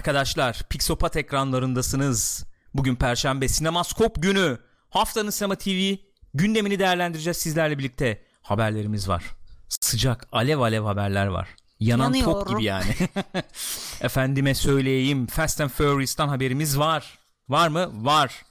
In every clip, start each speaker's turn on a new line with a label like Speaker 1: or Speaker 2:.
Speaker 1: Arkadaşlar Pixopat ekranlarındasınız. Bugün Perşembe Sinemaskop günü. Haftanın Sinema TV gündemini değerlendireceğiz sizlerle birlikte. Haberlerimiz var. Sıcak alev alev haberler var. Yanan top
Speaker 2: Yanıyorum.
Speaker 1: gibi yani. Efendime söyleyeyim Fast and Furious'tan haberimiz var. Var mı? Var.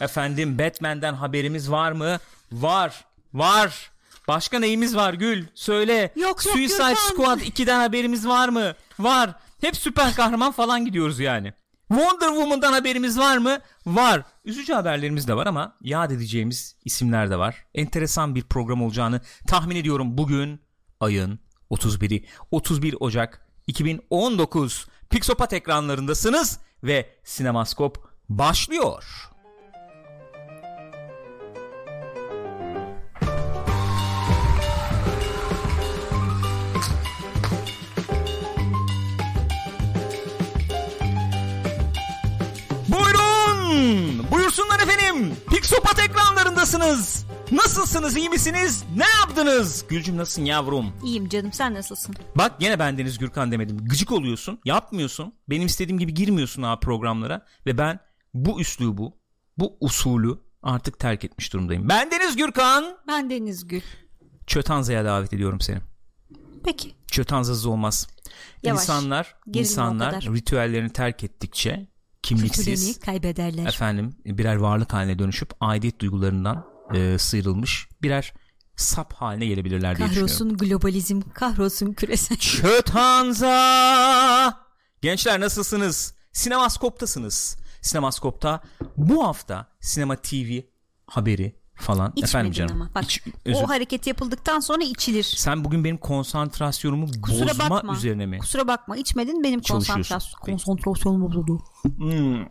Speaker 1: Efendim Batman'den haberimiz var mı? Var. Var. Başka neyimiz var Gül? Söyle.
Speaker 2: Yok, yok,
Speaker 1: Suicide
Speaker 2: Gürkan.
Speaker 1: Squad 2'den haberimiz var mı? Var. Hep süper kahraman falan gidiyoruz yani. Wonder Woman'dan haberimiz var mı? Var. Üzücü haberlerimiz de var ama yad edeceğimiz isimler de var. Enteresan bir program olacağını tahmin ediyorum bugün ayın 31'i. 31 Ocak 2019 Pixopat ekranlarındasınız ve Sinemaskop başlıyor. Buyurun! Buyursunlar efendim! Pixopat ekranlarındasınız! Nasılsınız, iyi misiniz? Ne yaptınız? Gülcüm nasılsın yavrum?
Speaker 2: İyiyim canım sen nasılsın?
Speaker 1: Bak gene ben Deniz Gürkan demedim. Gıcık oluyorsun, yapmıyorsun. Benim istediğim gibi girmiyorsun ha programlara. Ve ben bu üslubu, bu usulü artık terk etmiş durumdayım. Ben Deniz Gürkan.
Speaker 2: Ben Deniz Gül.
Speaker 1: Çötanza'ya davet ediyorum seni.
Speaker 2: Peki.
Speaker 1: Çötanzasız olmaz.
Speaker 2: Yavaş.
Speaker 1: İnsanlar,
Speaker 2: Gerilme o
Speaker 1: insanlar
Speaker 2: kadar.
Speaker 1: ritüellerini terk ettikçe kimliksiz,
Speaker 2: Kültürlerini kaybederler.
Speaker 1: efendim birer varlık haline dönüşüp aidiyet duygularından e, sıyrılmış birer sap haline gelebilirler diye düşünüyorum.
Speaker 2: kahrolsun globalizm, kahrolsun küresel.
Speaker 1: Çötanza! Gençler nasılsınız? Sinemaskop'tasınız. Sinemaskop'ta bu hafta Sinema TV haberi falan.
Speaker 2: İçmedin
Speaker 1: efendim canım.
Speaker 2: ama. Bak,
Speaker 1: İç- özür-
Speaker 2: o hareket yapıldıktan sonra içilir.
Speaker 1: Sen bugün benim konsantrasyonumu
Speaker 2: Kusura
Speaker 1: bozma
Speaker 2: bakma.
Speaker 1: üzerine mi?
Speaker 2: Kusura bakma içmedin benim
Speaker 1: Çalışıyorsun.
Speaker 2: konsantrasyon, konsantrasyonum bozuldu.
Speaker 1: Hmm.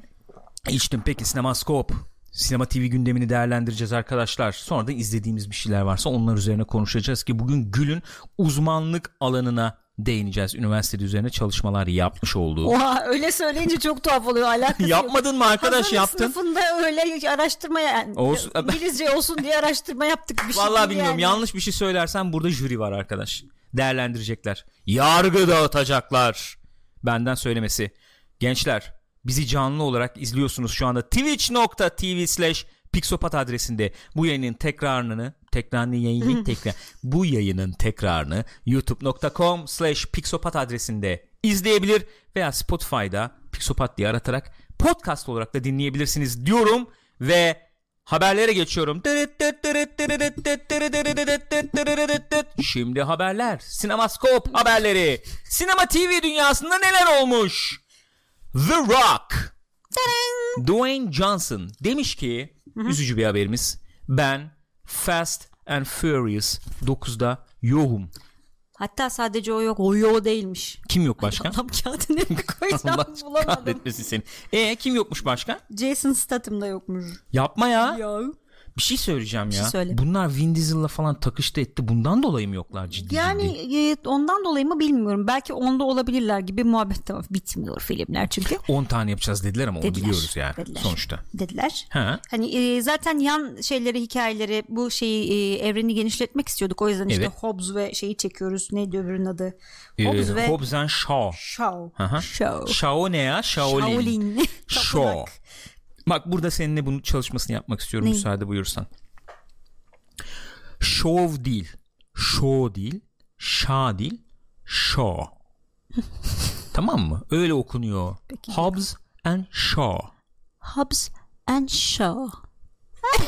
Speaker 1: İçtim peki Sinemaskop. Sinema TV gündemini değerlendireceğiz arkadaşlar. Sonra da izlediğimiz bir şeyler varsa onlar üzerine konuşacağız ki bugün Gül'ün uzmanlık alanına değineceğiz. Üniversitede üzerine çalışmalar yapmış olduğu.
Speaker 2: Oha öyle söyleyince çok tuhaf oluyor alakası yok.
Speaker 1: Yapmadın mı arkadaş
Speaker 2: Hazırlık
Speaker 1: yaptın?
Speaker 2: sınıfında öyle araştırma yani
Speaker 1: Olsun-
Speaker 2: İngilizce olsun diye araştırma yaptık bir şey
Speaker 1: Vallahi
Speaker 2: değil
Speaker 1: bilmiyorum
Speaker 2: yani.
Speaker 1: yanlış bir şey söylersen burada jüri var arkadaş. Değerlendirecekler. Yargı dağıtacaklar. Benden söylemesi. Gençler bizi canlı olarak izliyorsunuz şu anda twitch.tv slash pixopat adresinde bu yayının tekrarını tekrarını yayının tekrar bu yayının tekrarını youtube.com slash pixopat adresinde izleyebilir veya Spotify'da pixopat diye aratarak podcast olarak da dinleyebilirsiniz diyorum ve Haberlere geçiyorum. Şimdi haberler. Sinemaskop haberleri. Sinema TV dünyasında neler olmuş? The Rock. Dwayne Johnson demiş ki üzücü bir haberimiz. Ben Fast and Furious 9'da yokum.
Speaker 2: Hatta sadece o yok o yo değilmiş.
Speaker 1: Kim yok başka?
Speaker 2: Tam kağıdı ne
Speaker 1: Allah
Speaker 2: koyacağım bulamadım.
Speaker 1: kahretmesin seni. E kim yokmuş başka?
Speaker 2: Jason Statham da yokmuş.
Speaker 1: Yapma ya.
Speaker 2: Ya.
Speaker 1: Bir şey söyleyeceğim
Speaker 2: şey
Speaker 1: ya.
Speaker 2: söyle.
Speaker 1: Bunlar Vin Diesel'la falan takıştı etti. Bundan dolayı mı yoklar ciddi ciddi?
Speaker 2: Yani e, ondan dolayı mı bilmiyorum. Belki onda olabilirler gibi muhabbet de var. Bitmiyor filmler çünkü.
Speaker 1: 10 tane yapacağız dediler ama onu
Speaker 2: Dediler,
Speaker 1: biliyoruz yani
Speaker 2: dediler.
Speaker 1: sonuçta.
Speaker 2: Dediler.
Speaker 1: Ha.
Speaker 2: Hani e, zaten yan şeyleri hikayeleri bu şeyi e, evreni genişletmek istiyorduk. O yüzden işte
Speaker 1: Evet.
Speaker 2: Hobbes ve şeyi çekiyoruz. Neydi öbürünün adı?
Speaker 1: Ee,
Speaker 2: Hobbes ve
Speaker 1: Hobbs and Shaw.
Speaker 2: Shaw.
Speaker 1: Aha.
Speaker 2: Shaw.
Speaker 1: Shaw ne ya? Shaolin.
Speaker 2: Shaolin.
Speaker 1: Shaw.
Speaker 2: Tapınak.
Speaker 1: Bak burada seninle bunun çalışmasını yapmak istiyorum
Speaker 2: Neyi?
Speaker 1: müsaade buyursan. Show değil. Show değil. Şa değil. Shaw. tamam mı? Öyle okunuyor. Hobbs and Shaw.
Speaker 2: Hobbes and Shaw.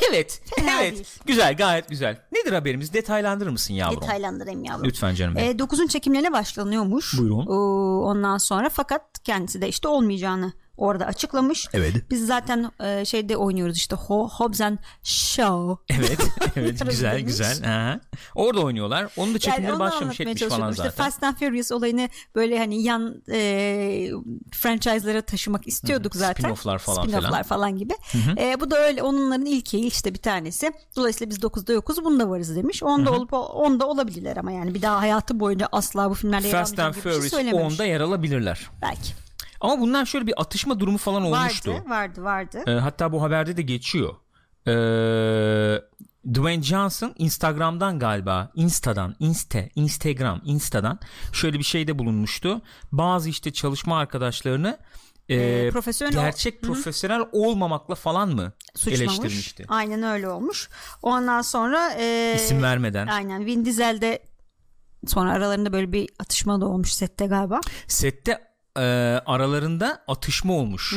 Speaker 1: Evet.
Speaker 2: Fena
Speaker 1: evet.
Speaker 2: değil.
Speaker 1: Güzel, gayet güzel. Nedir haberimiz? Detaylandırır mısın yavrum?
Speaker 2: Detaylandırayım yavrum.
Speaker 1: Lütfen canım. benim.
Speaker 2: E, 9'un çekimlerine başlanıyormuş.
Speaker 1: Buyurun.
Speaker 2: Oo, ondan sonra fakat kendisi de işte olmayacağını orada açıklamış.
Speaker 1: Evet.
Speaker 2: Biz zaten e, şeyde oynuyoruz işte Ho, Hobbs and Shaw.
Speaker 1: Evet, evet güzel
Speaker 2: Demiş.
Speaker 1: güzel. Ha. Orada oynuyorlar. Onun da çekimleri
Speaker 2: onu
Speaker 1: başlamış
Speaker 2: anlatmaya
Speaker 1: etmiş falan
Speaker 2: çalışıyorum. İşte
Speaker 1: zaten.
Speaker 2: Fast and Furious olayını böyle hani yan e, franchise'lara taşımak istiyorduk zaten.
Speaker 1: spin-off'lar falan
Speaker 2: Spin-off'lar
Speaker 1: filan.
Speaker 2: falan gibi. E, bu da öyle onların ilki işte bir tanesi. Dolayısıyla biz 9'da yokuz bunda varız demiş. Onda olup onda olabilirler ama yani bir daha hayatı boyunca asla bu filmlerle yer
Speaker 1: Fast and
Speaker 2: almayacağım gibi bir şey
Speaker 1: Furious
Speaker 2: söylememiş.
Speaker 1: 10'da yer alabilirler.
Speaker 2: Belki.
Speaker 1: Ama bunlar şöyle bir atışma durumu falan olmuştu.
Speaker 2: Vardı vardı vardı.
Speaker 1: Ee, hatta bu haberde de geçiyor. Ee, Dwayne Johnson Instagram'dan galiba Insta'dan Inste Instagram Insta'dan şöyle bir şeyde bulunmuştu. Bazı işte çalışma arkadaşlarını e,
Speaker 2: Ee, profesyonel ol-
Speaker 1: gerçek profesyonel olmamakla falan mı
Speaker 2: Suçlamış.
Speaker 1: eleştirmişti?
Speaker 2: Aynen öyle olmuş. Ondan sonra e,
Speaker 1: İsim vermeden.
Speaker 2: aynen Vin Diesel de sonra aralarında böyle bir atışma da olmuş sette galiba.
Speaker 1: Sette e, aralarında atışma olmuş.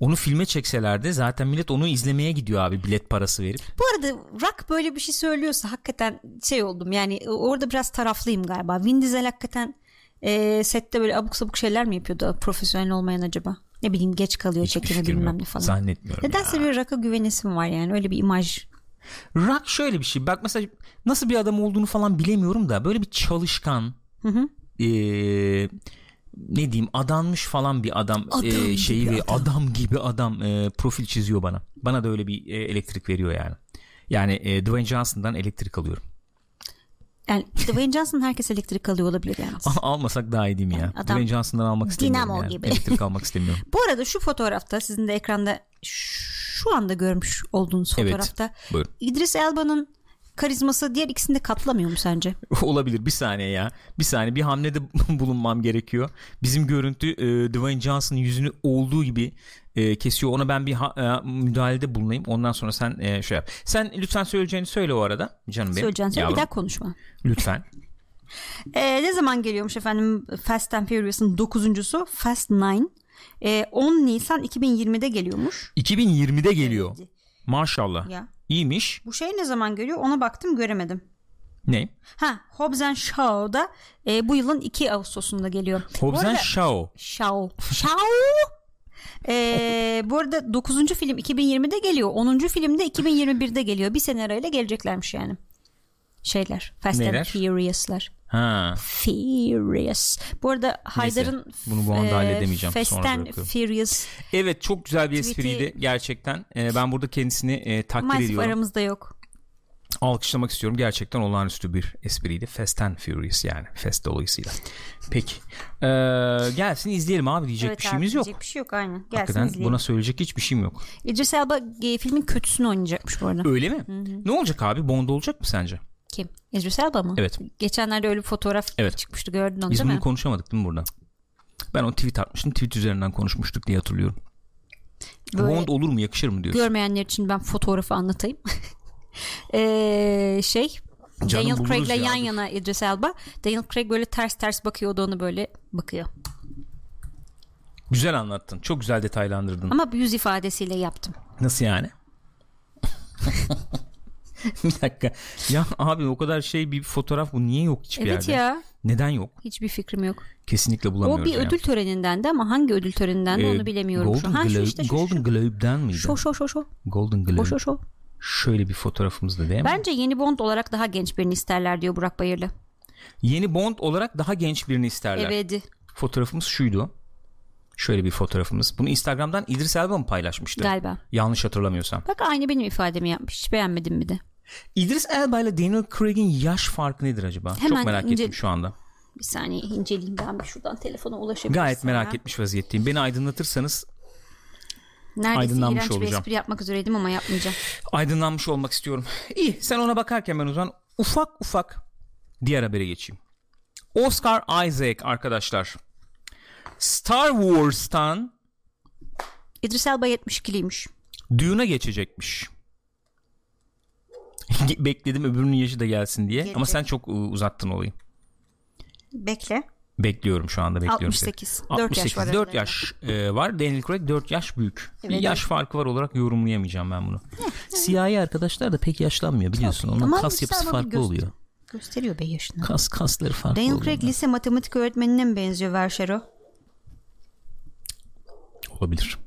Speaker 1: Onu filme çekselerdi zaten millet onu izlemeye gidiyor abi bilet parası verip.
Speaker 2: Bu arada Rock böyle bir şey söylüyorsa hakikaten şey oldum yani orada biraz taraflıyım galiba. Vin Diesel hakikaten e, sette böyle abuk sabuk şeyler mi yapıyordu profesyonel olmayan acaba? Ne bileyim geç kalıyor
Speaker 1: Hiçbir
Speaker 2: çekimi
Speaker 1: fikrim
Speaker 2: bilmem
Speaker 1: yok.
Speaker 2: ne falan.
Speaker 1: Zannetmiyorum. ya.
Speaker 2: Nedense bir Rock'a güvenesim var yani öyle bir imaj.
Speaker 1: Rock şöyle bir şey. Bak mesela nasıl bir adam olduğunu falan bilemiyorum da böyle bir çalışkan eee, ne diyeyim adanmış falan bir adam,
Speaker 2: Adam
Speaker 1: eee,
Speaker 2: gibi
Speaker 1: şeyi ve adam. gibi adam eee, profil çiziyor bana. Bana da öyle bir eee, elektrik veriyor yani. Yani eee, Dwayne Johnson'dan elektrik alıyorum.
Speaker 2: Yani Dwayne Johnson herkes elektrik alıyor olabilir yani.
Speaker 1: Al- Almasak daha iyi değil mi ya?
Speaker 2: Adam-
Speaker 1: Dwayne Johnson'dan almak istemiyorum.
Speaker 2: Dinamo
Speaker 1: yani.
Speaker 2: gibi.
Speaker 1: Elektrik almak istemiyorum.
Speaker 2: Bu arada şu fotoğrafta sizin de ekranda şu anda görmüş olduğunuz
Speaker 1: Evet.
Speaker 2: fotoğrafta
Speaker 1: Buyurun.
Speaker 2: İdris Elba'nın karizması diğer ikisini de katlamıyor mu sence?
Speaker 1: Olabilir bir saniye ya. Bir saniye bir hamlede bulunmam gerekiyor. Bizim görüntü e, Dwayne Johnson'ın yüzünü olduğu gibi e, kesiyor. Ona ben bir ha- e, müdahalede bulunayım. Ondan sonra sen e, şey yap. Sen lütfen söyleyeceğini söyle o arada canım benim.
Speaker 2: Söyleyeceğin söyle bir
Speaker 1: Yavrum,
Speaker 2: daha konuşma.
Speaker 1: Lütfen.
Speaker 2: Ee, ne zaman geliyormuş efendim Fast and Furious'ın dokuzuncusu Fast 9. Ee, 10 Nisan 2020'de geliyormuş.
Speaker 1: 2020'de geliyor. Maşallah.
Speaker 2: Ya.
Speaker 1: İyiymiş.
Speaker 2: Bu şey ne zaman geliyor ona baktım göremedim.
Speaker 1: Ne?
Speaker 2: Ha Hobbs and Shaw'da e, bu yılın 2 Ağustos'unda geliyor.
Speaker 1: Hobbs
Speaker 2: Bu
Speaker 1: and
Speaker 2: arada-
Speaker 1: Shaw.
Speaker 2: Shaw. Shaw. Ee, bu arada 9. film 2020'de geliyor. 10. film de 2021'de geliyor. Bir sene arayla geleceklermiş yani. Şeyler. Fast
Speaker 1: Neler?
Speaker 2: and Furious'lar.
Speaker 1: Ha.
Speaker 2: Furious. Bu arada Haydar'ın e,
Speaker 1: bunu bu anda halledemeyeceğim.
Speaker 2: Fast
Speaker 1: Sonra
Speaker 2: and
Speaker 1: bırakıyorum.
Speaker 2: Furious
Speaker 1: Evet çok güzel bir
Speaker 2: Tweet'i-
Speaker 1: espriydi gerçekten. E, ben burada kendisini e, takdir
Speaker 2: maalesef
Speaker 1: ediyorum.
Speaker 2: aramızda yok.
Speaker 1: alkışlamak istiyorum. Gerçekten olağanüstü bir espriydi. Fast and Furious yani. Fast dolayısıyla. Peki. Ee, gelsin izleyelim abi diyecek
Speaker 2: Evet
Speaker 1: bir
Speaker 2: abi,
Speaker 1: şeyimiz yok.
Speaker 2: diyecek bir şey yok aynen. Gelsin
Speaker 1: Hakikaten
Speaker 2: izleyelim.
Speaker 1: buna söyleyecek hiçbir şeyim yok.
Speaker 2: İdris Elba e, filmin kötüsünü oynayacakmış bu arada.
Speaker 1: Öyle mi? Ne olacak abi? Bond olacak mı sence?
Speaker 2: Kim? İdris Elba mı?
Speaker 1: Evet.
Speaker 2: Geçenlerde öyle bir fotoğraf
Speaker 1: Evet.
Speaker 2: çıkmıştı gördün onu
Speaker 1: Biz
Speaker 2: değil
Speaker 1: bunu
Speaker 2: mi?
Speaker 1: konuşamadık değil mi burada? Ben onu tweet atmıştım. Tweet üzerinden konuşmuştuk diye hatırlıyorum.
Speaker 2: Böyle-
Speaker 1: Bond olur mu? Yakışır mı diyorsun?
Speaker 2: Görmeyenler için ben fotoğrafı anlatayım. Ee, şey
Speaker 1: Canım
Speaker 2: Daniel
Speaker 1: buluruz
Speaker 2: Craig'le
Speaker 1: ya.
Speaker 2: yan yana İdris Elba. Daniel Craig böyle ters ters bakıyor o da onu böyle bakıyor.
Speaker 1: Güzel anlattın. Çok güzel detaylandırdın.
Speaker 2: Ama bir yüz ifadesiyle yaptım.
Speaker 1: Nasıl yani? bir dakika. Ya abi o kadar şey bir fotoğraf bu niye yok hiçbir
Speaker 2: evet
Speaker 1: yerde?
Speaker 2: ya
Speaker 1: Neden yok?
Speaker 2: hiçbir fikrim yok.
Speaker 1: Kesinlikle
Speaker 2: O
Speaker 1: bulamıyorum.
Speaker 2: bir ödül töreninden de ama hangi ödül töreninden de
Speaker 1: Ee,
Speaker 2: onu bilemiyorum. şu-
Speaker 1: Golden,
Speaker 2: ha, şu
Speaker 1: Globe,
Speaker 2: işte şu-
Speaker 1: Golden Globe'den miydi?
Speaker 2: şu, şu, şu, şu, şu,
Speaker 1: Golden
Speaker 2: o,
Speaker 1: Globe.
Speaker 2: şu, şu.
Speaker 1: Şöyle bir fotoğrafımız da değil mi?
Speaker 2: Bence yeni Bond olarak daha genç birini isterler diyor Burak Bayırlı.
Speaker 1: Yeni Bond olarak daha genç birini isterler.
Speaker 2: Evet.
Speaker 1: Fotoğrafımız şuydu. Şöyle bir fotoğrafımız. Bunu Instagram'dan İdris Elba mı paylaşmıştı?
Speaker 2: Galiba.
Speaker 1: Yanlış hatırlamıyorsam.
Speaker 2: Bak aynı benim ifademi yapmış. Hiç beğenmedim bir de.
Speaker 1: İdris Elba ile Daniel Craig'in yaş farkı nedir acaba?
Speaker 2: Hemen
Speaker 1: Çok merak
Speaker 2: ince-
Speaker 1: ettim şu anda.
Speaker 2: Bir saniye inceleyeyim ben bir şuradan telefona ulaşabilirsem.
Speaker 1: Gayet merak
Speaker 2: ya.
Speaker 1: etmiş vaziyetteyim. Beni aydınlatırsanız
Speaker 2: Neredeyse
Speaker 1: Aydınlanmış
Speaker 2: iğrenç bir
Speaker 1: olacağım.
Speaker 2: espri yapmak üzereydim ama yapmayacağım.
Speaker 1: aydınlanmış olmak istiyorum. İyi sen ona bakarken ben o zaman ufak ufak diğer habere geçeyim. Oscar Isaac arkadaşlar. Star Wars'tan
Speaker 2: İdris Elba 72'liymiş.
Speaker 1: düğüne geçecekmiş. Bekledim öbürünün yaşı da gelsin diye. Ama
Speaker 2: Gelecek.
Speaker 1: sen çok ıı, uzattın olayı.
Speaker 2: Bekle.
Speaker 1: Bekliyorum şu anda bekliyorum. seni.
Speaker 2: 68. 4 yaş var.
Speaker 1: 4
Speaker 2: aralarında.
Speaker 1: yaş e, var. Daniel Craig 4 yaş büyük. Bir
Speaker 2: Evet,
Speaker 1: yaş farkı var olarak yorumlayamayacağım ben bunu. Siyahi arkadaşlar da pek yaşlanmıyor biliyorsun. Onun
Speaker 2: Ama
Speaker 1: kas
Speaker 2: işte
Speaker 1: yapısı
Speaker 2: ama bir
Speaker 1: farklı
Speaker 2: göz-
Speaker 1: oluyor.
Speaker 2: Gösteriyor be yaşını.
Speaker 1: Kas kasları farklı
Speaker 2: Daniel
Speaker 1: oluyor.
Speaker 2: Craig lise matematik öğretmenine mi benziyor Verşero?
Speaker 1: Olabilir.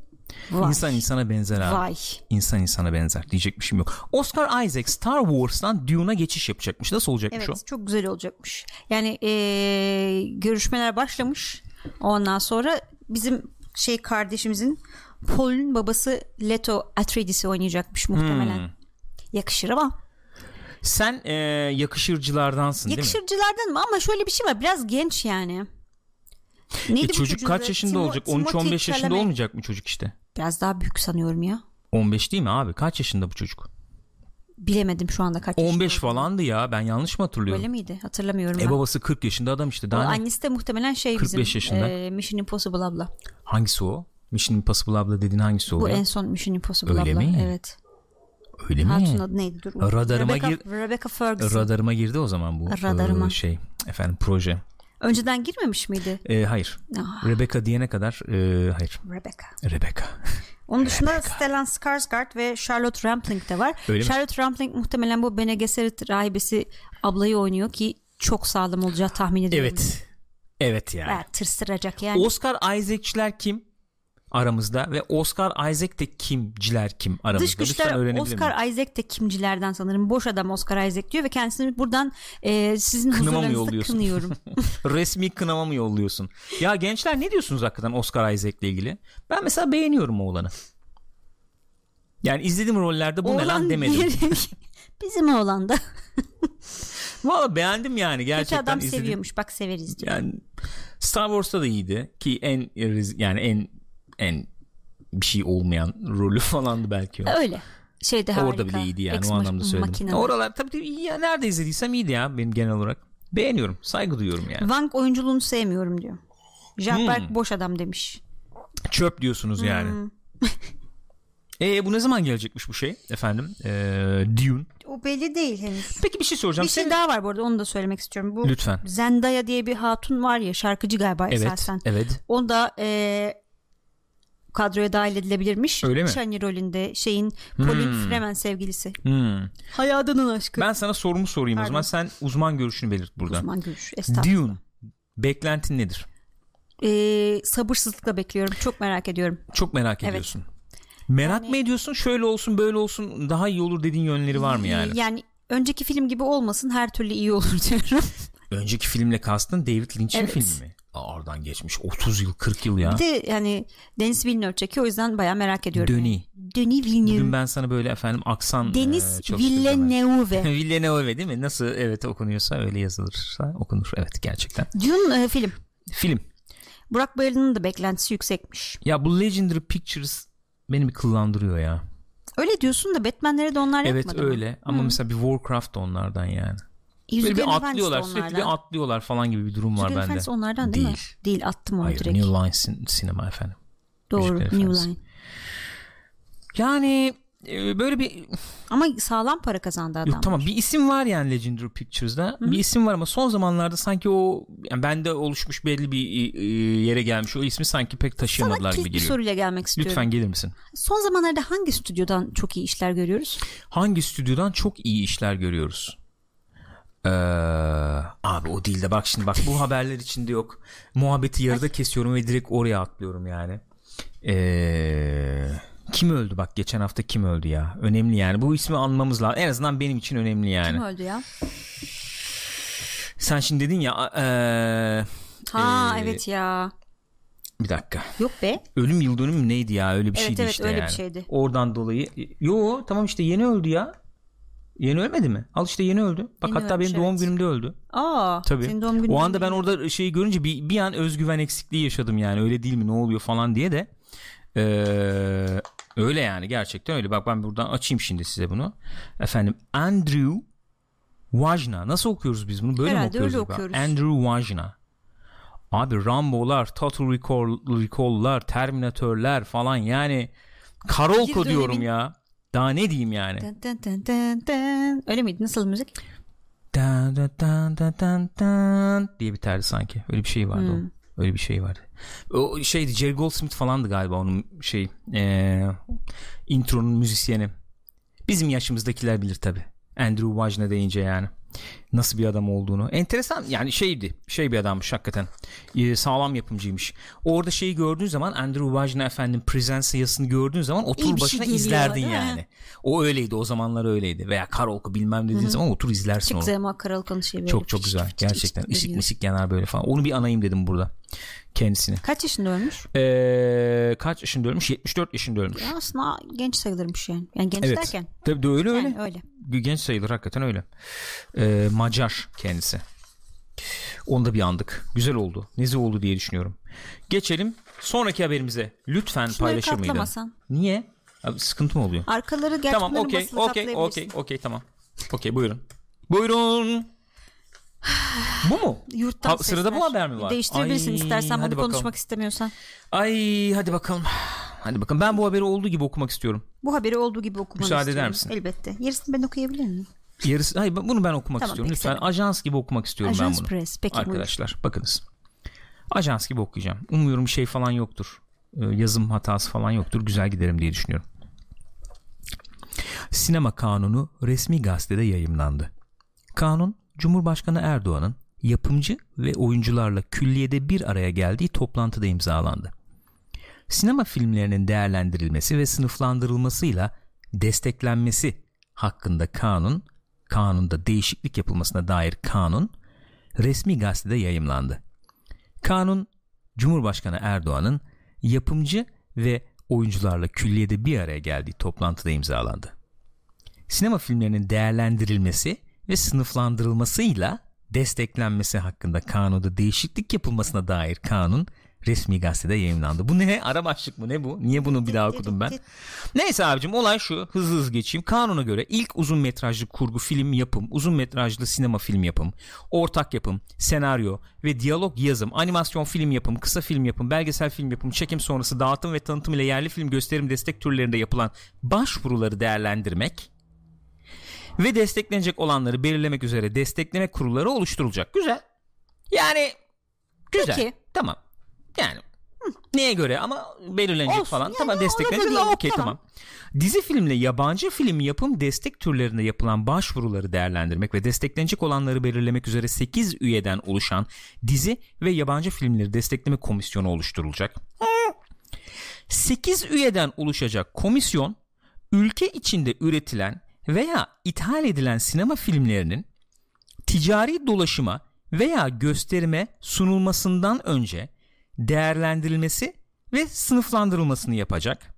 Speaker 2: Vay.
Speaker 1: İnsan insana benzer abi.
Speaker 2: Vay.
Speaker 1: İnsan insana benzer. Diyecek bir şeyim yok. Oscar Isaac Star Wars'tan Dune'a geçiş yapacakmış. Nasıl olacakmış
Speaker 2: Evet çok güzel olacakmış. Yani eee, görüşmeler başlamış. Ondan sonra bizim şey kardeşimizin Paul'un babası Leto Atreides'i oynayacakmış muhtemelen. Yakışır ama.
Speaker 1: o? Hmm. Sen e, yakışırcılardansın değil mi?
Speaker 2: Yakışırcılardan mı? Ama şöyle bir şey var. Biraz genç yani.
Speaker 1: E,
Speaker 2: Neydi bu
Speaker 1: çocuk
Speaker 2: çocuğun adı?
Speaker 1: kaç yaşında
Speaker 2: Timo-
Speaker 1: olacak?
Speaker 2: Timothy
Speaker 1: 13-15 yaşında
Speaker 2: Chalamet.
Speaker 1: olmayacak mı çocuk işte?
Speaker 2: Biraz daha büyük sanıyorum ya.
Speaker 1: 15 değil mi abi? Kaç yaşında bu çocuk?
Speaker 2: bilemedim şu anda kaç yaşında
Speaker 1: 15
Speaker 2: olduğunu.
Speaker 1: falandı ya ben yanlış mı hatırlıyorum?
Speaker 2: Öyle miydi? Hatırlamıyorum
Speaker 1: E
Speaker 2: ben.
Speaker 1: babası 40 yaşında adam işte.
Speaker 2: O
Speaker 1: Daha ne-
Speaker 2: annesi de muhtemelen şey
Speaker 1: 45
Speaker 2: bizim
Speaker 1: yaşında.
Speaker 2: e, Mission Impossible abla.
Speaker 1: Hangisi o? Mission Impossible abla dediğin hangisi
Speaker 2: Bu
Speaker 1: oluyor?
Speaker 2: en son Mission Impossible
Speaker 1: Öyle
Speaker 2: abla.
Speaker 1: mi?
Speaker 2: Evet.
Speaker 1: Öyle mi?
Speaker 2: Hatun adı neydi? Dur. unuttum.
Speaker 1: Radarıma
Speaker 2: Rebecca,
Speaker 1: gir-
Speaker 2: Rebecca Ferguson.
Speaker 1: Radarıma girdi o zaman bu
Speaker 2: Radarıma.
Speaker 1: e, şey efendim proje.
Speaker 2: Önceden girmemiş miydi?
Speaker 1: E, hayır.
Speaker 2: Ah,
Speaker 1: Rebecca diyene kadar e, hayır.
Speaker 2: Rebecca.
Speaker 1: Rebecca.
Speaker 2: Onun dışında Stellan Skarsgård ve Charlotte Rampling de var.
Speaker 1: Öyle mi?
Speaker 2: Charlotte Rampling muhtemelen bu Bene Gesserit rahibesi ablayı oynuyor ki çok sağlam olacağı tahmin ediyorum.
Speaker 1: evet. Evet yani.
Speaker 2: Bayağı tırsıracak yani.
Speaker 1: Oscar Isaac'çiler kim aramızda ve Oscar Isaac de kimciler kim aramızda?
Speaker 2: Dış güçler
Speaker 1: Lütfen öğrenebilir miyim?
Speaker 2: Oscar Isaac de kimcilerden sanırım. Boş adam Oscar Isaac diyor ve kendisini buradan e, sizin
Speaker 1: Kınama mı
Speaker 2: huzurlarınızda
Speaker 1: yolluyorsun?
Speaker 2: kınıyorum.
Speaker 1: Resmi kınama mı yolluyorsun? Ya gençler ne diyorsunuz hakikaten Oscar Isaac'le ilgili? Ben mesela beğeniyorum oğlanı. Yani izlediğim rollerde bu ne lan
Speaker 2: Oğlan
Speaker 1: demedim.
Speaker 2: diyelim. Bizim oğlan da.
Speaker 1: Valla beğendim yani
Speaker 2: Kötü
Speaker 1: gerçekten
Speaker 2: adam
Speaker 1: izledim.
Speaker 2: seviyormuş. Bak severiz diyor.
Speaker 1: Yani Star Wars'ta da iyiydi ki en riz- yani en en bir şey olmayan rolü falandı belki. o.
Speaker 2: Öyle. Şeyde harika.
Speaker 1: Orada bile iyiydi yani
Speaker 2: Ex
Speaker 1: o anlamda
Speaker 2: Mach-
Speaker 1: söyledim.
Speaker 2: Machina.
Speaker 1: Oralar tabii tabii iyi ya nerede izlediysem iyiydi ya benim genel olarak. Beğeniyorum. Saygı duyuyorum yani.
Speaker 2: Wang oyunculuğunu sevmiyorum diyor. Jack
Speaker 1: Hmm.
Speaker 2: Berk boş adam demiş.
Speaker 1: Çöp diyorsunuz
Speaker 2: Hmm.
Speaker 1: yani. e bu ne zaman gelecekmiş bu şey efendim? Ee, Dune.
Speaker 2: O belli değil henüz.
Speaker 1: Peki bir şey soracağım.
Speaker 2: Bir şey
Speaker 1: Senin-
Speaker 2: daha var bu arada onu da söylemek istiyorum. Bu
Speaker 1: Lütfen.
Speaker 2: Zendaya diye bir hatun var ya şarkıcı galiba
Speaker 1: Evet.
Speaker 2: esasen.
Speaker 1: Evet.
Speaker 2: Onu da e, kadroya dahil edilebilirmiş.
Speaker 1: Öyle mi?
Speaker 2: Shani rolünde şeyin Colin Freeman sevgilisi.
Speaker 1: Hmm.
Speaker 2: Hayatının aşkı.
Speaker 1: Ben sana sorumu sorayım o
Speaker 2: Pardon.
Speaker 1: zaman. Sen uzman görüşünü belirt burada.
Speaker 2: Osman Gülüş. Estağfurullah.
Speaker 1: Dune. Beklentin nedir?
Speaker 2: E, sabırsızlıkla bekliyorum. Çok merak ediyorum.
Speaker 1: Çok merak
Speaker 2: Evet.
Speaker 1: ediyorsun. Merak mı ediyorsun? Şöyle olsun, böyle olsun, daha iyi olur dediğin yönleri var mı yani?
Speaker 2: Yani önceki film gibi olmasın her türlü iyi olur diyorum.
Speaker 1: Önceki filmle kastın David Lynch'in
Speaker 2: Evet.
Speaker 1: filmi mi? Aa, Oradan geçmiş 30 yıl, 40 yıl ya.
Speaker 2: Bir de yani Deniz Villeneuve çekiyor o yüzden baya merak ediyorum.
Speaker 1: Döni.
Speaker 2: Yani. Denis Villeneuve.
Speaker 1: Bugün ben sana böyle efendim aksan
Speaker 2: Deniz
Speaker 1: e, çalıştıracağım.
Speaker 2: Villeneuve.
Speaker 1: Villeneuve değil mi? Nasıl evet okunuyorsa öyle yazılırsa okunur. Evet gerçekten.
Speaker 2: Dune e, film.
Speaker 1: Film.
Speaker 2: Burak Bayırlı'nın da beklentisi yüksekmiş.
Speaker 1: Ya bu Legendary Pictures beni bir kıllandırıyor ya.
Speaker 2: Öyle diyorsun da Batman'lere de onlar
Speaker 1: Evet
Speaker 2: yapmadı mı?
Speaker 1: öyle ama mesela bir Warcraft da onlardan yani. Böyle
Speaker 2: Yüzüklerin
Speaker 1: bir
Speaker 2: Efendisi de
Speaker 1: atlıyorlar sürekli
Speaker 2: onlardan.
Speaker 1: bir atlıyorlar falan gibi bir durum var
Speaker 2: Yüzüklerin
Speaker 1: bende.
Speaker 2: Efendisi onlardan değil,
Speaker 1: Değil.
Speaker 2: mi? Değil attım onu
Speaker 1: Hayır
Speaker 2: direkt.
Speaker 1: New Line sin- sinema efendim.
Speaker 2: Doğru
Speaker 1: Yüzüklerin
Speaker 2: New
Speaker 1: Efendisi.
Speaker 2: Line.
Speaker 1: Yani e, böyle bir
Speaker 2: Ama sağlam para kazandı adam.
Speaker 1: yok tamam bir isim var yani Legendary Pictures'da bir isim var ama son zamanlarda sanki o yani bende oluşmuş belli bir e, e, yere gelmiş o ismi sanki pek
Speaker 2: Sana
Speaker 1: taşıyamadılar gibi
Speaker 2: kilit bir
Speaker 1: geliyor.
Speaker 2: soruyla gelmek istiyorum.
Speaker 1: Lütfen gelir misin?
Speaker 2: Son zamanlarda hangi stüdyodan çok iyi işler görüyoruz?
Speaker 1: Hangi stüdyodan çok iyi işler görüyoruz? Ee, abi o değil de bak şimdi bak bu haberler içinde yok. Muhabbeti yarıda kesiyorum ve direkt oraya atlıyorum yani. Ee, kim öldü bak geçen hafta kim öldü ya? Önemli yani bu ismi anmamız lazım. En azından benim için önemli yani.
Speaker 2: Kim öldü ya?
Speaker 1: Sen şimdi dedin ya e, eee,
Speaker 2: Ha
Speaker 1: Ee,
Speaker 2: evet ya.
Speaker 1: bir dakika.
Speaker 2: Yok be.
Speaker 1: Ölüm yıl dönümü neydi ya öyle bir
Speaker 2: Evet,
Speaker 1: şeydi
Speaker 2: evet,
Speaker 1: işte
Speaker 2: öyle bir
Speaker 1: yani.
Speaker 2: şeydi.
Speaker 1: Oradan dolayı e, yo tamam işte yeni öldü ya. Yeni ölmedi mi? Al işte yeni öldü. Bak
Speaker 2: Yeni
Speaker 1: hatta
Speaker 2: ölmüş,
Speaker 1: benim doğum
Speaker 2: evet.
Speaker 1: günümde öldü.
Speaker 2: Aa.
Speaker 1: Tabii.
Speaker 2: Senin doğum günün
Speaker 1: o anda ben
Speaker 2: değil mi?
Speaker 1: orada şeyi görünce bir, bir an özgüven eksikliği yaşadım yani öyle değil mi ne oluyor falan diye de Ee, öyle yani gerçekten öyle bak ben buradan açayım şimdi size bunu efendim Andrew Wajna nasıl okuyoruz biz bunu böyle mi
Speaker 2: Herhalde
Speaker 1: okuyoruz,
Speaker 2: öyle
Speaker 1: acaba?
Speaker 2: okuyoruz.
Speaker 1: Andrew Wajna abi Rambo'lar Total Recall, Recall'lar Terminatör'ler falan yani Karolko
Speaker 2: Bir
Speaker 1: diyorum
Speaker 2: dönemin-
Speaker 1: ya daha ne diyeyim yani
Speaker 2: Dın dın dın dın dın. Öyle miydi? Nasıl müzik?
Speaker 1: dan dan dan dan dan dan diye biterdi sanki. Öyle bir şey vardı onun. Öyle bir şey vardı. O şeydi Jerry Goldsmith falandı galiba onun şey eee intronun müzisyeni. Bizim yaşımızdakiler bilir tabi. Andrew Wajna deyince yani. Nasıl bir adam olduğunu. Enteresan yani şeydi. Şey bir adammış hakikaten. Ee, sağlam yapımcıymış. Orada şeyi gördüğün zaman Andrew Wajna efendim Presence yazısını gördüğün zaman
Speaker 2: İyi bir
Speaker 1: otur
Speaker 2: şey
Speaker 1: başına
Speaker 2: geliyor,
Speaker 1: izlerdin
Speaker 2: değil mi?
Speaker 1: yani. O öyleydi o zamanlar öyleydi. Veya Karolku bilmem dediğin zaman otur izlersin
Speaker 2: Çok
Speaker 1: onu.
Speaker 2: güzel ama karalı konuşuyor. böyle.
Speaker 1: Çok çok güzel. Gerçekten ışık mışık yanar böyle falan. Onu bir anayım dedim burada kendisini.
Speaker 2: Kaç yaşında ölmüş?
Speaker 1: Ee, kaç yaşında ölmüş? 74 yaşında ölmüş.
Speaker 2: Ya aslında genç sayılırmış yani. Yani genç
Speaker 1: Evet.
Speaker 2: derken.
Speaker 1: Tabii de öyle öyle.
Speaker 2: Yani öyle.
Speaker 1: Genç sayılır hakikaten öyle. Ee, Macar kendisi. Onu da bir andık. Güzel oldu. Nezi oldu diye düşünüyorum. Geçelim sonraki haberimize. Lütfen
Speaker 2: Şunları
Speaker 1: paylaşır mıydın?
Speaker 2: katlamasan.
Speaker 1: Niye? Abi sıkıntı mı oluyor?
Speaker 2: Arkaları gerçekten
Speaker 1: tamam okey
Speaker 2: basılı
Speaker 1: okey
Speaker 2: kaplayabilirsin.
Speaker 1: okey okey tamam. Okey buyurun. Buyurun. Bu mu?
Speaker 2: Yurttan
Speaker 1: Ha, sırada bu
Speaker 2: sesler.
Speaker 1: haber mi var?
Speaker 2: Değiştirebilirsin
Speaker 1: Ay,
Speaker 2: istersen bunu
Speaker 1: hadi bakalım.
Speaker 2: konuşmak istemiyorsan.
Speaker 1: Ay hadi bakalım. Hadi bakalım. Ben bu haberi olduğu gibi okumak istiyorum.
Speaker 2: Bu haberi olduğu gibi okumanı
Speaker 1: Müsaade eder
Speaker 2: istiyorum.
Speaker 1: misin?
Speaker 2: Elbette. Yarısını ben okuyabilir miyim?
Speaker 1: Yarısı, hayır ben- bunu ben okumak
Speaker 2: Tamam,
Speaker 1: istiyorum.
Speaker 2: peki,
Speaker 1: Lütfen ajans gibi okumak istiyorum ben
Speaker 2: Ajans
Speaker 1: bunu.
Speaker 2: Press. Peki buyur.
Speaker 1: Arkadaşlar bakınız. Ajans gibi okuyacağım. Umuyorum şey falan yoktur. Ee, Yazım hatası falan yoktur. Güzel giderim diye düşünüyorum. Sinema kanunu resmi gazetede yayımlandı. Kanun Cumhurbaşkanı Erdoğan'ın yapımcı ve oyuncularla külliyede bir araya geldiği toplantıda imzalandı. Sinema filmlerinin değerlendirilmesi ve sınıflandırılmasıyla desteklenmesi hakkında kanun, kanunda değişiklik yapılmasına dair kanun resmi gazetede yayımlandı. Kanun, Cumhurbaşkanı Erdoğan'ın yapımcı ve oyuncularla külliyede bir araya geldiği toplantıda imzalandı. Sinema filmlerinin değerlendirilmesi ve sınıflandırılmasıyla desteklenmesi hakkında kanunda değişiklik yapılmasına dair kanun resmi gazetede yayınlandı. Bu ne? Ara başlık mı? Ne bu? Niye bunu bir daha okudum ben? Neyse abicim olay şu hızlı hızlı geçeyim. Kanuna göre ilk uzun metrajlı kurgu film yapım, uzun metrajlı sinema film yapım, ortak yapım, senaryo ve diyalog yazım, animasyon film yapım, kısa film yapım, belgesel film yapım, çekim sonrası dağıtım ve tanıtım ile yerli film gösterim destek türlerinde yapılan başvuruları değerlendirmek ve desteklenecek olanları belirlemek üzere destekleme kurulları oluşturulacak. Güzel. Yani güzel.
Speaker 2: Peki.
Speaker 1: Tamam. Yani neye göre ama belirlenecek
Speaker 2: Olsun,
Speaker 1: falan.
Speaker 2: yani
Speaker 1: tamam
Speaker 2: ona da
Speaker 1: desteklenecek.
Speaker 2: diyelim,
Speaker 1: Aa, Okey
Speaker 2: tamam.
Speaker 1: tamam. Dizi filmle yabancı film yapım destek türlerinde yapılan başvuruları değerlendirmek ve desteklenecek olanları belirlemek üzere 8 üyeden oluşan dizi ve yabancı filmleri destekleme komisyonu oluşturulacak. 8 üyeden oluşacak komisyon ülke içinde üretilen veya ithal edilen sinema filmlerinin ticari dolaşıma veya gösterime sunulmasından önce değerlendirilmesi ve sınıflandırılmasını yapacak.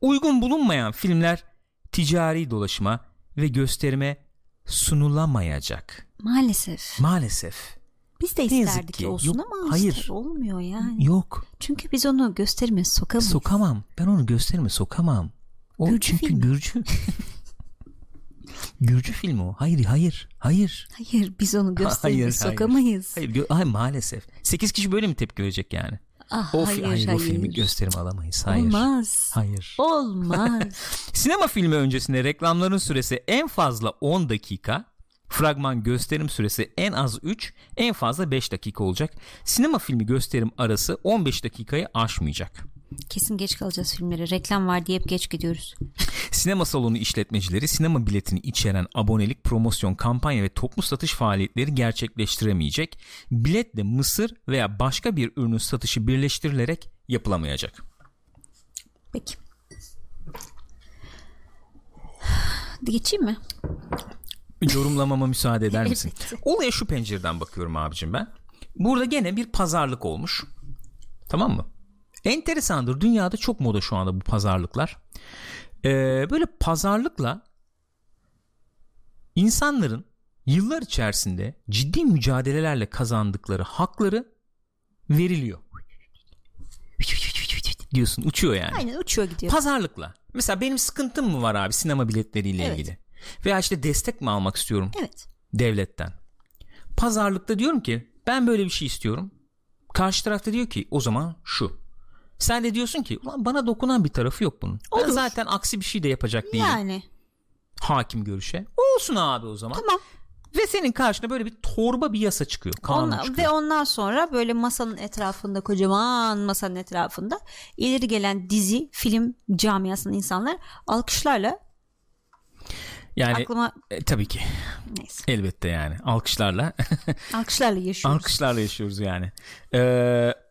Speaker 1: Uygun bulunmayan filmler ticari dolaşıma ve gösterime sunulamayacak.
Speaker 2: Maalesef.
Speaker 1: Maalesef.
Speaker 2: Biz de
Speaker 1: yazık
Speaker 2: isterdik
Speaker 1: ki.
Speaker 2: olsun
Speaker 1: Yok,
Speaker 2: ama
Speaker 1: hayır.
Speaker 2: işte olmuyor yani.
Speaker 1: Yok.
Speaker 2: Çünkü biz onu gösterime sokamayız.
Speaker 1: Sokamam. Ben onu gösterime sokamam. O
Speaker 2: Gürcü
Speaker 1: çünkü
Speaker 2: filmi.
Speaker 1: Gürcü. Gürcü filmi o. Hayır, hayır, hayır.
Speaker 2: hayır biz onu gösterime
Speaker 1: hayır.
Speaker 2: sokamayız.
Speaker 1: Hayır, gö- hayır maalesef. 8 kişi böyle mi tepki verecek yani?
Speaker 2: Ah,
Speaker 1: O fi-
Speaker 2: hayır,
Speaker 1: hayır,
Speaker 2: hayır,
Speaker 1: o filmi gösterim alamayız. Hayır.
Speaker 2: Olmaz.
Speaker 1: Hayır.
Speaker 2: Olmaz.
Speaker 1: Sinema filmi öncesinde reklamların süresi en fazla 10 dakika, fragman gösterim süresi en az 3, en fazla 5 dakika olacak. Sinema filmi gösterim arası 15 dakikayı aşmayacak.
Speaker 2: Kesin geç kalacağız filmlere. Reklam var diye hep geç gidiyoruz.
Speaker 1: Sinema salonu işletmecileri sinema biletini içeren abonelik, promosyon, kampanya ve toplu satış faaliyetleri gerçekleştiremeyecek. Biletle mısır veya başka bir ürünün satışı birleştirilerek yapılamayacak.
Speaker 2: Peki. Geçeyim mi?
Speaker 1: yorumlamama müsaade eder misin?
Speaker 2: Elbette.
Speaker 1: Olaya şu pencereden bakıyorum abicim ben. Burada gene bir pazarlık olmuş. Tamam mı? Enteresandır. Dünyada çok moda şu anda bu pazarlıklar. Ee, böyle pazarlıkla insanların yıllar içerisinde ciddi mücadelelerle kazandıkları hakları veriliyor. diyorsun uçuyor yani.
Speaker 2: Aynen uçuyor gidiyor.
Speaker 1: Pazarlıkla. Mesela benim sıkıntım mı var abi sinema biletleriyle
Speaker 2: Evet.
Speaker 1: ilgili? Veya işte destek mi almak istiyorum
Speaker 2: evet.
Speaker 1: devletten? Pazarlıkta diyorum ki ben böyle bir şey istiyorum. Karşı tarafta diyor ki o zaman şu. Sen de diyorsun ki Ulan bana dokunan bir tarafı yok bunun. Ben
Speaker 2: Olur.
Speaker 1: zaten aksi bir şey de yapacak değilim.
Speaker 2: Yani
Speaker 1: Hakim görüşe. Olsun abi o zaman.
Speaker 2: tamam.
Speaker 1: Ve senin karşına böyle bir torba bir yasa çıkıyor. Kanun
Speaker 2: Onla-
Speaker 1: çıkıyor.
Speaker 2: ve ondan sonra böyle masanın etrafında kocaman masanın etrafında ileri gelen dizi, film camiasının insanlar alkışlarla
Speaker 1: Yani
Speaker 2: aklıma
Speaker 1: e, tabii ki
Speaker 2: neyse
Speaker 1: elbette yani alkışlarla
Speaker 2: alkışlarla yaşıyoruz.
Speaker 1: Alkışlarla yaşıyoruz yani. Ee,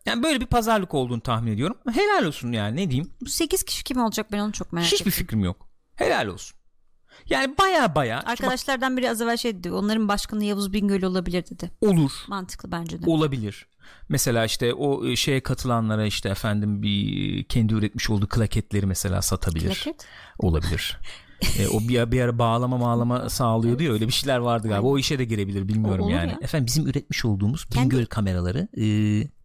Speaker 1: yani böyle bir pazarlık olduğunu tahmin ediyorum. Helal olsun yani ne diyeyim.
Speaker 2: Bu 8 kişi kim olacak ben onu çok merak
Speaker 1: Hiçbir
Speaker 2: ediyorum.
Speaker 1: fikrim yok. Helal olsun. Yani baya baya
Speaker 2: Arkadaşlardan biri az evvel şey dedi. Onların başkanı Yavuz Bingöl olabilir dedi.
Speaker 1: olur.
Speaker 2: Mantıklı bence de.
Speaker 1: Olabilir. Mesela işte o e, şeye katılanlara işte efendim bir kendi üretmiş olduğu klaketleri mesela satabilir.
Speaker 2: Plaket.
Speaker 1: Olabilir. E, o bir, bir ara bağlama bağlama sağlıyordu ya öyle bir şeyler vardı galiba. O işe de girebilir bilmiyorum
Speaker 2: O- olur
Speaker 1: yani.
Speaker 2: ya.
Speaker 1: Efendim bizim üretmiş olduğumuz Bingöl kameraları e,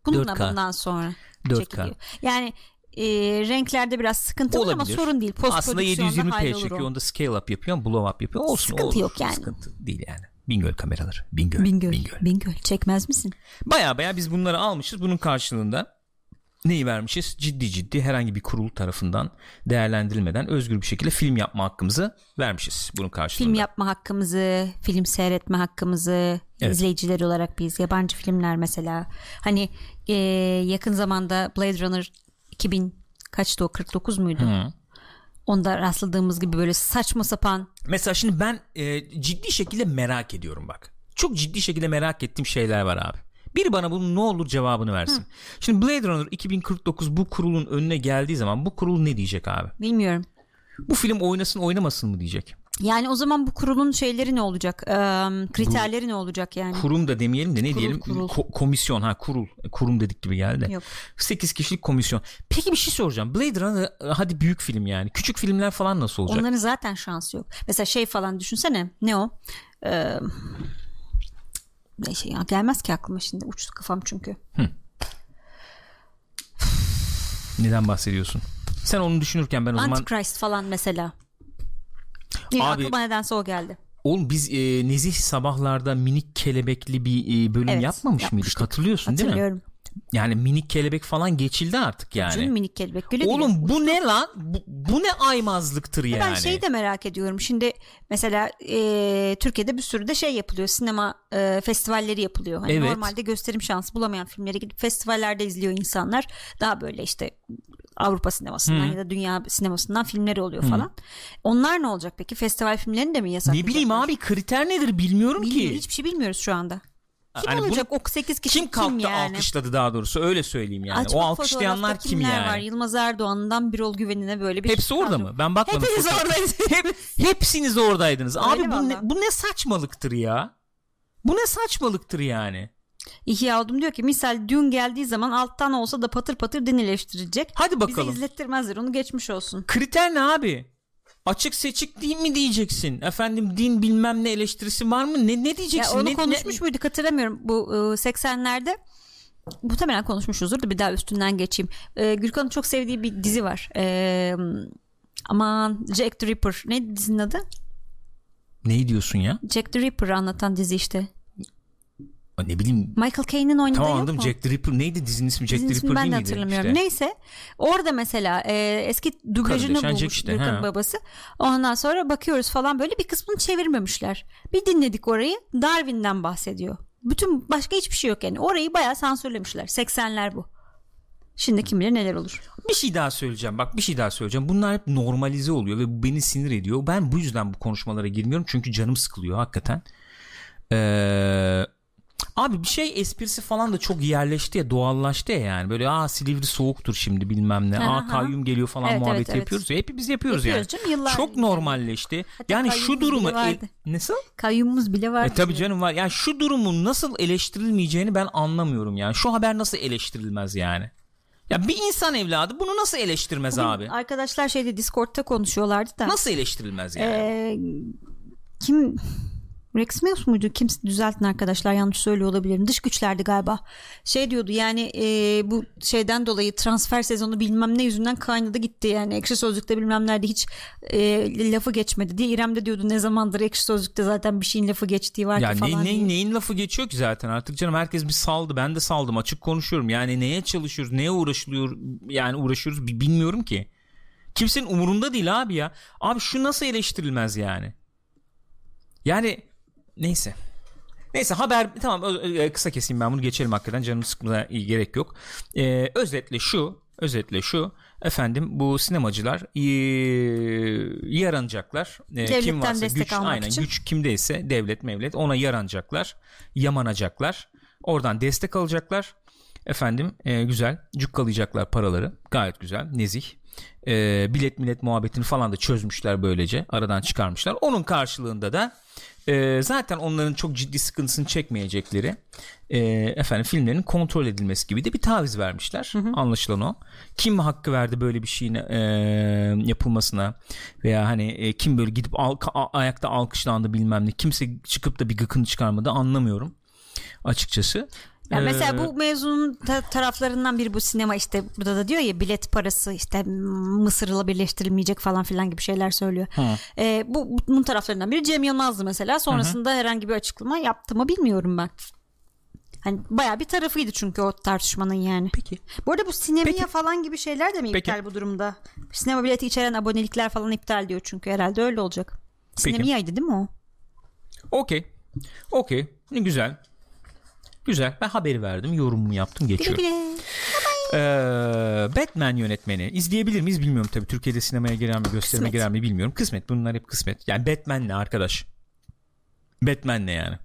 Speaker 2: Bununla
Speaker 1: 4K.
Speaker 2: bundan sonra
Speaker 1: 4K.
Speaker 2: çekiliyor. Yani e, renklerde biraz sıkıntı var ama
Speaker 1: Olabilir.
Speaker 2: sorun değil. Post
Speaker 1: Aslında 720p çekiyor. Onda scale up yapıyor, blow up yapıyor. Olsun
Speaker 2: Sıkıntı
Speaker 1: olur.
Speaker 2: yok yani.
Speaker 1: Sıkıntı değil yani. Bingöl kameraları. Bingöl.
Speaker 2: Bingöl,
Speaker 1: Bingöl.
Speaker 2: Bingöl çekmez misin?
Speaker 1: Baya baya biz bunları almışız. Bunun karşılığında neyi vermişiz? Ciddi ciddi herhangi bir kurul tarafından değerlendirilmeden özgür bir şekilde film yapma hakkımızı vermişiz bunun karşılığında.
Speaker 2: Film yapma hakkımızı, film seyretme hakkımızı
Speaker 1: Evet.
Speaker 2: izleyiciler olarak biz yabancı filmler mesela hani e, yakın zamanda Blade Runner 2000 kaçtı o 49 muydu? Onda rastladığımız gibi böyle saçma sapan
Speaker 1: Mesela şimdi ben e, ciddi şekilde merak ediyorum bak. Çok ciddi şekilde merak ettiğim şeyler var abi. Biri bana bunun ne olur cevabını versin. Şimdi Blade Runner 2049 bu kurulun önüne geldiği zaman bu kurul ne diyecek abi?
Speaker 2: bilmiyorum.
Speaker 1: Bu film oynasın oynamasın mı diyecek.
Speaker 2: Yani o zaman bu kurulun şeyleri ne olacak? Eee, kriterleri ne olacak yani?
Speaker 1: Kurum da demeyelim de ne
Speaker 2: Kurul,
Speaker 1: diyelim?
Speaker 2: kurul.
Speaker 1: Ko- komisyon ha kurul. E, Kurum dedik gibi geldi.
Speaker 2: Yok.
Speaker 1: 8 kişilik komisyon. Peki bir şey soracağım. Blade Runner hadi büyük film yani. Küçük filmler falan nasıl olacak?
Speaker 2: Onların zaten şansı yok. Mesela şey falan düşünsene. Ne o? Ee, ne şey ya, gelmez ki aklıma şimdi. Uçtu kafam çünkü.
Speaker 1: Neden bahsediyorsun? Sen onu düşünürken ben o zaman
Speaker 2: Antichrist falan mesela. Niye
Speaker 1: Abi-
Speaker 2: aklıma nedense o geldi.
Speaker 1: Oğlum biz e, nezih sabahlarda minik kelebekli bir e, bölüm
Speaker 2: Evet,
Speaker 1: yapmamış mıydık?
Speaker 2: yapmıştık.
Speaker 1: Hatırlıyorsun değil mi?
Speaker 2: Hatırlıyorum.
Speaker 1: Yani minik kelebek falan geçildi artık yani.
Speaker 2: Cün minik kelebek güle güle.
Speaker 1: Oğlum bu ne lan? Bu, bu ne aymazlıktır yani?
Speaker 2: Ben şeyi de merak ediyorum. Şimdi mesela e, Türkiye'de bir sürü de şey yapılıyor. Sinema e, festivalleri yapılıyor. Hani
Speaker 1: Evet.
Speaker 2: Normalde gösterim şansı bulamayan filmlere gidip festivallerde izliyor insanlar. Daha böyle işte Avrupa sinemasından ya da dünya sinemasından filmleri oluyor falan. Onlar ne olacak peki? Festival filmlerini de mi
Speaker 1: ne
Speaker 2: yasaklayacak?
Speaker 1: bileyim abi kriter nedir bilmiyorum ki.
Speaker 2: Hiçbir şey bilmiyoruz şu anda. Kim
Speaker 1: Hani bunu-
Speaker 2: olacak o 8 kişi
Speaker 1: Kim kalktı
Speaker 2: yani?
Speaker 1: alkışladı daha doğrusu öyle söyleyeyim yani.
Speaker 2: Açık
Speaker 1: o
Speaker 2: fotoğrafta
Speaker 1: alkışlayanlar kim
Speaker 2: kimler
Speaker 1: yani?
Speaker 2: Var? Yılmaz Erdoğan'dan Birol Güven'ine böyle bir
Speaker 1: Hepsi orada mı? Ben bakmadım.
Speaker 2: Hepiniz
Speaker 1: fotoğrafa.
Speaker 2: oradaydınız.
Speaker 1: Hep, hepsiniz oradaydınız. abi bu ne,
Speaker 2: vallahi.
Speaker 1: bu ne saçmalıktır ya? Bu ne saçmalıktır yani?
Speaker 2: İhya oldum diyor ki misal dün geldiği zaman alttan olsa da patır patır din eleştirecek.
Speaker 1: Hadi bakalım.
Speaker 2: Bizi izlettirmezler onu geçmiş olsun.
Speaker 1: Kriter ne abi? Açık seçik değil mi diyeceksin? Efendim din bilmem ne eleştirisi var mı? Ne ne
Speaker 2: Ya
Speaker 1: diyeceksin?
Speaker 2: onu
Speaker 1: Ne-
Speaker 2: konuşmuş
Speaker 1: ne-
Speaker 2: muyduk hatırlamıyorum bu e, 80'lerde. Muhtemelen konuşmuşuzdur da bir daha üstünden geçeyim. E, Gürkan'ın çok sevdiği bir dizi var. E, aman Jack the Ripper. Ne dizinin adı?
Speaker 1: Neyi diyorsun ya?
Speaker 2: Jack the Ripper anlatan dizi işte.
Speaker 1: Aa, Ne bileyim.
Speaker 2: Michael Caine'in oynadığı
Speaker 1: Tamam
Speaker 2: yok
Speaker 1: anladım.
Speaker 2: mu?
Speaker 1: Jack the Ripper neydi dizinin ismi? Jack
Speaker 2: Dizinin
Speaker 1: the
Speaker 2: ismini
Speaker 1: Ripper
Speaker 2: ben de
Speaker 1: değil miydi?
Speaker 2: hatırlamıyorum.
Speaker 1: İşte.
Speaker 2: Neyse orada mesela e, eski dublajını
Speaker 1: Kardeşen Jack
Speaker 2: bulmuş
Speaker 1: işte,
Speaker 2: Gürkan'ın
Speaker 1: ha.
Speaker 2: babası. Ondan sonra bakıyoruz falan böyle bir kısmını çevirmemişler. Bir dinledik orayı Darwin'den bahsediyor. Bütün başka hiçbir şey yok yani. Orayı bayağı sansürlemişler. 80'ler bu. Şimdi kim bilir neler olur.
Speaker 1: Bir şey daha söyleyeceğim. Bak bir şey daha söyleyeceğim. Bunlar hep normalize oluyor ve bu beni sinir ediyor. Ben bu yüzden bu konuşmalara girmiyorum. Çünkü canım sıkılıyor hakikaten. Ee, abi bir şey esprisi falan da çok yerleşti ya doğallaştı ya yani. Böyle aa Silivri soğuktur şimdi bilmem ne.
Speaker 2: Aha,
Speaker 1: Aa
Speaker 2: aha.
Speaker 1: kayyum geliyor falan
Speaker 2: Evet,
Speaker 1: muhabbeti
Speaker 2: evet, evet.
Speaker 1: yapıyoruz ya. Hepimiz yapıyoruz,
Speaker 2: Yapıyoruz
Speaker 1: yani.
Speaker 2: canım, yıllar-
Speaker 1: çok normalleşti.
Speaker 2: Hatta
Speaker 1: yani şu
Speaker 2: kayyumumuz
Speaker 1: durumu...
Speaker 2: bile vardı.
Speaker 1: e, nasıl?
Speaker 2: Kayyumumuz bile var. şey?
Speaker 1: E tabii canım var. Yani şu durumun nasıl eleştirilmeyeceğini ben anlamıyorum yani. Şu haber nasıl eleştirilmez yani? Ya bir insan evladı bunu nasıl eleştirmez abi?
Speaker 2: Arkadaşlar şeyde Discord'ta konuşuyorlardı da.
Speaker 1: Nasıl eleştirilmez yani?
Speaker 2: Ee, kim Rex Mills muydu? Kim düzeltin arkadaşlar yanlış söylüyor olabilirim. Dış güçlerdi galiba. Şey diyordu yani e, bu şeyden dolayı transfer sezonu bilmem ne yüzünden kaynadı gitti. Yani ekşi sözlükte bilmem nerede hiç e, lafı geçmedi diye. İrem de diyordu ne zamandır ekşi sözlükte zaten bir şeyin lafı geçtiği var
Speaker 1: ya
Speaker 2: ki
Speaker 1: ne-
Speaker 2: falan.
Speaker 1: ne-
Speaker 2: diye.
Speaker 1: neyin lafı geçiyor ki zaten artık canım herkes bir saldı ben de saldım açık konuşuyorum yani neye çalışıyoruz neye uğraşılıyor yani uğraşıyoruz bi- bilmiyorum ki kimsenin umurunda değil abi ya abi şu nasıl eleştirilmez yani yani neyse neyse haber tamam ö- ö- kısa keseyim ben bunu geçelim hakikaten canım sıkmaya gerek yok Ee, özetle şu özetle şu efendim bu sinemacılar ee, yaranacaklar Ee,
Speaker 2: Devletten
Speaker 1: kim varsa
Speaker 2: destek
Speaker 1: güç
Speaker 2: almak
Speaker 1: aynen
Speaker 2: için.
Speaker 1: güç kimdeyse devlet mevlet ona yaranacaklar yamanacaklar oradan destek alacaklar efendim e, güzel cukkalayacaklar paraları gayet güzel nezih E, bilet millet muhabbetini falan da çözmüşler böylece aradan çıkarmışlar onun karşılığında da e, zaten onların çok ciddi sıkıntısını çekmeyecekleri e, efendim filmlerin kontrol edilmesi gibi de bir taviz vermişler anlaşılan o kim hakkı verdi böyle bir şeyin e, yapılmasına veya hani e, kim böyle gidip al- a- ayakta alkışlandı bilmem ne kimse çıkıp da bir gıkını çıkarmadı anlamıyorum açıkçası
Speaker 2: Ya
Speaker 1: Ee,
Speaker 2: mesela bu mezunun ta- taraflarından biri bu sinema işte burada da diyor ya bilet parası işte Mısır'la birleştirilmeyecek falan filan gibi şeyler söylüyor.
Speaker 1: Hı.
Speaker 2: Ee, bu bunun taraflarından biri Cem Yılmaz'dı mesela. Sonrasında herhangi bir açıklama yaptı mı bilmiyorum ben. Hani bayağı bir tarafıydı çünkü o tartışmanın yani.
Speaker 1: Peki.
Speaker 2: Bu arada bu sinemaya
Speaker 1: Peki.
Speaker 2: falan gibi şeyler de mi
Speaker 1: Peki.
Speaker 2: iptal bu durumda? Sinema bileti içeren abonelikler falan iptal diyor çünkü herhalde öyle olacak.
Speaker 1: Peki.
Speaker 2: Sinemiyaydı değil mi o?
Speaker 1: Okey. Okey. Ne Güzel. Güzel. Ben haberi verdim. Yorumumu yaptım.
Speaker 2: Güle
Speaker 1: Geçiyorum.
Speaker 2: güle.
Speaker 1: Ee, Batman yönetmeni izleyebilir miyiz bilmiyorum tabii Türkiye'de sinemaya girer mi gösterime
Speaker 2: Kısmet.
Speaker 1: girer mi bilmiyorum kısmet bunlar hep kısmet yani Batman ne arkadaş Batman ne yani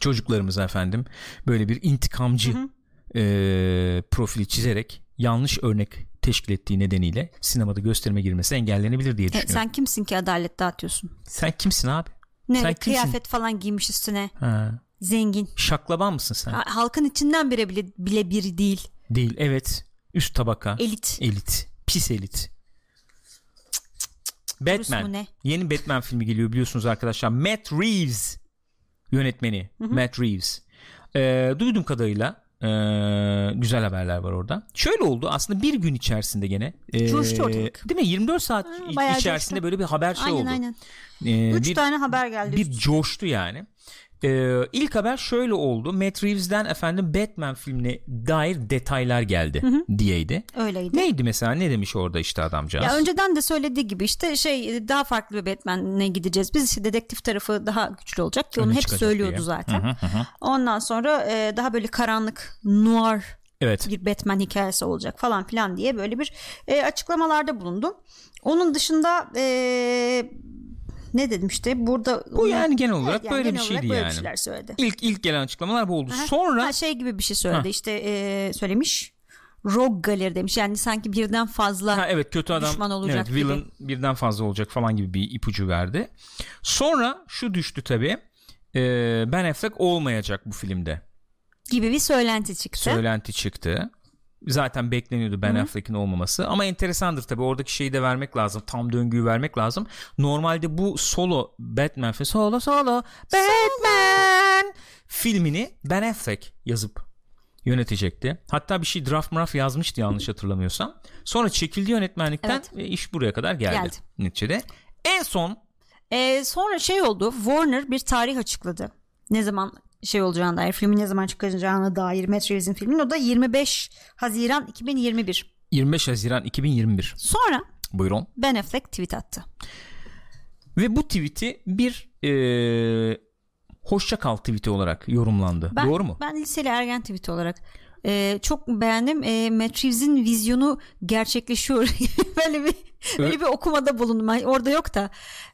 Speaker 1: çocuklarımız efendim böyle bir intikamcı e, profili çizerek yanlış örnek teşkil ettiği nedeniyle sinemada gösterime girmesi engellenebilir diye
Speaker 2: E,
Speaker 1: düşünüyorum sen,
Speaker 2: sen kimsin ki adalet dağıtıyorsun?
Speaker 1: kimsin abi
Speaker 2: Ne
Speaker 1: Sen kimsin?
Speaker 2: kıyafet falan giymiş üstüne.
Speaker 1: ha.
Speaker 2: Zengin.
Speaker 1: şaklaban mısın sen
Speaker 2: Ha- Halkın içinden bile bile, bile biri değil.
Speaker 1: değil evet üst tabaka
Speaker 2: Elit.
Speaker 1: Elit. Pis elit.
Speaker 2: Rus mu
Speaker 1: Batman.
Speaker 2: ne?
Speaker 1: Yeni Batman filmi geliyor biliyorsunuz arkadaşlar. Matt Reeves yönetmeni. Matt Reeves. Ee, duyduğum kadarıyla ee, güzel haberler var orada. Şöyle oldu aslında bir gün içerisinde gene. ee,
Speaker 2: Coştu ortalık.
Speaker 1: Değil mi? 24 saat
Speaker 2: Ha, bayağı
Speaker 1: içerisinde
Speaker 2: coştu.
Speaker 1: böyle bir haber şey
Speaker 2: aynen
Speaker 1: oldu.
Speaker 2: aynen.
Speaker 1: Ee,
Speaker 2: Üç
Speaker 1: bir-
Speaker 2: tane haber geldi.
Speaker 1: bir coştu yani. Ee, ilk haber şöyle oldu. Matt Reeves'den efendim Batman filmine dair detaylar geldi diyeydi.
Speaker 2: Öyleydi.
Speaker 1: Neydi mesela ne demiş orada işte adamcağız?
Speaker 2: Ya önceden de söylediği gibi işte şey e, daha farklı bir Batman'e gideceğiz. Biz işte dedektif tarafı daha güçlü olacak ki onu
Speaker 1: Öne
Speaker 2: hep
Speaker 1: çıkacak
Speaker 2: söylüyordu
Speaker 1: diye.
Speaker 2: zaten. Ondan sonra e, daha böyle karanlık, noir
Speaker 1: Evet.
Speaker 2: bir Batman hikayesi olacak falan filan diye böyle bir e, açıklamalarda bulundu. Onun dışında e, ne dedim işte burada
Speaker 1: Bu yani genel olarak
Speaker 2: yani
Speaker 1: böyle bir
Speaker 2: genel olarak
Speaker 1: şeydi
Speaker 2: böyle
Speaker 1: yani.
Speaker 2: bir şeyler söyledi.
Speaker 1: İlk ilk gelen açıklamalar bu oldu.
Speaker 2: Aha.
Speaker 1: Sonra
Speaker 2: Ha, şey gibi bir şey söyledi
Speaker 1: Ha.
Speaker 2: işte e, söylemiş Rogue Galeri demiş yani sanki birden fazla
Speaker 1: Ha, evet kötü adam
Speaker 2: düşman olacak
Speaker 1: evet,
Speaker 2: gibi.
Speaker 1: villain birden fazla olacak falan gibi bir ipucu verdi. Sonra şu düştü tabii. Ee, ben Affleck olmayacak bu filmde.
Speaker 2: gibi bir söylenti çıktı.
Speaker 1: söylenti çıktı. Zaten bekleniyordu Ben Affleck'in olmaması. Ama enteresandır tabii oradaki şeyi de vermek lazım. Tam döngüyü vermek lazım. Normalde bu solo Batman filmi solo solo Batman filmini Ben Affleck yazıp yönetecekti. Hatta bir şey draft mraf yazmıştı yanlış hatırlamıyorsam. Sonra çekildi yönetmenlikten
Speaker 2: Evet.
Speaker 1: ve iş buraya kadar geldi.
Speaker 2: Geldi.
Speaker 1: Neticede. En son
Speaker 2: E, sonra şey oldu Warner bir tarih açıkladı. Ne zaman şey olacağına dair filmin ne zaman çıkacağına dair Matt Reeves'in filmin o da 25 Haziran 2021.
Speaker 1: 25 Haziran 2021.
Speaker 2: Sonra
Speaker 1: Buyurun.
Speaker 2: Ben Affleck tweet attı.
Speaker 1: Ve bu tweet'i bir eee hoşça kal tweeti olarak yorumlandı.
Speaker 2: Ben-
Speaker 1: Doğru mu?
Speaker 2: Ben liseli ergen tweet olarak. Ee, çok beğendim. Ee, Matt Reeves'in vizyonu gerçekleşiyor. böyle bir böyle bir okumada bulundum. Ay, Orada yok da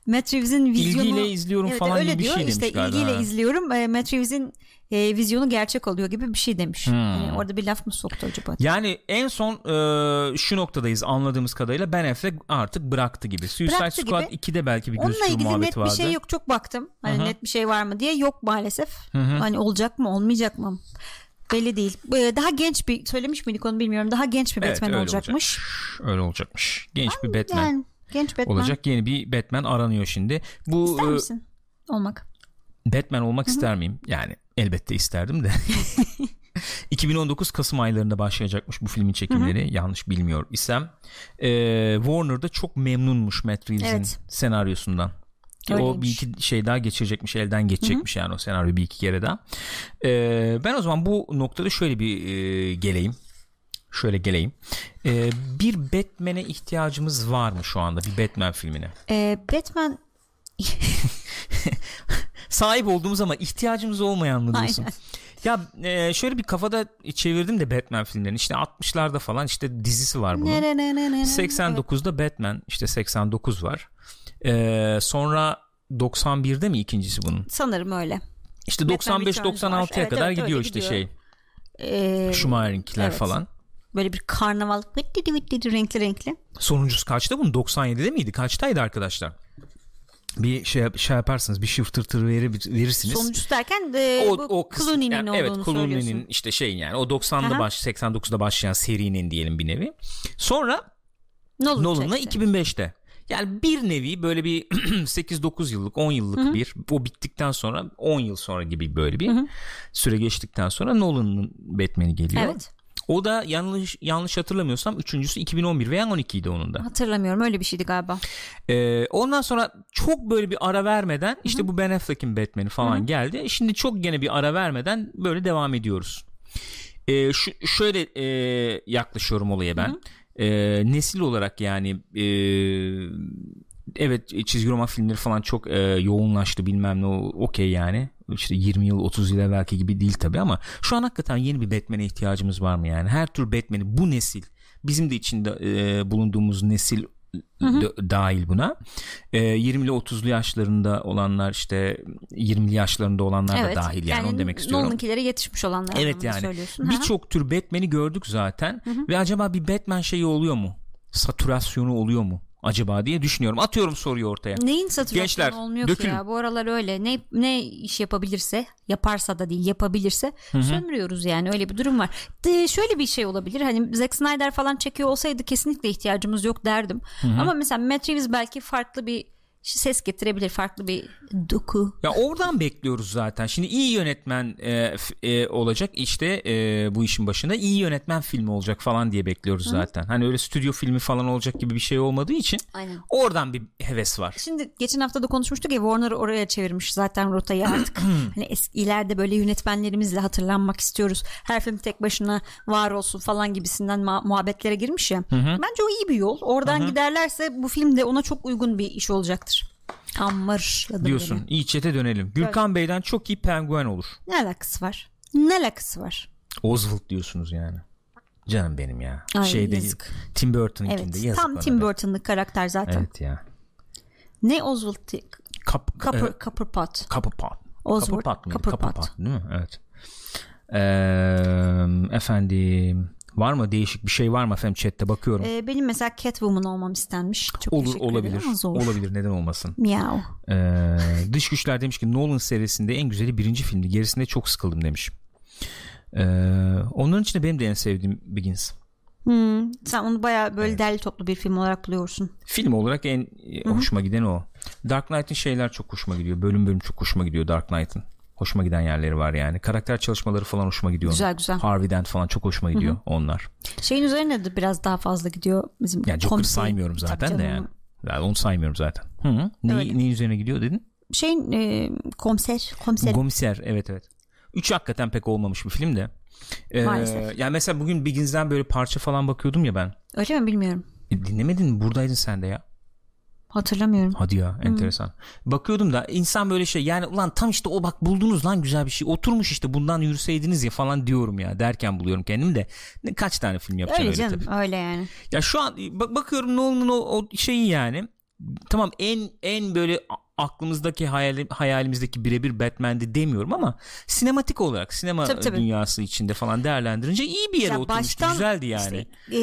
Speaker 2: Matt Reeves'in vizyonu
Speaker 1: İlgiyle izliyorum
Speaker 2: Evet,
Speaker 1: falan
Speaker 2: öyle
Speaker 1: gibi bir
Speaker 2: diyor.
Speaker 1: şey demiş
Speaker 2: işte
Speaker 1: galiba.
Speaker 2: ilgiyle
Speaker 1: Ha.
Speaker 2: izliyorum. Ee, Matt Reeves'in e, vizyonu gerçek oluyor gibi bir şey demiş.
Speaker 1: Hmm.
Speaker 2: Yani orada bir laf mı soktu acaba?
Speaker 1: Yani en son eee, şu noktadayız anladığımız kadarıyla Ben Affleck artık bıraktı gibi. Suicide
Speaker 2: Bıraktı
Speaker 1: Squad
Speaker 2: gibi.
Speaker 1: 2'de belki bir
Speaker 2: Onunla
Speaker 1: gözüküyor
Speaker 2: ilgili
Speaker 1: muhabbet
Speaker 2: net
Speaker 1: vardı.
Speaker 2: bir şey yok. Çok baktım. Hani
Speaker 1: Aha.
Speaker 2: net bir şey var mı diye. Yok maalesef.
Speaker 1: hı.
Speaker 2: Hani olacak mı olmayacak mı? Belli değil. Ee, Daha genç bir söylemiş miydik onu bilmiyorum. Daha genç bir
Speaker 1: Evet,
Speaker 2: Batman
Speaker 1: öyle
Speaker 2: olacakmış.
Speaker 1: Öyle olacakmış. Genç bir Batman
Speaker 2: Yani genç Batman.
Speaker 1: olacak. Yeni bir Batman aranıyor şimdi. Bu e,
Speaker 2: İster
Speaker 1: eee,
Speaker 2: misin olmak?
Speaker 1: Batman olmak ister miyim? Yani elbette isterdim de. 2019 Kasım aylarında başlayacakmış bu filmin çekimleri yanlış bilmiyor isem. Ee, Warner da çok memnunmuş Matt Reeves'in
Speaker 2: Evet.
Speaker 1: senaryosundan. Ki o bir
Speaker 2: Öyleymiş.
Speaker 1: iki şey daha geçirecekmiş elden geçecekmiş yani o senaryo bir iki kere daha. Ee, ben o zaman bu noktada şöyle bir e, geleyim. Şöyle geleyim. Ee, bir Batman'e ihtiyacımız var mı şu anda bir Batman filmine?
Speaker 2: Ee, Batman
Speaker 1: sahip olduğumuz ama ihtiyacımız olmayan mı diyorsun?
Speaker 2: Aynen.
Speaker 1: Ya e, şöyle bir kafada çevirdim de Batman filmlerini. İşte 60'larda falan işte dizisi var bunun.
Speaker 2: ne ne ne ne ne
Speaker 1: 89'da Batman işte 89 var. Ee, sonra 91'de mi ikincisi bunun?
Speaker 2: Evet, sanırım öyle.
Speaker 1: İşte
Speaker 2: Batman
Speaker 1: 95-96'ya
Speaker 2: Returns var. Evet,
Speaker 1: kadar
Speaker 2: evet,
Speaker 1: gidiyor
Speaker 2: öyle
Speaker 1: işte
Speaker 2: gidiyor.
Speaker 1: şey.
Speaker 2: Ee,
Speaker 1: Schumacher'inkiler
Speaker 2: evet.
Speaker 1: falan.
Speaker 2: böyle bir karnaval vıt dedi vıt dedi, renkli renkli.
Speaker 1: Sonuncusu kaçta bunun? 97'de miydi? Kaçtaydı arkadaşlar? Bir şey, şey yaparsınız. Bir shift tır verir, verirsiniz.
Speaker 2: Sonuncusu derken e, bu
Speaker 1: kısmı-
Speaker 2: Clooney'nin
Speaker 1: yani
Speaker 2: olduğunu
Speaker 1: evet, Clooney'nin
Speaker 2: söylüyorsun.
Speaker 1: işte şey yani o 90'da
Speaker 2: Aha.
Speaker 1: baş 89'da başlayan serinin diyelim bir nevi. Sonra
Speaker 2: Ne olur
Speaker 1: Nolan'la 2005'te. Yani bir nevi böyle bir 8-9 yıllık 10 yıllık bir o bittikten sonra 10 yıl sonra gibi böyle bir süre geçtikten sonra Nolan'ın Batman'i geliyor.
Speaker 2: Evet.
Speaker 1: O da yanlış yanlış hatırlamıyorsam üçüncüsü 2011 veya 12 idi onun da.
Speaker 2: Hatırlamıyorum öyle bir şeydi galiba.
Speaker 1: Ee, ondan sonra çok böyle bir ara vermeden işte bu Ben Affleck'in Batman'i falan geldi. Şimdi çok gene bir ara vermeden böyle devam ediyoruz. Ee, şu şöyle e, yaklaşıyorum olaya ben. Ee, nesil olarak yani e, evet çizgi roman filmleri falan çok e, yoğunlaştı bilmem ne o- okey yani. İşte 20 yıl 30 yıl belki gibi değil tabii ama şu an hakikaten yeni bir Batman'e ihtiyacımız var mı yani? Her tür Batman'i bu nesil bizim de içinde e, bulunduğumuz nesil d- dahil buna. E, 20'li 30'lu yaşlarında olanlar işte 20'li yaşlarında olanlar
Speaker 2: evet.
Speaker 1: da dahil yani, onu demek istiyorum.
Speaker 2: Nolan'ınkilere yetişmiş olanlar.
Speaker 1: Evet
Speaker 2: anlamında
Speaker 1: yani
Speaker 2: söylüyorsun. Hı hı.
Speaker 1: birçok tür Batman'i gördük zaten ve acaba bir Batman şeyi oluyor mu? Satürasyonu oluyor mu acaba diye düşünüyorum. Atıyorum soruyu ortaya.
Speaker 2: Neyin satış
Speaker 1: Gençler,
Speaker 2: olmuyor
Speaker 1: dökülün.
Speaker 2: ki ya bu aralar öyle ne ne iş yapabilirse yaparsa da değil yapabilirse sömürüyoruz yani öyle bir durum var. De, şöyle bir şey olabilir hani Zack Snyder falan çekiyor olsaydı kesinlikle ihtiyacımız yok derdim ama mesela Matt Reeves belki farklı bir ses getirebilir farklı bir doku.
Speaker 1: Ya oradan bekliyoruz zaten. Şimdi iyi yönetmen e, f- e, olacak işte e, bu işin başında iyi yönetmen filmi olacak falan diye bekliyoruz zaten. Hani öyle stüdyo filmi falan olacak gibi bir şey olmadığı için
Speaker 2: Aynen.
Speaker 1: oradan bir heves var.
Speaker 2: Şimdi geçen hafta da konuşmuştuk ya Warner'ı oraya çevirmiş zaten rotayı artık. hani eski, ileride böyle yönetmenlerimizle hatırlanmak istiyoruz. Her film tek başına var olsun falan gibisinden ma- muhabbetlere girmiş ya. Bence o iyi bir yol. Oradan giderlerse bu film de ona çok uygun bir iş olacaktır. Ammar
Speaker 1: Diyorsun. İyi çete dönelim. Gürkan Bey'den çok iyi penguen olur.
Speaker 2: Ne alakası var? Ne alakası var?
Speaker 1: Oswald diyorsunuz yani. Canım benim ya.
Speaker 2: Ay,
Speaker 1: Şeyde
Speaker 2: yazık.
Speaker 1: Tim Burton'ınkinde
Speaker 2: Evet.
Speaker 1: yazık
Speaker 2: tam
Speaker 1: bana
Speaker 2: Tim
Speaker 1: da.
Speaker 2: Burton'lık karakter zaten.
Speaker 1: Evet ya.
Speaker 2: Ne Oswald
Speaker 1: Kap,
Speaker 2: Copper,
Speaker 1: e,
Speaker 2: Copperpot.
Speaker 1: kapı pat.
Speaker 2: Oswald
Speaker 1: Kapı pat mıydı?
Speaker 2: Copperpot.
Speaker 1: Kapı pat değil mi? Evet. Eee, efendim var mı değişik bir şey var mı efendim chatte bakıyorum.
Speaker 2: Ee, benim mesela Catwoman olmam istenmiş. Çok
Speaker 1: Olur
Speaker 2: teşekkür
Speaker 1: olabilir.
Speaker 2: ederim ama zor.
Speaker 1: Olabilir neden olmasın.
Speaker 2: Miau.
Speaker 1: Eee, dış güçler demiş ki Nolan serisinde en güzeli birinci filmdi. Gerisinde çok sıkıldım demiş. Eee, onların içinde benim de en sevdiğim Begins.
Speaker 2: Hmm, sen onu baya böyle derli toplu bir film olarak buluyorsun.
Speaker 1: Film olarak en e, hoşuma giden o. Dark Knight'ın şeyler çok hoşuma gidiyor. Bölüm bölüm çok hoşuma gidiyor Dark Knight'ın. Hoşuma giden yerleri var yani. Karakter çalışmaları falan hoşuma gidiyor.
Speaker 2: Güzel,
Speaker 1: onun.
Speaker 2: güzel.
Speaker 1: Harvey Dent falan çok hoşuma gidiyor onlar.
Speaker 2: Şeyin üzerine de biraz daha fazla gidiyor bizim
Speaker 1: Yani Joker'ı
Speaker 2: komik-
Speaker 1: saymıyorum zaten
Speaker 2: Tabii
Speaker 1: de
Speaker 2: canım.
Speaker 1: yani. Yani onu saymıyorum zaten. Hı -hı. Ne, ne üzerine gidiyor dedin?
Speaker 2: Şeyin e, komiser, komiser.
Speaker 1: Komiser evet evet. Üç hakikaten pek olmamış bir film de. Ee,
Speaker 2: Maalesef.
Speaker 1: Yani mesela bugün Begins'den böyle parça falan bakıyordum ya ben.
Speaker 2: Öyle mi bilmiyorum.
Speaker 1: E, dinlemedin mi? Buradaydın sen de ya.
Speaker 2: Hatırlamıyorum.
Speaker 1: Hadi ya enteresan. Bakıyordum da insan böyle şey yani ulan tam işte o bak buldunuz lan güzel bir şey. Oturmuş işte bundan yürüseydiniz ya falan diyorum ya derken buluyorum kendimi de. Ne, kaç tane film yapacağım
Speaker 2: Öyle
Speaker 1: Şey öyle,
Speaker 2: canım
Speaker 1: tabii.
Speaker 2: öyle yani.
Speaker 1: Ya şu an bak, bakıyorum Nolan'ın o, o şeyi yani. Tamam en en böyle a- aklımızdaki hayali, hayalimizdeki birebir Batman'di demiyorum ama sinematik olarak sinema
Speaker 2: Tabii, tabii.
Speaker 1: dünyası içinde falan değerlendirince iyi bir yere
Speaker 2: Ya
Speaker 1: oturmuştu.
Speaker 2: baştan
Speaker 1: Güzeldi yani.
Speaker 2: İşte, e,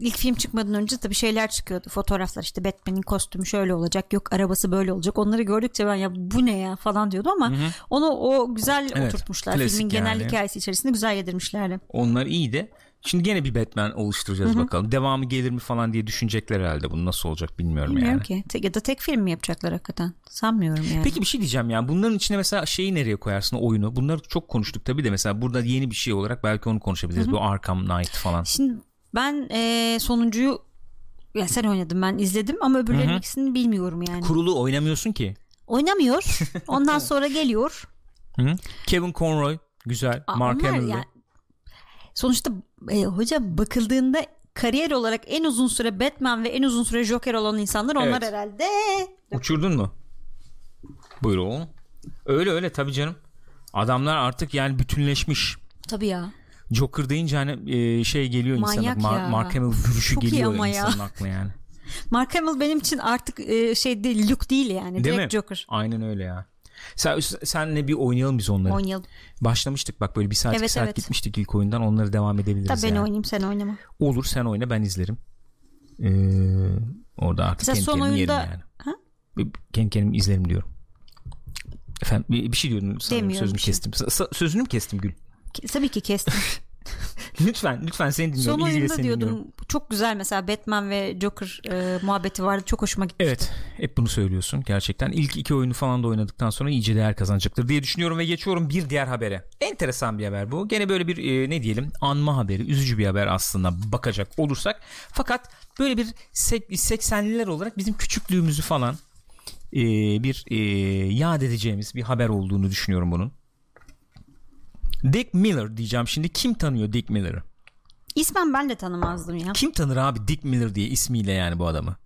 Speaker 2: ilk film çıkmadan önce tabii şeyler çıkıyordu. Fotoğraflar işte Batman'in kostümü şöyle olacak. Yok arabası böyle olacak. Onları gördükçe ben ya bu ne ya falan diyordu ama onu o güzel
Speaker 1: Evet,
Speaker 2: oturtmuşlar.
Speaker 1: klasik
Speaker 2: Filmin genel
Speaker 1: yani.
Speaker 2: hikayesi içerisinde güzel yedirmişlerdi.
Speaker 1: Onlar iyi de şimdi gene bir Batman oluşturacağız bakalım. Devamı gelir mi falan diye düşünecekler herhalde. Bu nasıl olacak bilmiyorum,
Speaker 2: Bilmiyorum
Speaker 1: yani.
Speaker 2: ki. Te- ya da tek film mi yapacaklar hakikaten? Sanmıyorum yani.
Speaker 1: Peki bir şey diyeceğim yani bunların içine mesela şeyi nereye koyarsın oyunu? Bunları çok konuştuk tabii de mesela burada yeni bir şey olarak belki onu konuşabiliriz. Bu Arkham Knight falan.
Speaker 2: Şimdi ben eee, sonuncuyu ya sen oynadın ben izledim ama öbürlerinin ikisini bilmiyorum yani.
Speaker 1: Kurulu oynamıyorsun ki.
Speaker 2: Oynamıyor. Ondan sonra geliyor.
Speaker 1: Hı? Kevin Conroy güzel.
Speaker 2: Aa,
Speaker 1: Mark
Speaker 2: onlar
Speaker 1: Hamill'de.
Speaker 2: yani- Sonuçta e, hocam bakıldığında kariyer olarak en uzun süre Batman ve en uzun süre Joker olan insanlar onlar
Speaker 1: Evet.
Speaker 2: herhalde.
Speaker 1: Uçurdun mu? Buyur oğlum. Öyle öyle tabii canım. Adamlar artık yani bütünleşmiş.
Speaker 2: Tabii ya.
Speaker 1: Joker deyince hani e, şey geliyor insanın
Speaker 2: Manyak
Speaker 1: Mar-
Speaker 2: ya.
Speaker 1: Mark Hamill vuruşu
Speaker 2: Çok iyi
Speaker 1: geliyor
Speaker 2: ama ya.
Speaker 1: insanın aklına yani.
Speaker 2: Mark Hamill benim için artık e, şey değil, Luke değil yani.
Speaker 1: Değil
Speaker 2: Direkt
Speaker 1: mi?
Speaker 2: Joker.
Speaker 1: Aynen öyle ya. Sen, senle bir oynayalım biz onları.
Speaker 2: Oynayalım.
Speaker 1: Başlamıştık bak böyle bir saat iki
Speaker 2: Evet,
Speaker 1: saat
Speaker 2: evet.
Speaker 1: gitmiştik ilk oyundan onları devam edebiliriz.
Speaker 2: Tabii ben
Speaker 1: yani.
Speaker 2: oynayayım sen oynama.
Speaker 1: Olur sen oyna ben izlerim. Ee, orada artık
Speaker 2: Mesela
Speaker 1: kendi
Speaker 2: son
Speaker 1: kendimi
Speaker 2: oyunda-
Speaker 1: yerim yani.
Speaker 2: Ha?
Speaker 1: Bir- Kendi kendimi izlerim diyorum. Efendim bir, bir şey diyordun sanırım
Speaker 2: Demiyorum
Speaker 1: sözünü
Speaker 2: bir şey.
Speaker 1: kestim. Sa- sa- sözünü mü kestim Gül?
Speaker 2: Ke- Tabii ki kestim.
Speaker 1: lütfen lütfen seni dinliyorum.
Speaker 2: Son
Speaker 1: İlgiyle
Speaker 2: oyunda
Speaker 1: seni
Speaker 2: diyordum
Speaker 1: dinliyorum.
Speaker 2: çok güzel mesela Batman ve Joker e, muhabbeti vardı çok hoşuma gitti.
Speaker 1: Evet hep bunu söylüyorsun gerçekten. İlk iki oyunu falan da oynadıktan sonra iyice değer kazanacaktır diye düşünüyorum ve geçiyorum bir diğer habere. Enteresan bir haber bu. Gene böyle bir e, ne diyelim anma haberi üzücü bir haber aslında bakacak olursak. Fakat böyle bir sek- 80'liler olarak bizim küçüklüğümüzü falan e, bir e, yad edeceğimiz bir haber olduğunu düşünüyorum bunun. Dick Miller diyeceğim şimdi. Kim tanıyor Dick Miller'ı?
Speaker 2: İsmen ben de tanımazdım ya.
Speaker 1: Kim tanır abi Dick Miller diye ismiyle yani bu adamı.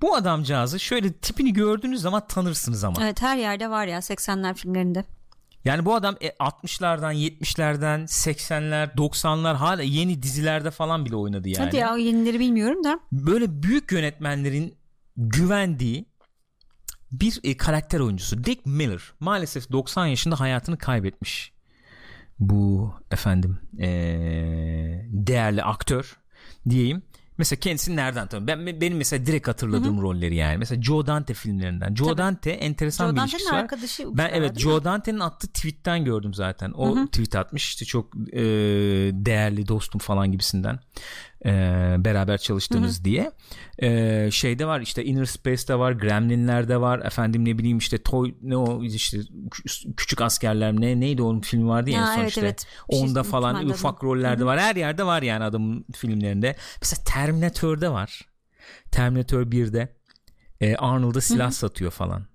Speaker 1: Bu adamcağızı şöyle tipini gördüğünüz zaman tanırsınız ama.
Speaker 2: Evet her yerde var ya 80'ler filmlerinde.
Speaker 1: Yani bu adam e, 60'lardan 70'lerden 80'ler 90'lar hala yeni dizilerde falan bile oynadı yani.
Speaker 2: Hadi ya o yenileri bilmiyorum da.
Speaker 1: Böyle büyük yönetmenlerin güvendiği bir e, karakter oyuncusu Dick Miller maalesef 90 yaşında hayatını kaybetmiş. Bu efendim e, değerli aktör diyeyim. Mesela kendisini nereden tanıyorum? Ben benim mesela direkt hatırladığım rolleri yani. Mesela Joe Dante filmlerinden. Joe
Speaker 2: Tabii.
Speaker 1: Dante enteresan
Speaker 2: Joe
Speaker 1: bir
Speaker 2: Dante'nin
Speaker 1: ilişkisi var.
Speaker 2: arkadaşı
Speaker 1: Ben evet
Speaker 2: galiba, şey değil mi?
Speaker 1: Joe Dante'nin attığı tweetten gördüm zaten. O tweet atmış işte çok e, değerli dostum falan gibisinden e, beraber çalıştığımız diye. E, şeyde var işte Inner Space'de var, Gremlin'lerde var. Efendim ne bileyim işte Toy ne o işte kü- küçük askerler ne neydi onun filmi vardı ya, en
Speaker 2: Ya,
Speaker 1: son
Speaker 2: evet,
Speaker 1: işte.
Speaker 2: evet. Bir şey
Speaker 1: Onda falan
Speaker 2: unutmadım.
Speaker 1: ufak rollerde var. Her yerde var yani adamın filmlerinde. Mesela Terminator'da var. Terminator 1'de e, Arnold'a silah satıyor falan.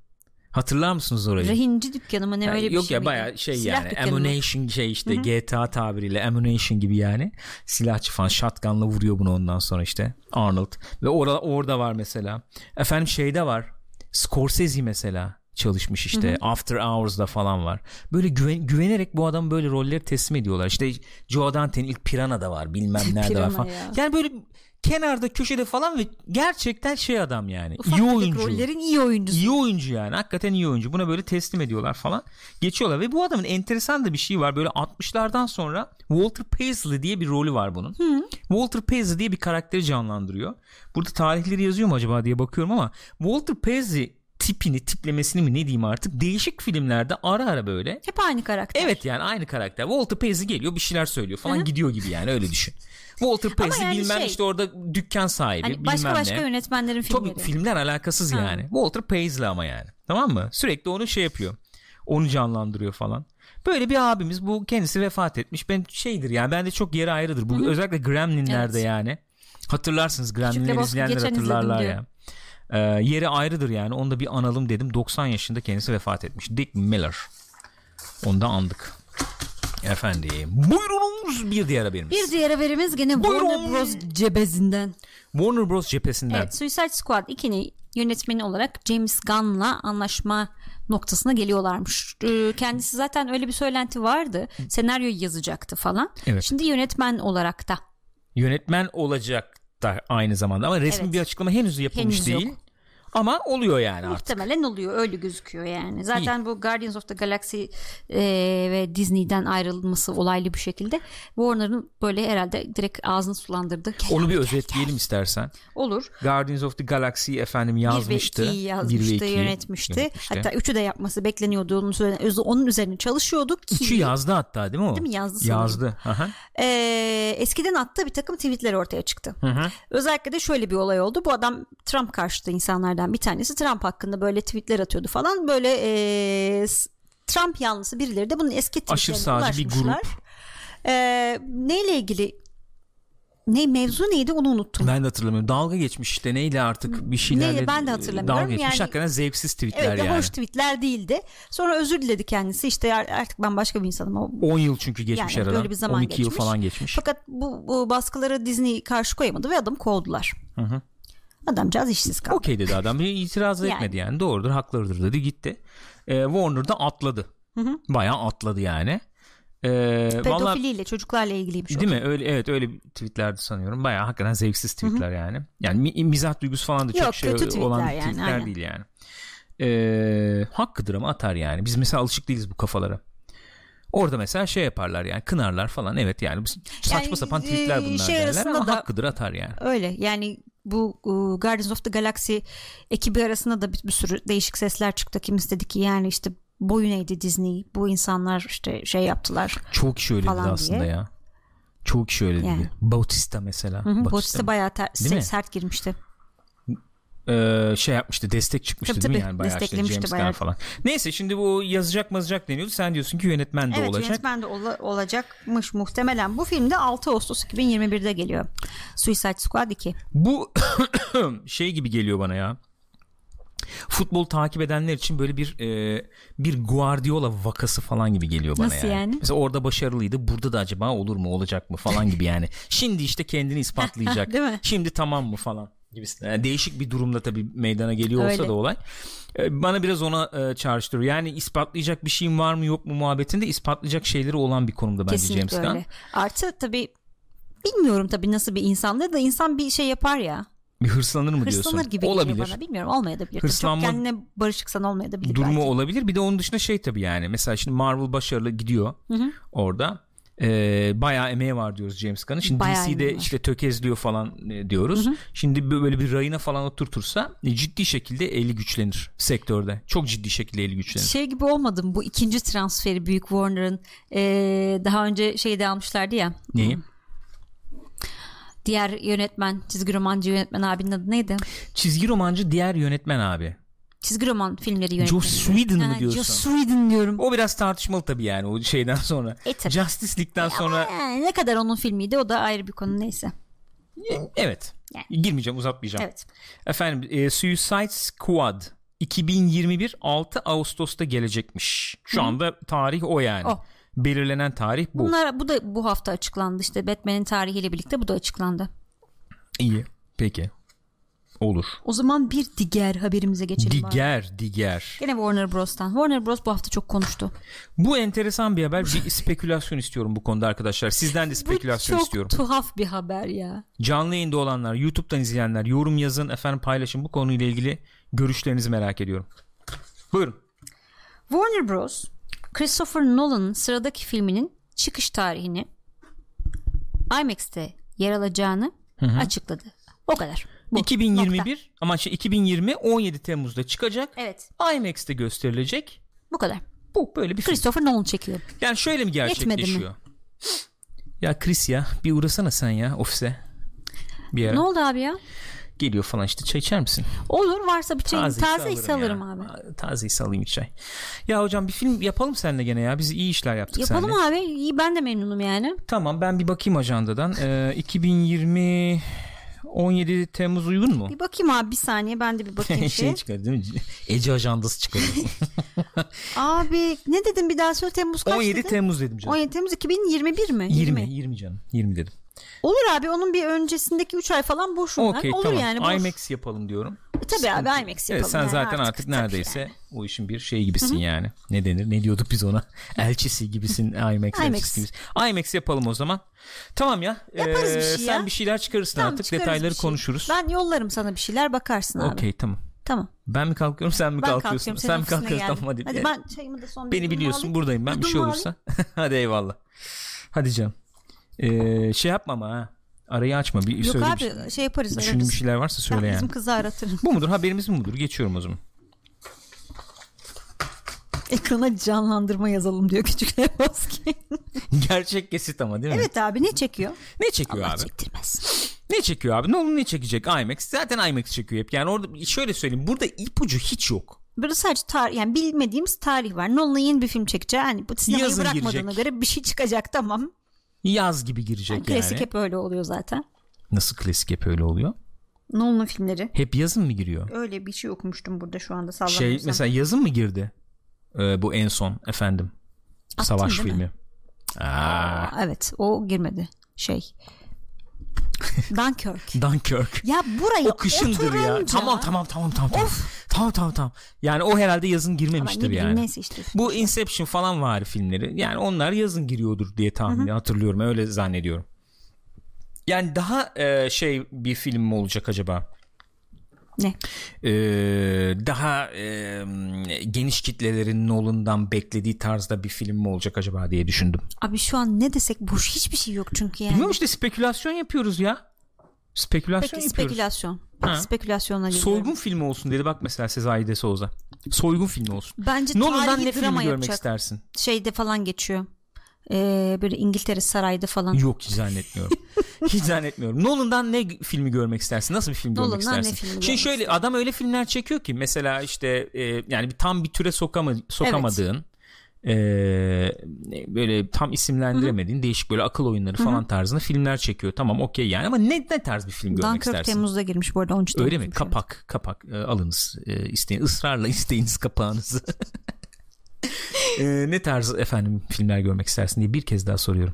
Speaker 1: Hatırlar mısınız orayı?
Speaker 2: Rehinci dükkanı mı ne
Speaker 1: Yani
Speaker 2: öyle bir
Speaker 1: yok
Speaker 2: şey
Speaker 1: ya
Speaker 2: miydi?
Speaker 1: bayağı şey
Speaker 2: Silah
Speaker 1: yani
Speaker 2: dükkanı mı?
Speaker 1: ammunition şey işte GTA tabiriyle ammunition gibi yani silahçı falan shotgunla vuruyor bunu ondan sonra işte Arnold ve orada orada var mesela efendim şeyde var Scorsese mesela çalışmış işte After Hours'da falan var böyle güven- güvenerek bu adam böyle rolleri teslim ediyorlar işte Joe Dante'nin ilk Piranha'da var bilmem nerede var
Speaker 2: Piranha
Speaker 1: falan
Speaker 2: ya.
Speaker 1: yani böyle kenarda köşede falan ve gerçekten şey adam yani iyi
Speaker 2: Ufak tefek
Speaker 1: oyuncu
Speaker 2: rollerin iyi oyuncusu.
Speaker 1: İyi oyuncu yani hakikaten iyi oyuncu. Buna böyle teslim ediyorlar falan. Geçiyorlar ve bu adamın enteresan da bir şey var. Böyle 60'lardan sonra Walter Paisley diye bir rolü var bunun. Walter Paisley diye bir karakteri canlandırıyor. Burada tarihleri yazıyor mu acaba diye bakıyorum ama Walter Paisley tipini tiplemesini mi ne diyeyim artık değişik filmlerde ara ara böyle
Speaker 2: Hep aynı karakter.
Speaker 1: Evet yani aynı karakter. Walter Paisley geliyor bir şeyler söylüyor falan gidiyor gibi yani öyle düşün. Walter Paisley
Speaker 2: yani
Speaker 1: bilmem
Speaker 2: şey-
Speaker 1: işte orada dükkan sahibi
Speaker 2: Hani
Speaker 1: bilmem
Speaker 2: başka
Speaker 1: ne.
Speaker 2: başka yönetmenlerin filmleri.
Speaker 1: Tabii filmler alakasız yani. Walter Paisley ama yani. Tamam mı? Sürekli onu şey yapıyor. Onu canlandırıyor falan. Böyle bir abimiz bu kendisi vefat etmiş. Ben şeydir yani bende çok yeri ayrıdır. Bu özellikle Gremlin'lerde
Speaker 2: Evet.
Speaker 1: yani. Hatırlarsınız Gremlin'leri
Speaker 2: Lebowski
Speaker 1: izleyenler
Speaker 2: geçen
Speaker 1: hatırlarlar
Speaker 2: izledim
Speaker 1: ya. Ee, yeri ayrıdır yani. Onu da bir analım dedim. 90 yaşında kendisi vefat etmiş. Dick Miller. Onu da andık. Efendim. Buyurunuz bir diğer haberimiz.
Speaker 2: Bir diğer haberimiz gene
Speaker 1: Buyurun.
Speaker 2: Warner Bros. cebezinden.
Speaker 1: Warner Bros. cephesinden.
Speaker 2: Evet Suicide Squad 2'nin yönetmeni olarak James Gunn'la anlaşma noktasına geliyorlarmış. Ee, Kendisi zaten öyle bir söylenti vardı. Senaryoyu yazacaktı falan.
Speaker 1: Evet.
Speaker 2: Şimdi yönetmen olarak da.
Speaker 1: yönetmen olacak da aynı zamanda ama resmi
Speaker 2: Evet.
Speaker 1: bir açıklama henüz yapılmış
Speaker 2: Henüz yok.
Speaker 1: değil. Ama oluyor yani artık.
Speaker 2: Muhtemelen oluyor öyle gözüküyor yani. Zaten bu Guardians of the Galaxy e, ve Disney'den ayrılması olaylı bir şekilde Warner'ın böyle herhalde direkt ağzını sulandırdı. Gel,
Speaker 1: Onu bir özetleyelim istersen.
Speaker 2: Olur.
Speaker 1: Guardians of the Galaxy efendim
Speaker 2: 1 ve
Speaker 1: yazmıştı.
Speaker 2: 2'yi yazmıştı,
Speaker 1: Bir ve ikiyi
Speaker 2: yönetmişti. Hatta 3'ü de yapması bekleniyordu. Onun üzerine, onun üzerine çalışıyordu ki
Speaker 1: Üçü yazdı hatta değil mi o?
Speaker 2: Değil mi? Yazdı sanırım.
Speaker 1: Yazdı. Aha.
Speaker 2: Ee, eskiden attığı bir takım tweetler ortaya çıktı. Özellikle de şöyle bir olay oldu. Bu adam Trump karşıtı insanlardan bir tanesi. Trump hakkında böyle tweetler atıyordu falan. Böyle ee, s- Trump yanlısı birileri de bunun eski
Speaker 1: Aşırı
Speaker 2: tweetlerine
Speaker 1: sağcı bir
Speaker 2: ulaşmışlar.
Speaker 1: grup.
Speaker 2: Ee, neyle ilgili ne mevzu neydi onu unuttum.
Speaker 1: Ben de hatırlamıyorum. Dalga geçmiş işte neyle artık bir şeylerle
Speaker 2: Neyle ben de
Speaker 1: e,
Speaker 2: hatırlamıyorum.
Speaker 1: Dalga geçmiş
Speaker 2: Yani-
Speaker 1: hakikaten zevksiz tweetler
Speaker 2: Evet,
Speaker 1: yani.
Speaker 2: hoş tweetler değildi. Sonra özür diledi kendisi. İşte artık ben başka bir insanım. O
Speaker 1: 10 yıl çünkü geçmiş
Speaker 2: Yani
Speaker 1: aradan.
Speaker 2: böyle bir zaman
Speaker 1: 12 yıl
Speaker 2: geçmiş.
Speaker 1: falan geçmiş.
Speaker 2: Fakat bu, bu baskılara Disney karşı koyamadı ve adamı kovdular. Adamcağız işsiz kaldı.
Speaker 1: Okey dedi adam. Bir itiraz
Speaker 2: Yani.
Speaker 1: etmedi yani. Doğrudur, haklıdır dedi. Gitti. Ee, Warner da atladı. Bayağı atladı yani. Ee, vallahi
Speaker 2: Pedofiliyle çocuklarla ilgiliymiş. o.
Speaker 1: değil mi? Öyle evet öyle bir tweetlerdi sanıyorum. Bayağı hakikaten zevksiz tweetler yani. Yani mi- mizah duygusu falan da çok
Speaker 2: Yok,
Speaker 1: şey
Speaker 2: kötü tweetler
Speaker 1: olan
Speaker 2: yani,
Speaker 1: tweetler
Speaker 2: aynen.
Speaker 1: değil yani. Ee, hakkıdır ama atar yani. Biz mesela alışık değiliz bu kafalara. Orada mesela şey yaparlar yani kınarlar falan evet yani biz- saçma
Speaker 2: Yani,
Speaker 1: sapan
Speaker 2: e,
Speaker 1: tweetler bunlar
Speaker 2: şey
Speaker 1: derler
Speaker 2: arasında
Speaker 1: ama
Speaker 2: da-
Speaker 1: hakkıdır atar yani.
Speaker 2: Öyle yani bu e, Guardians of the Galaxy ekibi arasında da bir, bir sürü değişik sesler çıktı. Kimisi dedi ki yani işte boyun eğdi Disney. Bu insanlar işte şey yaptılar.
Speaker 1: Çok kişi öyle dedi
Speaker 2: Falan
Speaker 1: aslında
Speaker 2: diye.
Speaker 1: ya. Çoğu kişi öyle dedi.
Speaker 2: Yani.
Speaker 1: Bautista mesela.
Speaker 2: Hı hı,
Speaker 1: Bautista
Speaker 2: Bautista bayağı ter-
Speaker 1: Değil mi?
Speaker 2: se- sert girmişti.
Speaker 1: Ee, şey yapmıştı destek çıkmıştı
Speaker 2: Tabii,
Speaker 1: değil mi
Speaker 2: tabii.
Speaker 1: yani bayağı işte
Speaker 2: Desteklemişti
Speaker 1: James Gunn
Speaker 2: bayağı.
Speaker 1: falan. Neyse şimdi bu yazacak mazacak deniyordu. Sen diyorsun ki yönetmen de
Speaker 2: evet
Speaker 1: olacak.
Speaker 2: yönetmen de ola- olacakmış muhtemelen. Bu filmde 6 Ağustos 2021'de geliyor. Suicide Squad 2.
Speaker 1: Bu şey gibi geliyor bana ya. Futbol takip edenler için böyle bir e, bir Guardiola vakası falan gibi geliyor bana
Speaker 2: Nasıl yani?
Speaker 1: Mesela orada başarılıydı. Burada da acaba olur mu, olacak mı falan gibi yani. Şimdi işte kendini ispatlayacak.
Speaker 2: Değil mi?
Speaker 1: Şimdi tamam mı falan gibisinden. Yani değişik bir durumda tabii meydana geliyor olsa
Speaker 2: Öyle.
Speaker 1: da olay. E, Bana biraz ona e, çağrıştırıyor. Yani ispatlayacak bir şeyim var mı yok mu muhabbetinde ispatlayacak şeyleri olan bir konumda bence
Speaker 2: Kesinlikle
Speaker 1: James Gunn.
Speaker 2: öyle. Artı tabii bilmiyorum tabii nasıl bir insandır da insan bir şey yapar ya.
Speaker 1: Bir hırslanır mı diyorsun?
Speaker 2: Hırslanır gibi
Speaker 1: Olabilir.
Speaker 2: geliyor bana. Bilmiyorum olmayabilir.
Speaker 1: Hırslanma-
Speaker 2: Çok kendine barışıksan olmayabilir.
Speaker 1: durumu
Speaker 2: belki.
Speaker 1: olabilir. Bir de onun dışında şey tabii yani mesela şimdi Marvel başarılı gidiyor orada. Ee, bayağı emeği var diyoruz James Gunn'ın. Şimdi
Speaker 2: Bayağı
Speaker 1: DC'de
Speaker 2: emeği var.
Speaker 1: işte tökezliyor falan e, diyoruz. Şimdi böyle bir rayına falan oturtursa e, ciddi şekilde eli güçlenir sektörde. Çok ciddi şekilde eli güçlenir.
Speaker 2: Şey gibi olmadı mı bu ikinci transferi Büyük Warner'ın eee, daha önce şeyde almışlardı ya.
Speaker 1: Neyi?
Speaker 2: Diğer yönetmen, çizgi romancı yönetmen abinin adı neydi?
Speaker 1: Çizgi romancı diğer yönetmen abi.
Speaker 2: Çizgi roman filmleri yönetmeni.
Speaker 1: Joss Whedon
Speaker 2: Ha,
Speaker 1: mı diyorsun?
Speaker 2: Joss Whedon diyorum.
Speaker 1: O biraz tartışmalı tabii yani o şeyden sonra.
Speaker 2: E tabii.
Speaker 1: Justice League'den sonra
Speaker 2: Yani ne kadar onun filmiydi o da ayrı bir konu neyse.
Speaker 1: e, evet.
Speaker 2: Yani.
Speaker 1: Girmeyeceğim, uzatmayacağım.
Speaker 2: Evet.
Speaker 1: Efendim e, Suicide Squad 2021 6 Ağustos'ta gelecekmiş. Şu anda tarih o yani.
Speaker 2: O.
Speaker 1: Belirlenen tarih bu.
Speaker 2: Oh. Bunlar bu da bu hafta açıklandı işte Batman'in tarihiyle birlikte bu da açıklandı.
Speaker 1: İyi. Peki. Olur.
Speaker 2: O zaman bir diğer haberimize geçelim. bari.
Speaker 1: Diger, diger.
Speaker 2: Gene Warner Bros'tan. Warner Bros bu hafta çok konuştu.
Speaker 1: Bu enteresan bir haber. Bir spekülasyon istiyorum bu konuda arkadaşlar. Sizden de spekülasyon
Speaker 2: bu çok
Speaker 1: istiyorum.
Speaker 2: tuhaf bir haber ya.
Speaker 1: Canlı yayında olanlar, YouTube'dan izleyenler yorum yazın, efendim paylaşın. Bu konuyla ilgili görüşlerinizi merak ediyorum. Buyurun.
Speaker 2: Warner Bros. Christopher Nolan'ın sıradaki filminin çıkış tarihini IMAX'te yer alacağını açıkladı. O kadar. Bu.
Speaker 1: 2021
Speaker 2: Nokta.
Speaker 1: ama şey 2020 17 Temmuz'da çıkacak.
Speaker 2: Evet.
Speaker 1: IMAX'te gösterilecek.
Speaker 2: Bu kadar.
Speaker 1: Bu böyle bir film.
Speaker 2: Christopher Nolan çekiyor.
Speaker 1: Yani şöyle mi
Speaker 2: Yetmedi mi?
Speaker 1: gerçekleşiyor? Ya Chris ya bir uğrasana sen ya ofise. Bir yere.
Speaker 2: Ne oldu abi ya?
Speaker 1: Geliyor falan işte çay içer misin?
Speaker 2: Olur varsa bir şey taze, ise alırım
Speaker 1: ya.
Speaker 2: abi.
Speaker 1: Aa, Taze ise alayım bir çay. Ya hocam bir film yapalım seninle gene ya. Biz iyi işler yaptık
Speaker 2: Yapalım
Speaker 1: seninle.
Speaker 2: abi. İyi ben de memnunum yani.
Speaker 1: Tamam ben bir bakayım ajandadan. Ee, 2020 17 Temmuz uygun mu?
Speaker 2: Bir bakayım abi bir saniye ben de bir bakayım şey.
Speaker 1: şey çıkar değil mi? Ece ajandası çıkar.
Speaker 2: Abi ne dedim bir daha söyle Temmuz kaç
Speaker 1: 17
Speaker 2: dedin?
Speaker 1: Temmuz dedim canım.
Speaker 2: 17 Temmuz 2021 mi?
Speaker 1: 20 20 canım. 20 dedim.
Speaker 2: Olur abi onun bir öncesindeki 3 ay falan boşum ben.
Speaker 1: Okey
Speaker 2: Olur
Speaker 1: tamam.
Speaker 2: yani boş.
Speaker 1: IMAX yapalım diyorum.
Speaker 2: E, Tabii abi IMAX yapalım.
Speaker 1: Evet, sen
Speaker 2: yani
Speaker 1: zaten artık,
Speaker 2: tabii
Speaker 1: neredeyse o işin bir şey gibisin yani. Ne denir? Ne diyorduk biz ona? Elçisi gibisin IMAX.
Speaker 2: IMAX.
Speaker 1: IMAX. Gibisin. IMAX yapalım o zaman. Tamam ya.
Speaker 2: Yaparız bir şey
Speaker 1: Sen
Speaker 2: ya.
Speaker 1: bir şeyler çıkarırsın
Speaker 2: Tamam,
Speaker 1: artık.
Speaker 2: çıkarız
Speaker 1: Detayları
Speaker 2: bir şey.
Speaker 1: konuşuruz.
Speaker 2: Ben yollarım sana bir şeyler bakarsın abi.
Speaker 1: Okey tamam.
Speaker 2: Tamam.
Speaker 1: Ben mi kalkıyorum sen mi
Speaker 2: Ben
Speaker 1: kalkıyorsun?
Speaker 2: kalkıyorum.
Speaker 1: Sen mi
Speaker 2: ofisine
Speaker 1: kalkıyorsun?
Speaker 2: geldim.
Speaker 1: Tamam hadi.
Speaker 2: Hadi ben çayımı da son bir
Speaker 1: Beni
Speaker 2: yudum
Speaker 1: biliyorsun
Speaker 2: alayım.
Speaker 1: buradayım ben bir
Speaker 2: Yudum
Speaker 1: şey
Speaker 2: alayım.
Speaker 1: olursa. hadi eyvallah. Hadi canım. Ee, şey yapma ama ha. Arayı açma. Bir
Speaker 2: Yok
Speaker 1: söyle bir şey.
Speaker 2: abi şey yaparız.
Speaker 1: Düşündüğün
Speaker 2: ararız.
Speaker 1: bir şeyler varsa
Speaker 2: Ben
Speaker 1: söyle yani.
Speaker 2: Bizim kızı aratırım.
Speaker 1: Bu mudur? Haberimiz mi budur? Geçiyorum o zaman.
Speaker 2: Ekrana canlandırma yazalım diyor küçük Lebowski.
Speaker 1: Gerçek kesit ama değil mi?
Speaker 2: evet abi ne çekiyor?
Speaker 1: Ne çekiyor
Speaker 2: Allah
Speaker 1: abi?
Speaker 2: çektirmez.
Speaker 1: Ne çekiyor abi? Ne olur ne çekecek? IMAX. Zaten IMAX çekiyor hep. Yani orada şöyle söyleyeyim. Burada ipucu hiç yok.
Speaker 2: Burada sadece tarih yani bilmediğimiz tarih var. Nolan'ın yeni bir film çekeceği. Yani bu sinemayı
Speaker 1: Yazın
Speaker 2: bırakmadığına
Speaker 1: girecek.
Speaker 2: göre bir şey çıkacak tamam.
Speaker 1: Yaz gibi
Speaker 2: Yani
Speaker 1: girecek yani.
Speaker 2: klasik hep öyle oluyor zaten.
Speaker 1: Nasıl klasik hep öyle oluyor?
Speaker 2: Nolan'ın filmleri.
Speaker 1: Hep yazın mı giriyor?
Speaker 2: Öyle bir şey okumuştum burada şu anda
Speaker 1: Şey
Speaker 2: sallamıyorsam.
Speaker 1: mesela yazın mı girdi? Ee, bu en son efendim.
Speaker 2: Attın
Speaker 1: savaş
Speaker 2: değil mi?
Speaker 1: filmi. Aa,
Speaker 2: Aa, evet o girmedi şey Dunkirk
Speaker 1: Dunkirk.
Speaker 2: ya burayı
Speaker 1: O kışındır ya.
Speaker 2: oturunca-
Speaker 1: Tamam tamam tamam tamam. tamam. Tamam tamam tamam. Yani o herhalde yazın
Speaker 2: Ama ne
Speaker 1: girmemiştir
Speaker 2: bileyim,
Speaker 1: yani.
Speaker 2: neyse işte
Speaker 1: Bu Inception falan var filmleri. Yani onlar yazın giriyordur diye tahmin hatırlıyorum. Öyle zannediyorum. Yani daha e, şey bir film mi olacak acaba?
Speaker 2: ne
Speaker 1: E, daha e, geniş kitlelerin Nolan'dan beklediği tarzda bir film mi olacak acaba diye düşündüm.
Speaker 2: abi şu an ne desek boş hiçbir şey yok çünkü yani
Speaker 1: Bilmiyorum işte spekülasyon yapıyoruz ya. Spekülasyon
Speaker 2: peki
Speaker 1: yapıyoruz.
Speaker 2: spekülasyon
Speaker 1: Ha.
Speaker 2: spekülasyonla geliyorum
Speaker 1: Soygun filmi olsun dedi bak mesela Sezai de Souza. Soygun filmi olsun.
Speaker 2: bence
Speaker 1: Nolan'dan
Speaker 2: tarihi
Speaker 1: ne
Speaker 2: drama
Speaker 1: filmi görmek
Speaker 2: yapacak
Speaker 1: istersin?
Speaker 2: şeyde falan geçiyor Ee, böyle İngiltere sarayda falan.
Speaker 1: Yok hiç zannetmiyorum. hiç zannetmiyorum. Nolan'dan ne filmi görmek istersin? Nasıl bir film görmek
Speaker 2: Nolan'dan ne
Speaker 1: istersin?
Speaker 2: filmi
Speaker 1: Şimdi
Speaker 2: görmek
Speaker 1: şöyle adam öyle filmler çekiyor ki mesela işte e, yani bir- tam bir türe sokama, sokamadığın e, böyle tam isimlendiremediğin değişik böyle akıl oyunları falan tarzında filmler çekiyor. Tamam okey yani ama ne ne tarz bir film görmek
Speaker 2: Dunkirk
Speaker 1: istersin?
Speaker 2: Temmuz'da girmiş bu arada 13 Temmuz'da.
Speaker 1: Öyle mi? Kapak, kapak e, alınız. E, isteyin ısrarla isteyiniz kapağınızı. E, ne tarz efendim filmler görmek istersin diye bir kez daha soruyorum.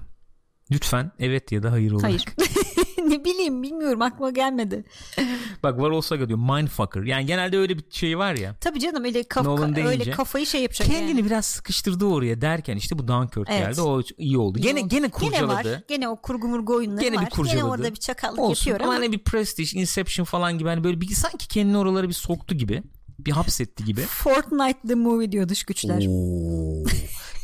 Speaker 1: Lütfen evet ya da hayır olarak.
Speaker 2: Hayır. ne bileyim bilmiyorum aklıma gelmedi.
Speaker 1: Bak var olsa diyor mindfucker. Yani genelde öyle bir şey var ya.
Speaker 2: Tabii canım öyle, kaf-
Speaker 1: Nolan deyince-
Speaker 2: öyle kafayı şey yapacak
Speaker 1: Kendini
Speaker 2: yani.
Speaker 1: biraz sıkıştırdı oraya derken işte bu Dunkirk
Speaker 2: Evet.
Speaker 1: geldi. O iyi oldu. gene
Speaker 2: Yok.
Speaker 1: gene
Speaker 2: Gene var.
Speaker 1: kurcaladı.
Speaker 2: Gene o kurgu murgu oyunları
Speaker 1: Gene
Speaker 2: var.
Speaker 1: bir kurcaladı.
Speaker 2: Gene orada bir çakallık
Speaker 1: Olsun.
Speaker 2: yapıyor
Speaker 1: Ama
Speaker 2: ama.
Speaker 1: hani bir Prestige, Inception falan gibi hani böyle bir, sanki kendini oralara bir soktu gibi. Bir hapsetti gibi.
Speaker 2: Fortnite the movie diyor dış güçler.
Speaker 1: Oo.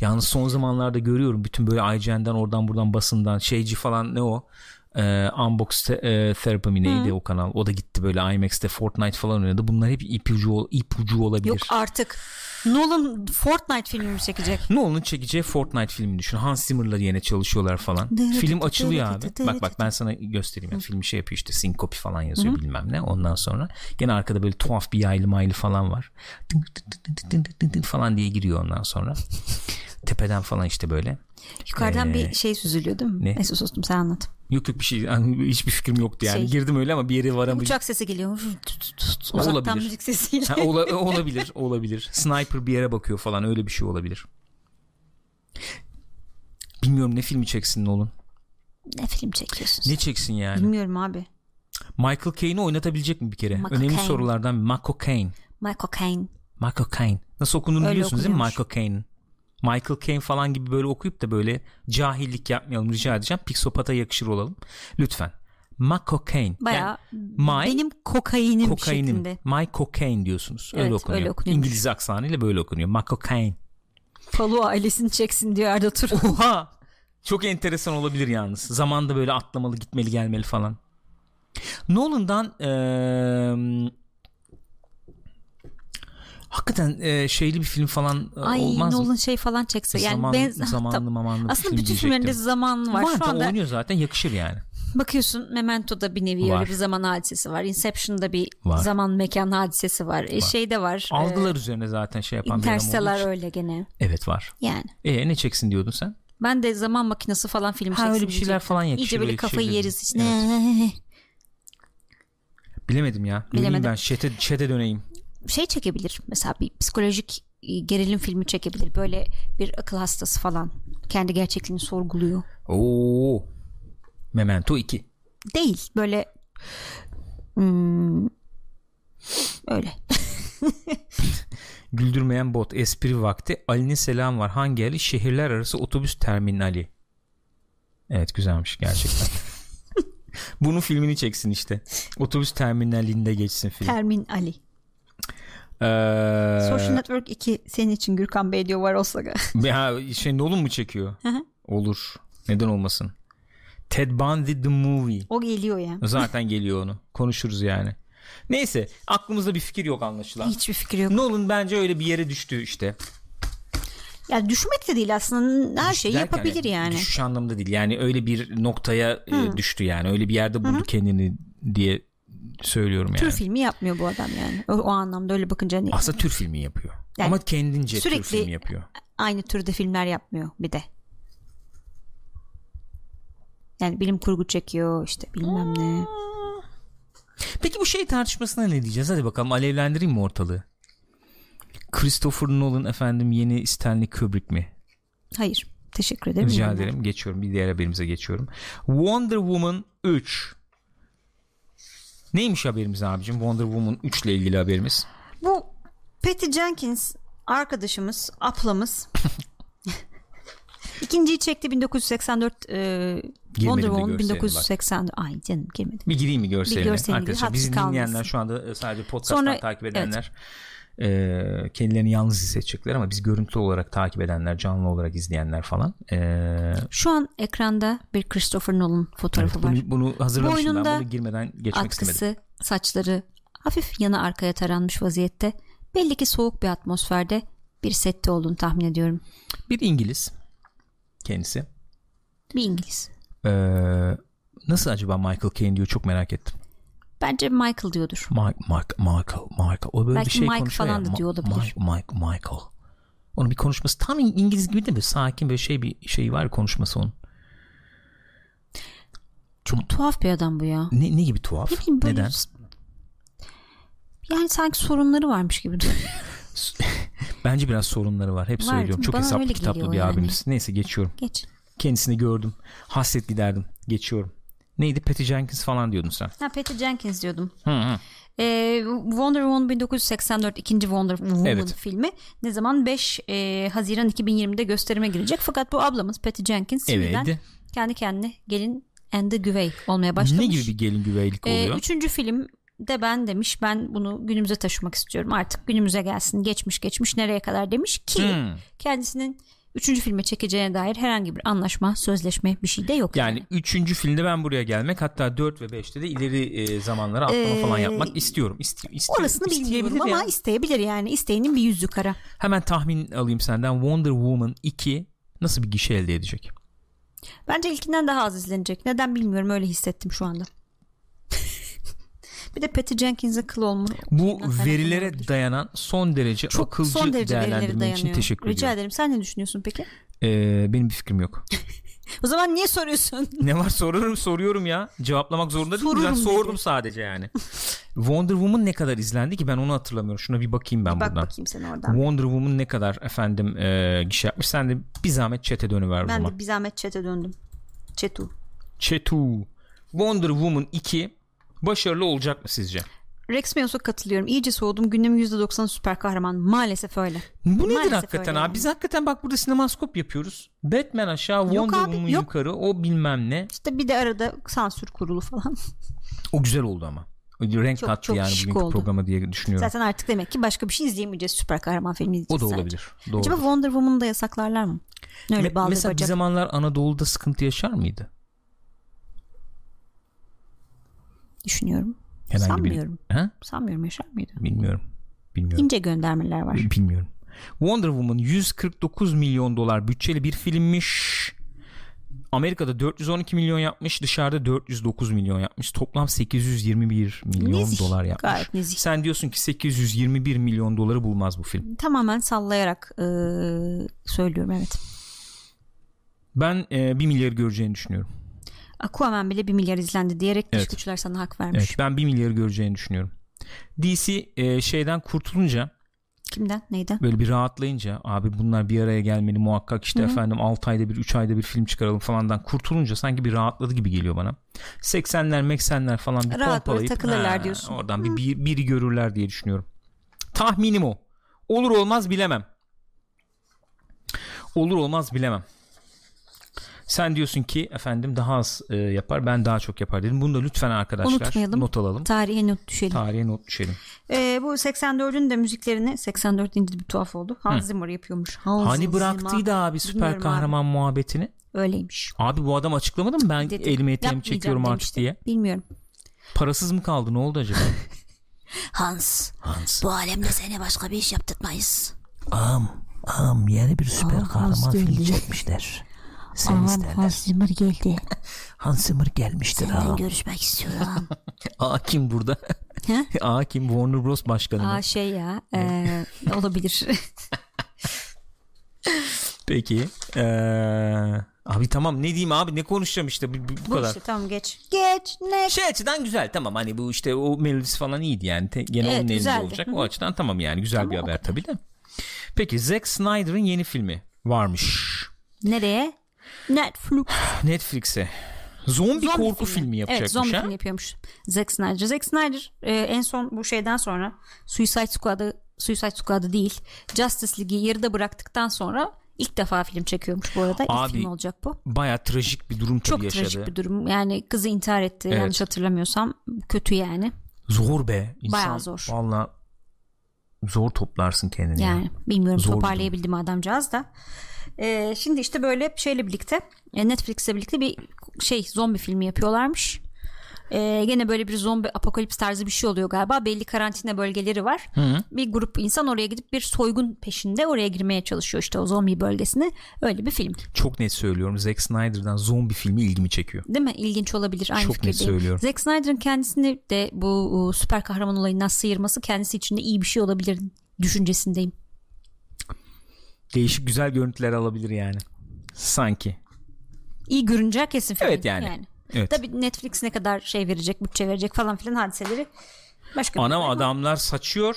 Speaker 1: Yalnız son zamanlarda görüyorum bütün böyle IGN'den oradan buradan basından şeyci falan ne o? Ee, Unbox te- e, Therapy mi neydi o kanal? O da gitti böyle IMAX'te Fortnite falan oynadı. Bunlar hep ipucu, ol- ipucu olabilir.
Speaker 2: Yok artık. Nolan Fortnite filmini çekecek.
Speaker 1: Nolan'ın çekeceği Fortnite filmi düşün. Hans Zimmer'la yine çalışıyorlar falan.
Speaker 2: Dırı
Speaker 1: Film
Speaker 2: dıtı
Speaker 1: açılıyor
Speaker 2: dırı
Speaker 1: abi.
Speaker 2: dıtı
Speaker 1: Bak
Speaker 2: dırı
Speaker 1: bak ben sana göstereyim. Yani filmi şey yapıyor işte sinkopi falan yazıyor bilmem ne. Ondan sonra gene arkada böyle tuhaf bir yaylı maylı falan var. Dın dın dın dın dın dın dın falan diye giriyor ondan sonra. Tepeden falan işte böyle.
Speaker 2: Yukarıdan
Speaker 1: Ee,
Speaker 2: bir şey süzülüyor değil mi?
Speaker 1: ne?
Speaker 2: Neyse sustum sen anlat.
Speaker 1: Yok yok bir şey yani hiçbir fikrim yoktu yani.
Speaker 2: Şey-
Speaker 1: Girdim öyle ama bir yere varamayacağım.
Speaker 2: Uçak sesi geliyor. Uzaktan
Speaker 1: Olabilir.
Speaker 2: müzik sesiyle.
Speaker 1: Ha, ola- e, olabilir, olabilir. Sniper bir yere bakıyor falan öyle bir şey olabilir. Bilmiyorum ne filmi çeksin Nolan.
Speaker 2: ne film çekiyorsun?
Speaker 1: Ne çeksin yani?
Speaker 2: Bilmiyorum abi.
Speaker 1: Michael Caine'i oynatabilecek mi bir kere?
Speaker 2: Michael
Speaker 1: Önemli
Speaker 2: Caine.
Speaker 1: sorulardan biri. Michael Caine.
Speaker 2: Michael Caine.
Speaker 1: Michael Caine. Nasıl okunduğunu
Speaker 2: Öyle
Speaker 1: biliyorsunuz değil mi
Speaker 2: okunuyormuş.
Speaker 1: Michael Caine'in? Michael Caine falan gibi böyle okuyup da böyle cahillik yapmayalım rica edeceğim. Pixopata yakışır olalım. Lütfen. Michael Caine.
Speaker 2: Bayağı
Speaker 1: my
Speaker 2: benim kokainim,
Speaker 1: kokainim.
Speaker 2: şeklinde.
Speaker 1: My cocaine diyorsunuz. öyle
Speaker 2: Evet,
Speaker 1: okunuyor.
Speaker 2: öyle okunuyormuş.
Speaker 1: İngiliz aksanıyla böyle okunuyor. Michael Caine.
Speaker 2: Palu ailesini çeksin diyor Arda Turan.
Speaker 1: Oha! Çok enteresan olabilir yalnız. Zamanda böyle atlamalı gitmeli gelmeli falan. Nolan'dan eee hakikaten eee, şeyli bir film falan eee,
Speaker 2: Ay
Speaker 1: olmaz mı?
Speaker 2: Nolan şey falan çekse. Yani
Speaker 1: Zaman-
Speaker 2: ben...
Speaker 1: zamanlı mamanlı bir
Speaker 2: Aslında
Speaker 1: film
Speaker 2: bütün
Speaker 1: diyecektim.
Speaker 2: filmlerinde zaman var.
Speaker 1: Var,
Speaker 2: Şu
Speaker 1: da
Speaker 2: anda
Speaker 1: oynuyor zaten yakışır yani.
Speaker 2: bakıyorsun Memento'da bir nevi
Speaker 1: Var.
Speaker 2: öyle bir zaman hadisesi var. Inception'da bir
Speaker 1: Var.
Speaker 2: zaman mekan hadisesi var. E, şeyde var.
Speaker 1: Algılar üzerine zaten şey
Speaker 2: E,
Speaker 1: yapan bir adam olduğu
Speaker 2: Interstellar
Speaker 1: için.
Speaker 2: öyle gene.
Speaker 1: Evet var.
Speaker 2: Yani.
Speaker 1: E ne çeksin diyordun sen?
Speaker 2: Ben de zaman makinesi falan film
Speaker 1: Ha
Speaker 2: çeksin
Speaker 1: öyle bir şeyler
Speaker 2: diyecektim.
Speaker 1: falan yakışır.
Speaker 2: İyice böyle
Speaker 1: öyle
Speaker 2: kafayı
Speaker 1: şey
Speaker 2: yeriz
Speaker 1: dedim.
Speaker 2: işte.
Speaker 1: Evet. Bilemedim ya. Bilemedim.
Speaker 2: Bilemedim.
Speaker 1: ben şete, şete döneyim.
Speaker 2: Şey çekebilir mesela bir psikolojik e, gerilim filmi çekebilir. Böyle bir akıl hastası falan kendi gerçekliğini sorguluyor.
Speaker 1: Oo. Memento 2.
Speaker 2: Değil böyle hmm, öyle.
Speaker 1: Güldürmeyen bot espri vakti. Ali'nin selam var. Hangi Ali? Şehirler arası otobüs terminali. Evet güzelmiş gerçekten. Bunun filmini çeksin işte. Otobüs terminalinde geçsin film.
Speaker 2: Termin Ali.
Speaker 1: Ee,
Speaker 2: Social Network 2 senin için Gürkan Bey diyor var olsa.
Speaker 1: ya şey Nolan mı çekiyor?
Speaker 2: hı.
Speaker 1: Olur. Neden olmasın? Ted Bundy the Movie.
Speaker 2: o geliyor ya.
Speaker 1: Zaten geliyor onu. Konuşuruz yani. Neyse aklımızda bir fikir yok anlaşılan.
Speaker 2: Hiçbir fikri yok.
Speaker 1: Nolan bence öyle bir yere düştü işte.
Speaker 2: Yani düşmek de değil aslında her şeyi
Speaker 1: Derken
Speaker 2: Şey yapabilir yani.
Speaker 1: Düşüş anlamında değil. Yani öyle bir noktaya e, düştü yani. Öyle bir yerde buldu kendini diye söylüyorum
Speaker 2: Tür
Speaker 1: yani.
Speaker 2: filmi yapmıyor bu adam yani. O, o anlamda öyle bakınca hani
Speaker 1: Aslında tür filmi yapıyor.
Speaker 2: Yani
Speaker 1: Ama kendince tür
Speaker 2: sürekli-
Speaker 1: filmi yapıyor.
Speaker 2: aynı türde filmler yapmıyor bir de. Yani bilim kurgu çekiyor işte bilmem ne.
Speaker 1: Peki bu şey tartışmasına ne diyeceğiz? Hadi bakalım alevlendireyim mi ortalığı? Christopher Nolan efendim yeni Stanley Kubrick mi?
Speaker 2: Hayır. Teşekkür ederim.
Speaker 1: Rica
Speaker 2: Yani.
Speaker 1: ederim. Geçiyorum. Bir diğer haberimize geçiyorum. Wonder Woman 3. Neymiş haberimiz abicim? Wonder Woman 3 ile ilgili haberimiz.
Speaker 2: Bu Patty Jenkins arkadaşımız, aplamız. İkinciyi çekti 1984 e, Wonder Woman
Speaker 1: gösterine
Speaker 2: 1980 ay canım girmedi.
Speaker 1: Bir gireyim mi görseline?
Speaker 2: Bir görseline gir,
Speaker 1: Arkadaşlar
Speaker 2: hapsi
Speaker 1: bizi
Speaker 2: kalmasın.
Speaker 1: dinleyenler şu anda e, sadece podcast'tan
Speaker 2: Sonra-
Speaker 1: takip edenler e, kendilerini yalnız hissedecekler ama biz görüntülü olarak takip edenler, canlı olarak izleyenler falan. E,
Speaker 2: Şu an ekranda bir Christopher Nolan
Speaker 1: evet,
Speaker 2: fotoğrafı var.
Speaker 1: bunu, bunu hazırlamıştım
Speaker 2: Boynunda
Speaker 1: ben. Bunu girmeden geçmek istemedim.
Speaker 2: Atkısı, saçları hafif yana arkaya taranmış vaziyette. Belli ki soğuk bir atmosferde bir sette olduğunu tahmin ediyorum.
Speaker 1: Bir İngiliz kendisi.
Speaker 2: Bir İngiliz.
Speaker 1: Ee, nasıl acaba Michael Caine diyor çok merak ettim.
Speaker 2: Bence Michael diyordur.
Speaker 1: Mike, Mike, Michael, Michael. O böyle
Speaker 2: Belki
Speaker 1: bir şey
Speaker 2: Mike
Speaker 1: konuşuyor
Speaker 2: falan
Speaker 1: ya.
Speaker 2: da
Speaker 1: Ma-
Speaker 2: diyor olabilir.
Speaker 1: Mike, Mike, Michael. Onun bir konuşması tam İng- İngiliz gibi değil mi? Sakin böyle şey bir şey var ya konuşması onun. Çok
Speaker 2: Tuhaf bir adam bu ya.
Speaker 1: ne, ne gibi tuhaf?
Speaker 2: Ne bileyim böyle
Speaker 1: Neden?
Speaker 2: yani sanki sorunları varmış gibi duruyor.
Speaker 1: Bence biraz sorunları var. Hep
Speaker 2: Var değil
Speaker 1: söylüyorum.
Speaker 2: mi?
Speaker 1: Çok
Speaker 2: Bana
Speaker 1: hesaplı
Speaker 2: öyle
Speaker 1: kitaplı
Speaker 2: geliyor
Speaker 1: bir
Speaker 2: yani.
Speaker 1: abimiz. Neyse geçiyorum.
Speaker 2: Geç.
Speaker 1: Kendisini gördüm. Hasret giderdim. Geçiyorum. Neydi? Patty Jenkins falan diyordun sen.
Speaker 2: Ha Patty Jenkins diyordum.
Speaker 1: Hı hı.
Speaker 2: Ee, Wonder Woman 1984 ikinci Wonder Woman
Speaker 1: Evet.
Speaker 2: filmi ne zaman 5 e, Haziran 2020'de gösterime girecek. Fakat bu ablamız Patty Jenkins şimdiden
Speaker 1: Evet.
Speaker 2: kendi kendine gelin and the güvey olmaya başlamış.
Speaker 1: Ne gibi bir gelin güveylik
Speaker 2: Ee,
Speaker 1: oluyor?
Speaker 2: üçüncü film de ben demiş ben bunu günümüze taşımak istiyorum artık günümüze gelsin geçmiş geçmiş nereye kadar demiş ki
Speaker 1: Hmm.
Speaker 2: kendisinin üçüncü filme çekeceğine dair herhangi bir anlaşma sözleşme bir şey de yok.
Speaker 1: Yani üçüncü filmde ben buraya gelmek hatta 4 ve 5'te de ileri e, zamanlara atlama
Speaker 2: Ee,
Speaker 1: falan yapmak istiyorum. İsti, isti,
Speaker 2: Orasını bilmiyorum
Speaker 1: isteyebilir
Speaker 2: ama
Speaker 1: ya.
Speaker 2: isteyebilir yani isteğinin bir yüzü kara.
Speaker 1: Hemen tahmin alayım senden Wonder Woman 2 nasıl bir gişe elde edecek?
Speaker 2: Bence ilkinden daha az izlenecek. Neden bilmiyorum öyle hissettim şu anda. bir de Patty Jenkins'e kıl olma.
Speaker 1: Bu
Speaker 2: Bundan
Speaker 1: verilere
Speaker 2: kaynaklanabilir.
Speaker 1: dayanan son derece akılcı
Speaker 2: son derece verilere
Speaker 1: değerlendirmen
Speaker 2: dayanıyor.
Speaker 1: için teşekkür
Speaker 2: Rica
Speaker 1: ediyorum.
Speaker 2: ederim. Sen ne düşünüyorsun peki?
Speaker 1: Ee, benim bir fikrim yok.
Speaker 2: O zaman niye soruyorsun?
Speaker 1: ne var soruyorum soruyorum ya. Cevaplamak zorunda değilim. Ben
Speaker 2: Sorurum
Speaker 1: sordum
Speaker 2: dedi.
Speaker 1: sadece yani. Wonder Woman ne kadar izlendi ki ben onu hatırlamıyorum. Şuna bir bakayım ben
Speaker 2: Bak
Speaker 1: buradan.
Speaker 2: bakayım sen oradan.
Speaker 1: Wonder Woman ne kadar efendim e, gişe yapmış. Sen de bir zahmet çete dönüver o
Speaker 2: Ben
Speaker 1: zaman.
Speaker 2: de bir zahmet çete döndüm. Çetu.
Speaker 1: Çetu. Wonder Woman 2 başarılı olacak mı sizce?
Speaker 2: Rex Meyos'a katılıyorum. İyice soğudum. Gündemin %90 süper kahraman. Maalesef öyle.
Speaker 1: Bu nedir
Speaker 2: Maalesef
Speaker 1: hakikaten
Speaker 2: öyle
Speaker 1: abi?
Speaker 2: yani.
Speaker 1: Biz hakikaten bak burada sinemaskop yapıyoruz. Batman aşağı, Wonder
Speaker 2: abi,
Speaker 1: Woman
Speaker 2: yok.
Speaker 1: yukarı, o bilmem ne.
Speaker 2: İşte bir de arada sansür kurulu falan.
Speaker 1: O güzel oldu ama. Renk
Speaker 2: Çok-
Speaker 1: kattı
Speaker 2: çok
Speaker 1: yani
Speaker 2: şık
Speaker 1: bugünkü
Speaker 2: oldu.
Speaker 1: programa diye düşünüyorum.
Speaker 2: Zaten artık demek ki başka bir şey izleyemeyeceğiz. Süper kahraman filmi
Speaker 1: o
Speaker 2: izleyeceğiz.
Speaker 1: da
Speaker 2: sadece.
Speaker 1: olabilir. Doğru.
Speaker 2: Acaba Wonder Woman'ı da yasaklarlar mı? Öyle
Speaker 1: Me-
Speaker 2: bağlı
Speaker 1: mesela bir
Speaker 2: bacak.
Speaker 1: zamanlar Anadolu'da sıkıntı yaşar mıydı?
Speaker 2: Düşünüyorum. Sanmıyorum.
Speaker 1: Bir... Ha?
Speaker 2: Sanmıyorum yaşar mıydı?
Speaker 1: Bilmiyorum. Bilmiyorum.
Speaker 2: İnce göndermeler var.
Speaker 1: Bilmiyorum. Wonder Woman 149 milyon dolar bütçeli bir filmmiş. Amerika'da 412 milyon yapmış, dışarıda 409 milyon yapmış. Toplam 821 milyon
Speaker 2: Nezih,
Speaker 1: dolar yapmış.
Speaker 2: gayet nezih.
Speaker 1: Sen diyorsun ki 821 milyon doları bulmaz bu film.
Speaker 2: Tamamen sallayarak eee, söylüyorum evet.
Speaker 1: Ben e, 1 milyarı göreceğini düşünüyorum.
Speaker 2: Aquaman bile 1 milyar izlendi diyerek dış
Speaker 1: Evet.
Speaker 2: güçler sana hak
Speaker 1: Evet,
Speaker 2: vermiş.
Speaker 1: ben 1 milyarı göreceğini düşünüyorum. DC e, şeyden kurtulunca
Speaker 2: Kimden? Neyden?
Speaker 1: böyle bir rahatlayınca abi bunlar bir araya gelmeli muhakkak işte efendim 6 ayda bir 3 ayda bir film çıkaralım falandan kurtulunca sanki bir rahatladı gibi geliyor bana. 80'ler 80'ler falan bir
Speaker 2: Rahat böyle
Speaker 1: pompalayıp
Speaker 2: takılırlar
Speaker 1: ha,
Speaker 2: diyorsun.
Speaker 1: Oradan bir, bir- biri görürler diye düşünüyorum. Tahminim o. Olur olmaz bilemem. Olur olmaz bilemem. Sen diyorsun ki efendim daha az e, yapar ben daha çok yapar dedim. Bunu da lütfen arkadaşlar
Speaker 2: Unutmayalım.
Speaker 1: not alalım.
Speaker 2: Tarihe not düşelim.
Speaker 1: Tarihe not düşelim.
Speaker 2: Eee, bu 84'ün de müziklerini 84 deyince bir tuhaf oldu. Hans Zimmer yapıyormuş. Hans
Speaker 1: Hani
Speaker 2: Zimmer.
Speaker 1: bıraktıydı abi süper
Speaker 2: Bilmiyorum abi.
Speaker 1: kahraman muhabbetini?
Speaker 2: Öyleymiş.
Speaker 1: Abi bu adam açıklamadı mı ben
Speaker 2: Dedi,
Speaker 1: elimi eteğimi
Speaker 2: yapmayacağım
Speaker 1: çekiyorum artık
Speaker 2: demişti.
Speaker 1: diye.
Speaker 2: Bilmiyorum.
Speaker 1: Parasız mı kaldı ne oldu acaba?
Speaker 2: Hans
Speaker 1: Hans.
Speaker 2: bu alemde seni başka bir iş yaptırtmayız.
Speaker 1: Am. Am yeni bir
Speaker 2: Ah,
Speaker 1: süper
Speaker 3: Aa, kahraman Hans filmi geldi.
Speaker 1: çekmişler. Sen
Speaker 3: Aman Hans Zimmer geldi.
Speaker 1: Hans Zimmer gelmiştir
Speaker 3: Ben görüşmek istiyorum.
Speaker 1: Aa kim burada?
Speaker 2: He?
Speaker 1: Aa kim Warner Bros başkanı mı?
Speaker 2: Aa şey ya eee, olabilir.
Speaker 1: Peki. Ee, abi tamam ne diyeyim abi ne konuşacağım işte bu, bu- bu
Speaker 2: bu
Speaker 1: kadar.
Speaker 2: işte tamam geç. Geç ne?
Speaker 1: Şey açıdan güzel tamam hani bu işte o melodisi falan iyiydi yani Te- gene
Speaker 2: Evet,
Speaker 1: onun elinde
Speaker 2: güzeldi.
Speaker 1: olacak o açıdan tamam yani güzel bir haber tabii de. Peki Zack Snyder'ın yeni filmi varmış.
Speaker 2: Nereye? Netflix.
Speaker 1: Netflix'e zombi,
Speaker 2: Zombi
Speaker 1: korku filmi, yapacakmış
Speaker 2: Evet zombi
Speaker 1: ha?
Speaker 2: filmi yapıyormuş Zack Snyder. Zack Snyder e, en son bu şeyden sonra Suicide Squad'ı Suicide Squad'ı değil Justice League'i yarıda bıraktıktan sonra ilk defa film çekiyormuş bu arada.
Speaker 1: Abi,
Speaker 2: ilk film olacak bu.
Speaker 1: Baya trajik bir durum
Speaker 2: Çok
Speaker 1: tabii yaşadı.
Speaker 2: trajik bir durum. Yani kızı intihar etti
Speaker 1: Evet.
Speaker 2: yanlış hatırlamıyorsam. Kötü yani.
Speaker 1: Zor be. İnsan,
Speaker 2: Bayağı zor.
Speaker 1: Valla zor toplarsın kendini. ya.
Speaker 2: Yani bilmiyorum
Speaker 1: Zor bir
Speaker 2: toparlayabildi mi adamcağız da. Ee, şimdi işte böyle şeyle birlikte e, Netflix'le birlikte bir şey zombi filmi yapıyorlarmış. Ee, gene böyle bir zombi apokalips tarzı bir şey oluyor galiba. Belli karantina bölgeleri var. Bir grup insan oraya gidip bir soygun peşinde oraya girmeye çalışıyor işte o zombi bölgesine. Öyle bir film.
Speaker 1: Çok net söylüyorum Zack Snyder'dan zombi filmi ilgimi çekiyor.
Speaker 2: Değil mi? İlginç olabilir. Aynı
Speaker 1: Çok net
Speaker 2: fikirdeyim.
Speaker 1: söylüyorum.
Speaker 2: Zack Snyder'ın kendisini de bu e, süper kahraman olayından sıyırması kendisi için de iyi bir şey olabilir düşüncesindeyim.
Speaker 1: Değişik güzel görüntüler alabilir yani. Sanki.
Speaker 2: İyi görünce kesin film.
Speaker 1: Evet yani. Evet.
Speaker 2: Tabii Netflix ne kadar şey verecek, bütçe verecek falan filan hadiseleri başka şey
Speaker 1: Anam
Speaker 2: adam
Speaker 1: adamlar saçıyor.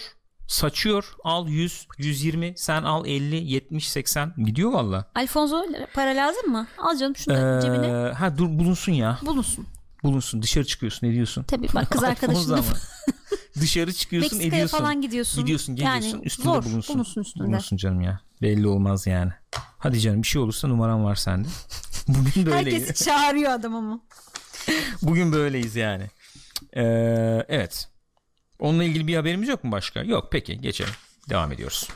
Speaker 1: Saçıyor. Al 100, 120, sen al 50, 70, 80 gidiyor valla.
Speaker 2: Alfonso para lazım mı? Al canım şunu da
Speaker 1: Ee,
Speaker 2: cebine
Speaker 1: ha dur bulunsun ya.
Speaker 2: bulunsun.
Speaker 1: Bulunsun. Dışarı çıkıyorsun, ediyorsun.
Speaker 2: Tabii bak kız
Speaker 1: Alfonso
Speaker 2: arkadaşınla
Speaker 1: ama. Dışarı çıkıyorsun,
Speaker 2: Meksika'ya
Speaker 1: ediyorsun.
Speaker 2: falan gidiyorsun.
Speaker 1: Gidiyorsun, geliyorsun.
Speaker 2: Yani
Speaker 1: üstünde
Speaker 2: zor,
Speaker 1: bulunsun.
Speaker 2: bulunsun üstünde.
Speaker 1: Bulunsun canım ya. Belli olmaz yani. Hadi canım bir şey olursa numaram var sende. Bugün böyleyiz.
Speaker 2: herkesi çağırıyor adam ama.
Speaker 1: Bugün böyleyiz yani. Ee, evet. Onunla ilgili bir haberimiz yok mu başka? Yok peki geçelim. Devam ediyoruz.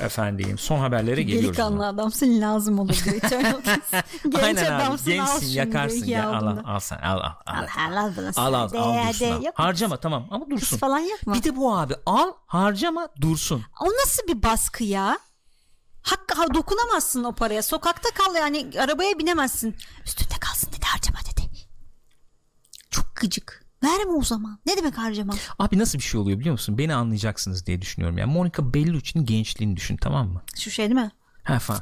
Speaker 1: Efendim son haberlere geliyoruz. o zaman.
Speaker 2: Delikanlı adam senin lazım olur diyor. Eternal Kiss. Genç
Speaker 1: Aynen abi
Speaker 2: adamsın al
Speaker 1: gençsin
Speaker 2: şunu
Speaker 1: yakarsın
Speaker 2: diyor,
Speaker 1: ya al al,
Speaker 2: yavrumda.
Speaker 1: al sen al al al.
Speaker 2: Al al al bunu.
Speaker 1: Al al,
Speaker 2: De,
Speaker 1: al
Speaker 2: de,
Speaker 1: dursun al.
Speaker 2: yapma.
Speaker 1: Harcama tamam ama dursun.
Speaker 2: Kız falan yapma.
Speaker 1: Bir de bu abi al harcama dursun.
Speaker 2: O nasıl bir baskı ya? Hakka ha, dokunamazsın o paraya. Sokakta kal yani arabaya binemezsin. Üstünde kalsın dedi harcama dedi. Çok gıcık. Verme o zaman. Ne demek harcama?
Speaker 1: Abi nasıl bir şey oluyor biliyor musun? Beni anlayacaksınız diye düşünüyorum. Yani Monica Bellucci'nin gençliğini düşün tamam mı?
Speaker 2: Şu şey değil mi?
Speaker 1: Ha falan.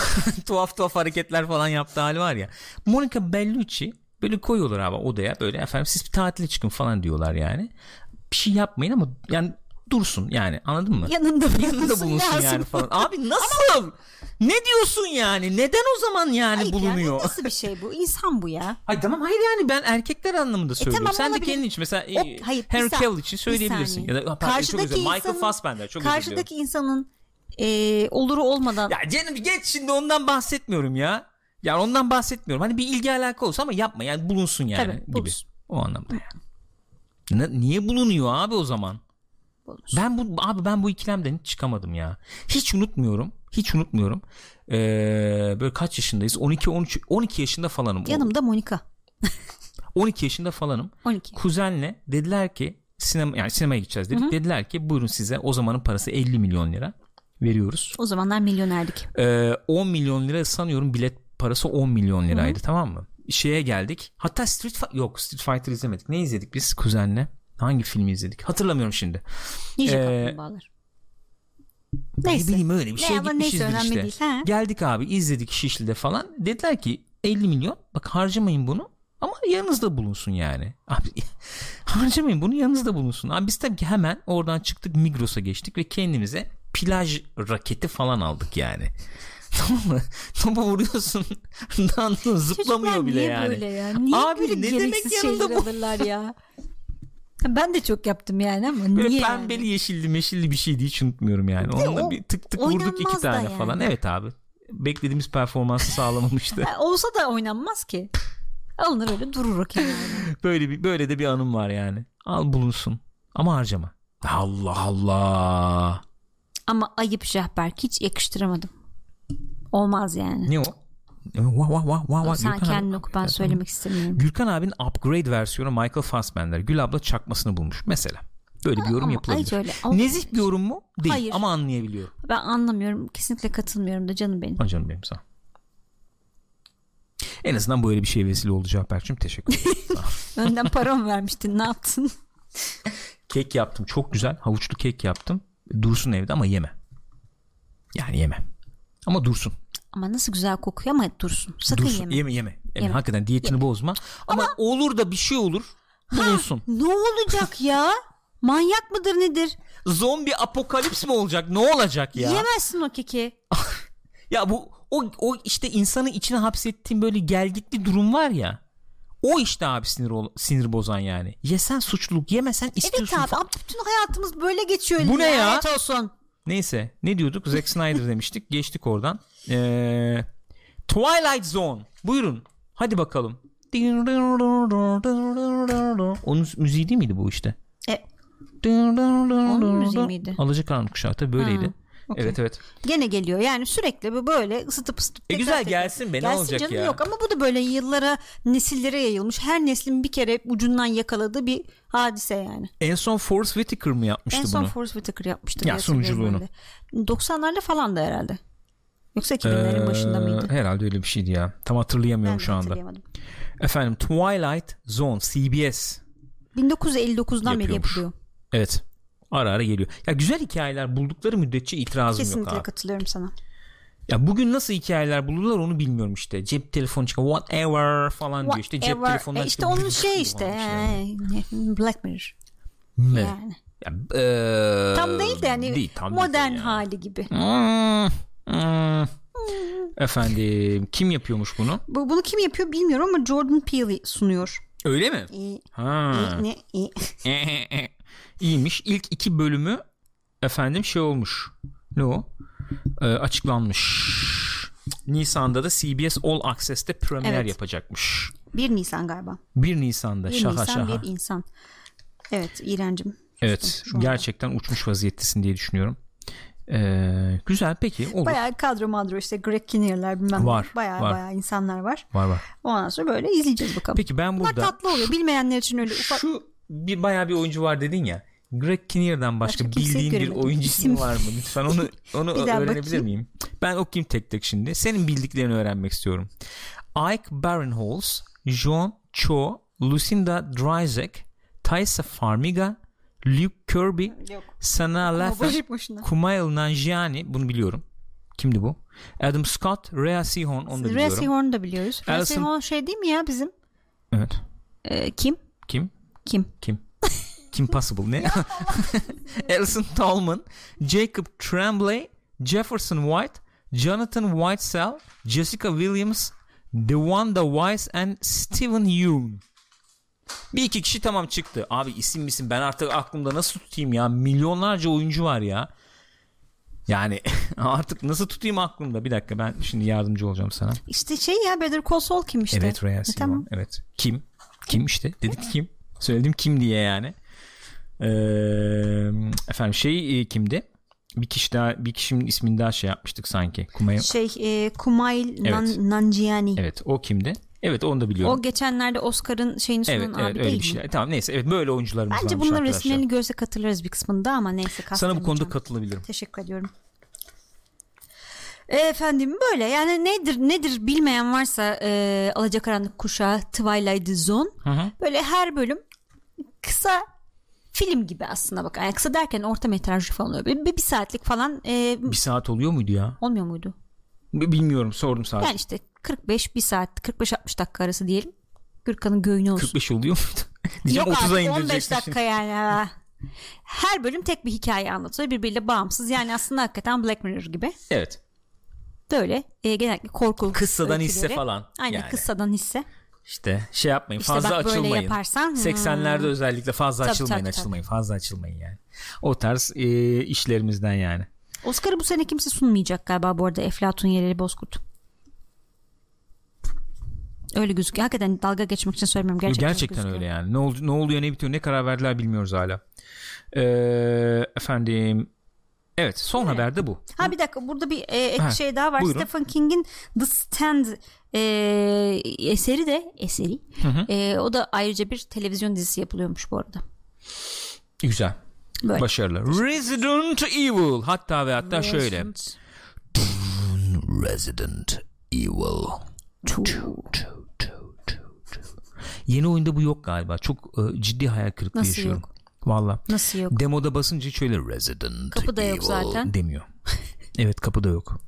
Speaker 1: tuhaf tuhaf hareketler falan yaptığı hali var ya. Monica Bellucci böyle koyuyorlar abi odaya böyle efendim siz bir tatile çıkın falan diyorlar yani. Bir şey yapmayın ama yani dursun yani anladın mı?
Speaker 2: Yanında
Speaker 1: Yanında bulunsun yani falan. Abi nasıl? Ne diyorsun yani? Neden o zaman yani
Speaker 2: Ayıp ya,
Speaker 1: bulunuyor?
Speaker 2: bu nasıl bir şey bu? İnsan bu ya.
Speaker 1: Hayır tamam hayır yani ben erkekler anlamında söylüyorum.
Speaker 2: E, tamam,
Speaker 1: Sen de
Speaker 2: olabilir.
Speaker 1: kendin için mesela
Speaker 2: O-
Speaker 1: e,
Speaker 2: hayır, bir
Speaker 1: Henry
Speaker 2: sa-
Speaker 1: Cavill için
Speaker 2: bir
Speaker 1: söyleyebilirsin. Ya
Speaker 2: saniye.
Speaker 1: da ah, pardon, çok özür dilerim. Michael
Speaker 2: insanın-
Speaker 1: Fassbender çok özür diliyorum.
Speaker 2: Karşıdaki insanın e, oluru olmadan
Speaker 1: Ya canım geç şimdi ondan bahsetmiyorum ya. Ya ondan bahsetmiyorum. Hani bir ilgi alaka olsa ama yapma yani bulunsun yani
Speaker 2: Tabii,
Speaker 1: gibi.
Speaker 2: bulunsun.
Speaker 1: O anlamda yani. Ne- niye bulunuyor abi o zaman?
Speaker 2: Bulunsun.
Speaker 1: Ben bu abi ben bu ikilemden hiç çıkamadım ya. Hiç unutmuyorum. Hiç unutmuyorum. Ee, böyle kaç yaşındayız? 12 13 12 yaşında falanım. O-
Speaker 2: yanımda Monika.
Speaker 1: 12 yaşında falanım.
Speaker 2: 12.
Speaker 1: Kuzenle dediler ki sinema yani sinemaya gideceğiz dedik. Dediler ki buyurun size o zamanın parası 50 milyon lira veriyoruz.
Speaker 2: O zamanlar milyonerdik.
Speaker 1: Ee, 10 milyon lira sanıyorum bilet parası 10 milyon liraydı tamam mı? Şeye geldik. Hatta Street Fighter yok Street Fighter izlemedik. Ne izledik biz kuzenle? Hangi filmi izledik? Hatırlamıyorum şimdi.
Speaker 2: Ninja
Speaker 1: Ee,
Speaker 2: kaplumbağalar.
Speaker 1: Ne
Speaker 2: Neyse.
Speaker 1: bileyim öyle bir
Speaker 2: Ne
Speaker 1: şey
Speaker 2: ama
Speaker 1: gitmişizdir
Speaker 2: neyse, önemli
Speaker 1: işte.
Speaker 2: değil, he.
Speaker 1: Geldik abi izledik Şişli'de falan. Dediler ki 50 milyon bak harcamayın bunu ama yanınızda bulunsun yani. Abi harcamayın bunu yanınızda bulunsun. Abi biz tabii ki hemen oradan çıktık Migros'a geçtik ve kendimize plaj raketi falan aldık yani. Tamam mı? Topa vuruyorsun. Dandın zıplamıyor
Speaker 2: Çocuklar
Speaker 1: bile
Speaker 2: niye
Speaker 1: yani.
Speaker 2: böyle ya? Niye
Speaker 1: Abi
Speaker 2: böyle
Speaker 1: ne demek
Speaker 2: gereksiz
Speaker 1: yanında
Speaker 2: şeyler
Speaker 1: bu?
Speaker 2: alırlar ya? Ben de çok yaptım yani ama
Speaker 1: Böyle
Speaker 2: niye?
Speaker 1: pembeli
Speaker 2: yani?
Speaker 1: yeşilli meşilli bir şeydi hiç unutmuyorum yani.
Speaker 2: de
Speaker 1: Onunla
Speaker 2: o
Speaker 1: bir tık tık vurduk iki
Speaker 2: oynanmaz da
Speaker 1: tane
Speaker 2: yani.
Speaker 1: falan. Evet abi. Beklediğimiz performansı sağlamamıştı.
Speaker 2: Ha, Olsa da oynanmaz ki. Alınır öyle durur o kenarda.
Speaker 1: böyle bir böyle de bir anım var yani. Al bulunsun ama harcama. Allah Allah.
Speaker 2: ama ayıp Şahberk hiç yakıştıramadım. Olmaz yani.
Speaker 1: Ne o? Vah vah vah vah vah.
Speaker 2: Sen
Speaker 1: Gürkan abi-
Speaker 2: kendin oku ben söylemek istemiyorum.
Speaker 1: Gürkan abinin upgrade versiyonu Michael Fassbender. Gül abla çakmasını bulmuş mesela. Böyle bir yorum
Speaker 2: ama
Speaker 1: yapılabilir.
Speaker 2: hiç öyle olmaz.
Speaker 1: Nezih bir yorum mu? Değil
Speaker 2: Hayır.
Speaker 1: ama anlayabiliyorum.
Speaker 2: Ben anlamıyorum. Kesinlikle katılmıyorum da canım benim.
Speaker 1: Ha canım benim sağ ol. En azından böyle bir şeye vesile olacak Berk'cim. Teşekkür ederim. Sağ ol.
Speaker 2: Önden para mı vermiştin ne yaptın?
Speaker 1: kek yaptım. Çok güzel havuçlu kek yaptım. Dursun evde ama yeme. Yani yeme. Ama dursun.
Speaker 2: ama nasıl güzel kokuyor ama dursun. Sakın
Speaker 1: Dursun.
Speaker 2: yeme.
Speaker 1: Yeme yeme. Yani
Speaker 2: Yeme.
Speaker 1: Hakikaten diyetini bozma. Ama, olur da bir şey olur. Bulunsun.
Speaker 2: Ne olacak ya? Manyak mıdır nedir?
Speaker 1: Zombi apokalips mi olacak? Ne olacak ya?
Speaker 2: Yemezsin o keki.
Speaker 1: Ya bu o, o işte insanı içine hapsettiğin böyle gelgitli durum var ya. O işte abi sinir ol- sinir bozan yani. Yesen suçluluk, yemesen
Speaker 2: Evet
Speaker 1: istiyorsun.
Speaker 2: abi
Speaker 1: falan.
Speaker 2: abi bütün hayatımız böyle geçiyor.
Speaker 1: Bu ne ya?
Speaker 2: Lanet olsun.
Speaker 1: Neyse, ne diyorduk? Zack Snyder demiştik. Geçtik oradan. Ee, Twilight Zone. Buyurun. Hadi bakalım. Onun müziği değil miydi bu işte?
Speaker 2: E,
Speaker 1: Onun
Speaker 2: müziği miydi?
Speaker 1: Alacakaranlık kuşağı tabii böyleydi.
Speaker 2: Okey.
Speaker 1: Evet evet.
Speaker 2: Gene geliyor yani sürekli bu böyle ısıtıp ısıtıp.
Speaker 1: E
Speaker 2: tekrar
Speaker 1: güzel
Speaker 2: tekrar.
Speaker 1: gelsin be ne
Speaker 2: Gelsin
Speaker 1: olacak
Speaker 2: canım
Speaker 1: ya.
Speaker 2: yok ama bu da böyle yıllara nesillere yayılmış. Her neslin bir kere ucundan yakaladığı bir hadise yani.
Speaker 1: En son Force Whitaker mı yapmıştı
Speaker 2: en son
Speaker 1: bunu?
Speaker 2: Forrest Whitaker yapmıştı.
Speaker 1: Ya,
Speaker 2: diye hatırlıyorum
Speaker 1: sunuculuğunu.
Speaker 2: ben de. 90'larda falan da herhalde. Yoksa 2000'lerin
Speaker 1: Ee,
Speaker 2: başında mıydı?
Speaker 1: Herhalde öyle bir şeydi ya. Tam hatırlayamıyorum
Speaker 2: Ben de
Speaker 1: şu anda.
Speaker 2: hatırlayamadım.
Speaker 1: Efendim Twilight Zone CBS.
Speaker 2: 1959'dan beri
Speaker 1: Yapıyormuş.
Speaker 2: yapılıyor.
Speaker 1: Evet. Ara ara geliyor. Ya güzel hikayeler buldukları müddetçe itirazım yok
Speaker 2: Kesinlikle
Speaker 1: abi.
Speaker 2: katılıyorum sana.
Speaker 1: Ya bugün nasıl hikayeler bulurlar onu bilmiyorum işte. Cep telefonu çıkıyor whatever falan diyor işte. Cep
Speaker 2: Whatever.
Speaker 1: telefonundan
Speaker 2: E işte
Speaker 1: çıkıyor.
Speaker 2: onun şey işte. ee, Black Mirror.
Speaker 1: Ne?
Speaker 2: Yani.
Speaker 1: Ya, eee,
Speaker 2: Tam değil de yani
Speaker 1: Ee, değil, tam değil
Speaker 2: modern
Speaker 1: yani.
Speaker 2: hali gibi.
Speaker 1: Hmm, hmm. Efendim kim yapıyormuş bunu?
Speaker 2: Bu, bunu kim yapıyor bilmiyorum ama Jordan Peele sunuyor.
Speaker 1: Öyle mi?
Speaker 2: İyi,
Speaker 1: Ha.
Speaker 2: iyi, ne, iyi.
Speaker 1: İyiymiş. İlk iki bölümü efendim şey olmuş. Ne o? Ee, açıklanmış. Nisan'da da CBS All Access'te premier
Speaker 2: Evet.
Speaker 1: yapacakmış.
Speaker 2: 1 Nisan galiba.
Speaker 1: 1 Nisan'da
Speaker 2: 1
Speaker 1: şaha
Speaker 2: Nisan
Speaker 1: şaha.
Speaker 2: bir insan. Evet iğrencim.
Speaker 1: Evet
Speaker 2: şu anda.
Speaker 1: gerçekten uçmuş vaziyettesin diye düşünüyorum. Ee, güzel peki olur.
Speaker 2: Bayağı kadro madro işte Greg Kinnear'lar bilmem ne.
Speaker 1: Var,
Speaker 2: Bayağı
Speaker 1: var.
Speaker 2: bayağı insanlar var.
Speaker 1: Var var.
Speaker 2: Ondan sonra böyle izleyeceğiz bakalım.
Speaker 1: Peki ben
Speaker 2: Bunlar
Speaker 1: burada
Speaker 2: tatlı oluyor. Bilmeyenler için öyle ufak.
Speaker 1: şu bir bayağı bir oyuncu var dedin ya. Greg Kinnear'dan başka,
Speaker 2: Başka kimseyi
Speaker 1: bildiğin bir
Speaker 2: göremedim.
Speaker 1: oyuncu ismi
Speaker 2: İsim.
Speaker 1: var mı? Lütfen onu onu
Speaker 2: Bir daha
Speaker 1: öğrenebilir
Speaker 2: bakayım.
Speaker 1: miyim? Ben okuyayım tek tek şimdi. Senin bildiklerini öğrenmek istiyorum. Ike Barinholtz, John Cho, Lucinda Dryzek, Taysa Farmiga, Luke Kirby,
Speaker 2: Yok.
Speaker 1: Sana
Speaker 2: Ama
Speaker 1: Lathan,
Speaker 2: boş boşuna.
Speaker 1: Kumail Nanjiani bunu biliyorum. Kimdi bu? Adam Scott, Rhea Sihon onu da biliyorum.
Speaker 2: Resi Horn'u da biliyoruz.
Speaker 1: Alison-
Speaker 2: Resi Horn şey değil mi ya bizim?
Speaker 1: Evet.
Speaker 2: Ee, kim?
Speaker 1: Kim?
Speaker 2: Kim?
Speaker 1: Kim? Kim Possible ne? Alison Tallman, Jacob Tremblay, Jefferson White, Jonathan Whitesell, Jessica Williams, Dewanda Wise and Steven Yeun. Bir iki kişi tamam çıktı. Abi isim misin ben artık aklımda nasıl tutayım ya? Milyonlarca oyuncu var ya. Yani artık nasıl tutayım aklımda? Bir dakika ben şimdi yardımcı olacağım sana.
Speaker 2: İşte şey ya Better Call Saul kim işte?
Speaker 1: Evet Reyes
Speaker 2: E, tamam.
Speaker 1: Evet. Kim? Kim işte? Dedik kim? Söyledim kim diye yani. Ee, efendim şey e, kimdi? Bir kişi daha bir kişinin ismini daha şey yapmıştık sanki. Kumaya.
Speaker 2: Şey e, Kumail Nan-
Speaker 1: Evet.
Speaker 2: Nanjiani.
Speaker 1: Evet o kimdi? Evet onu da biliyorum.
Speaker 2: O geçenlerde Oscar'ın şeyini sunan
Speaker 1: evet
Speaker 2: abi
Speaker 1: evet öyle
Speaker 2: değil
Speaker 1: bir şey.
Speaker 2: mi?
Speaker 1: şeyler. Tamam neyse evet böyle oyuncularımız
Speaker 2: Bence
Speaker 1: varmış
Speaker 2: bunların
Speaker 1: arkadaşlar.
Speaker 2: resimlerini görsek hatırlarız bir kısmında ama neyse
Speaker 1: Sana bu konuda
Speaker 2: kastırmayacağım.
Speaker 1: katılabilirim.
Speaker 2: Teşekkür ediyorum. E, Efendim böyle yani nedir nedir bilmeyen varsa e, Alacakaranlık Kuşağı Twilight Zone
Speaker 1: Hı hı.
Speaker 2: böyle her bölüm kısa film gibi aslında bak yani kısa derken orta metrajlı falan oluyor bir, bir saatlik falan e,
Speaker 1: Bir saat oluyor muydu ya?
Speaker 2: olmuyor muydu?
Speaker 1: B- Bilmiyorum sordum sadece.
Speaker 2: Yani işte 45 bir saat 45-60 dakika arası diyelim. Gürkan'ın göğünü olsun.
Speaker 1: 45 oluyor muydu? Diyeceğim
Speaker 2: Yok
Speaker 1: 30'a
Speaker 2: artık 15
Speaker 1: indireceksin
Speaker 2: dakika
Speaker 1: şimdi.
Speaker 2: yani. Her bölüm tek bir hikaye anlatıyor. Birbiriyle bağımsız. Yani aslında hakikaten Black Mirror gibi.
Speaker 1: Evet.
Speaker 2: Böyle e, genellikle korku.
Speaker 1: Kıssadan hisse
Speaker 2: öyküleri.
Speaker 1: falan.
Speaker 2: Aynen
Speaker 1: yani.
Speaker 2: kıssadan hisse.
Speaker 1: İşte şey yapmayın
Speaker 2: İşte
Speaker 1: fazla
Speaker 2: bak böyle
Speaker 1: açılmayın.
Speaker 2: yaparsan, hmm.
Speaker 1: 80'lerde özellikle fazla
Speaker 2: Tabii,
Speaker 1: açılmayın
Speaker 2: tabii, tabii.
Speaker 1: açılmayın fazla açılmayın yani. O tarz e, işlerimizden yani. E,
Speaker 2: Oscar'ı bu sene kimse sunmayacak galiba bu arada Eflatun Yereli Bozkurt. Öyle gözüküyor. Hakikaten dalga geçmek için söylemiyorum. Gerçekten,
Speaker 1: Gerçekten,
Speaker 2: gözüküyor.
Speaker 1: öyle yani. Ne, ol, ne oluyor ne bitiyor ne karar verdiler bilmiyoruz hala. Ee, efendim evet son haber de bu.
Speaker 2: Ha bir dakika burada bir e, ek
Speaker 1: Ha,
Speaker 2: şey daha var.
Speaker 1: buyurun.
Speaker 2: Stephen King'in The Stand e, eseri de eseri. E, o da ayrıca bir televizyon dizisi yapılıyormuş bu arada.
Speaker 1: Güzel.
Speaker 2: Böyle.
Speaker 1: Başarılı. Resident Evil hatta ve hatta şöyle. Resident Evil. Yeni oyunda bu yok galiba. Çok e, ciddi hayal kırıklığı
Speaker 2: Nasıl
Speaker 1: yaşıyorum.
Speaker 2: yok?
Speaker 1: Valla.
Speaker 2: Nasıl yok?
Speaker 1: Demoda basınca şöyle Resident
Speaker 2: Kapıda yok
Speaker 1: Evil
Speaker 2: zaten.
Speaker 1: demiyor. evet kapıda yok.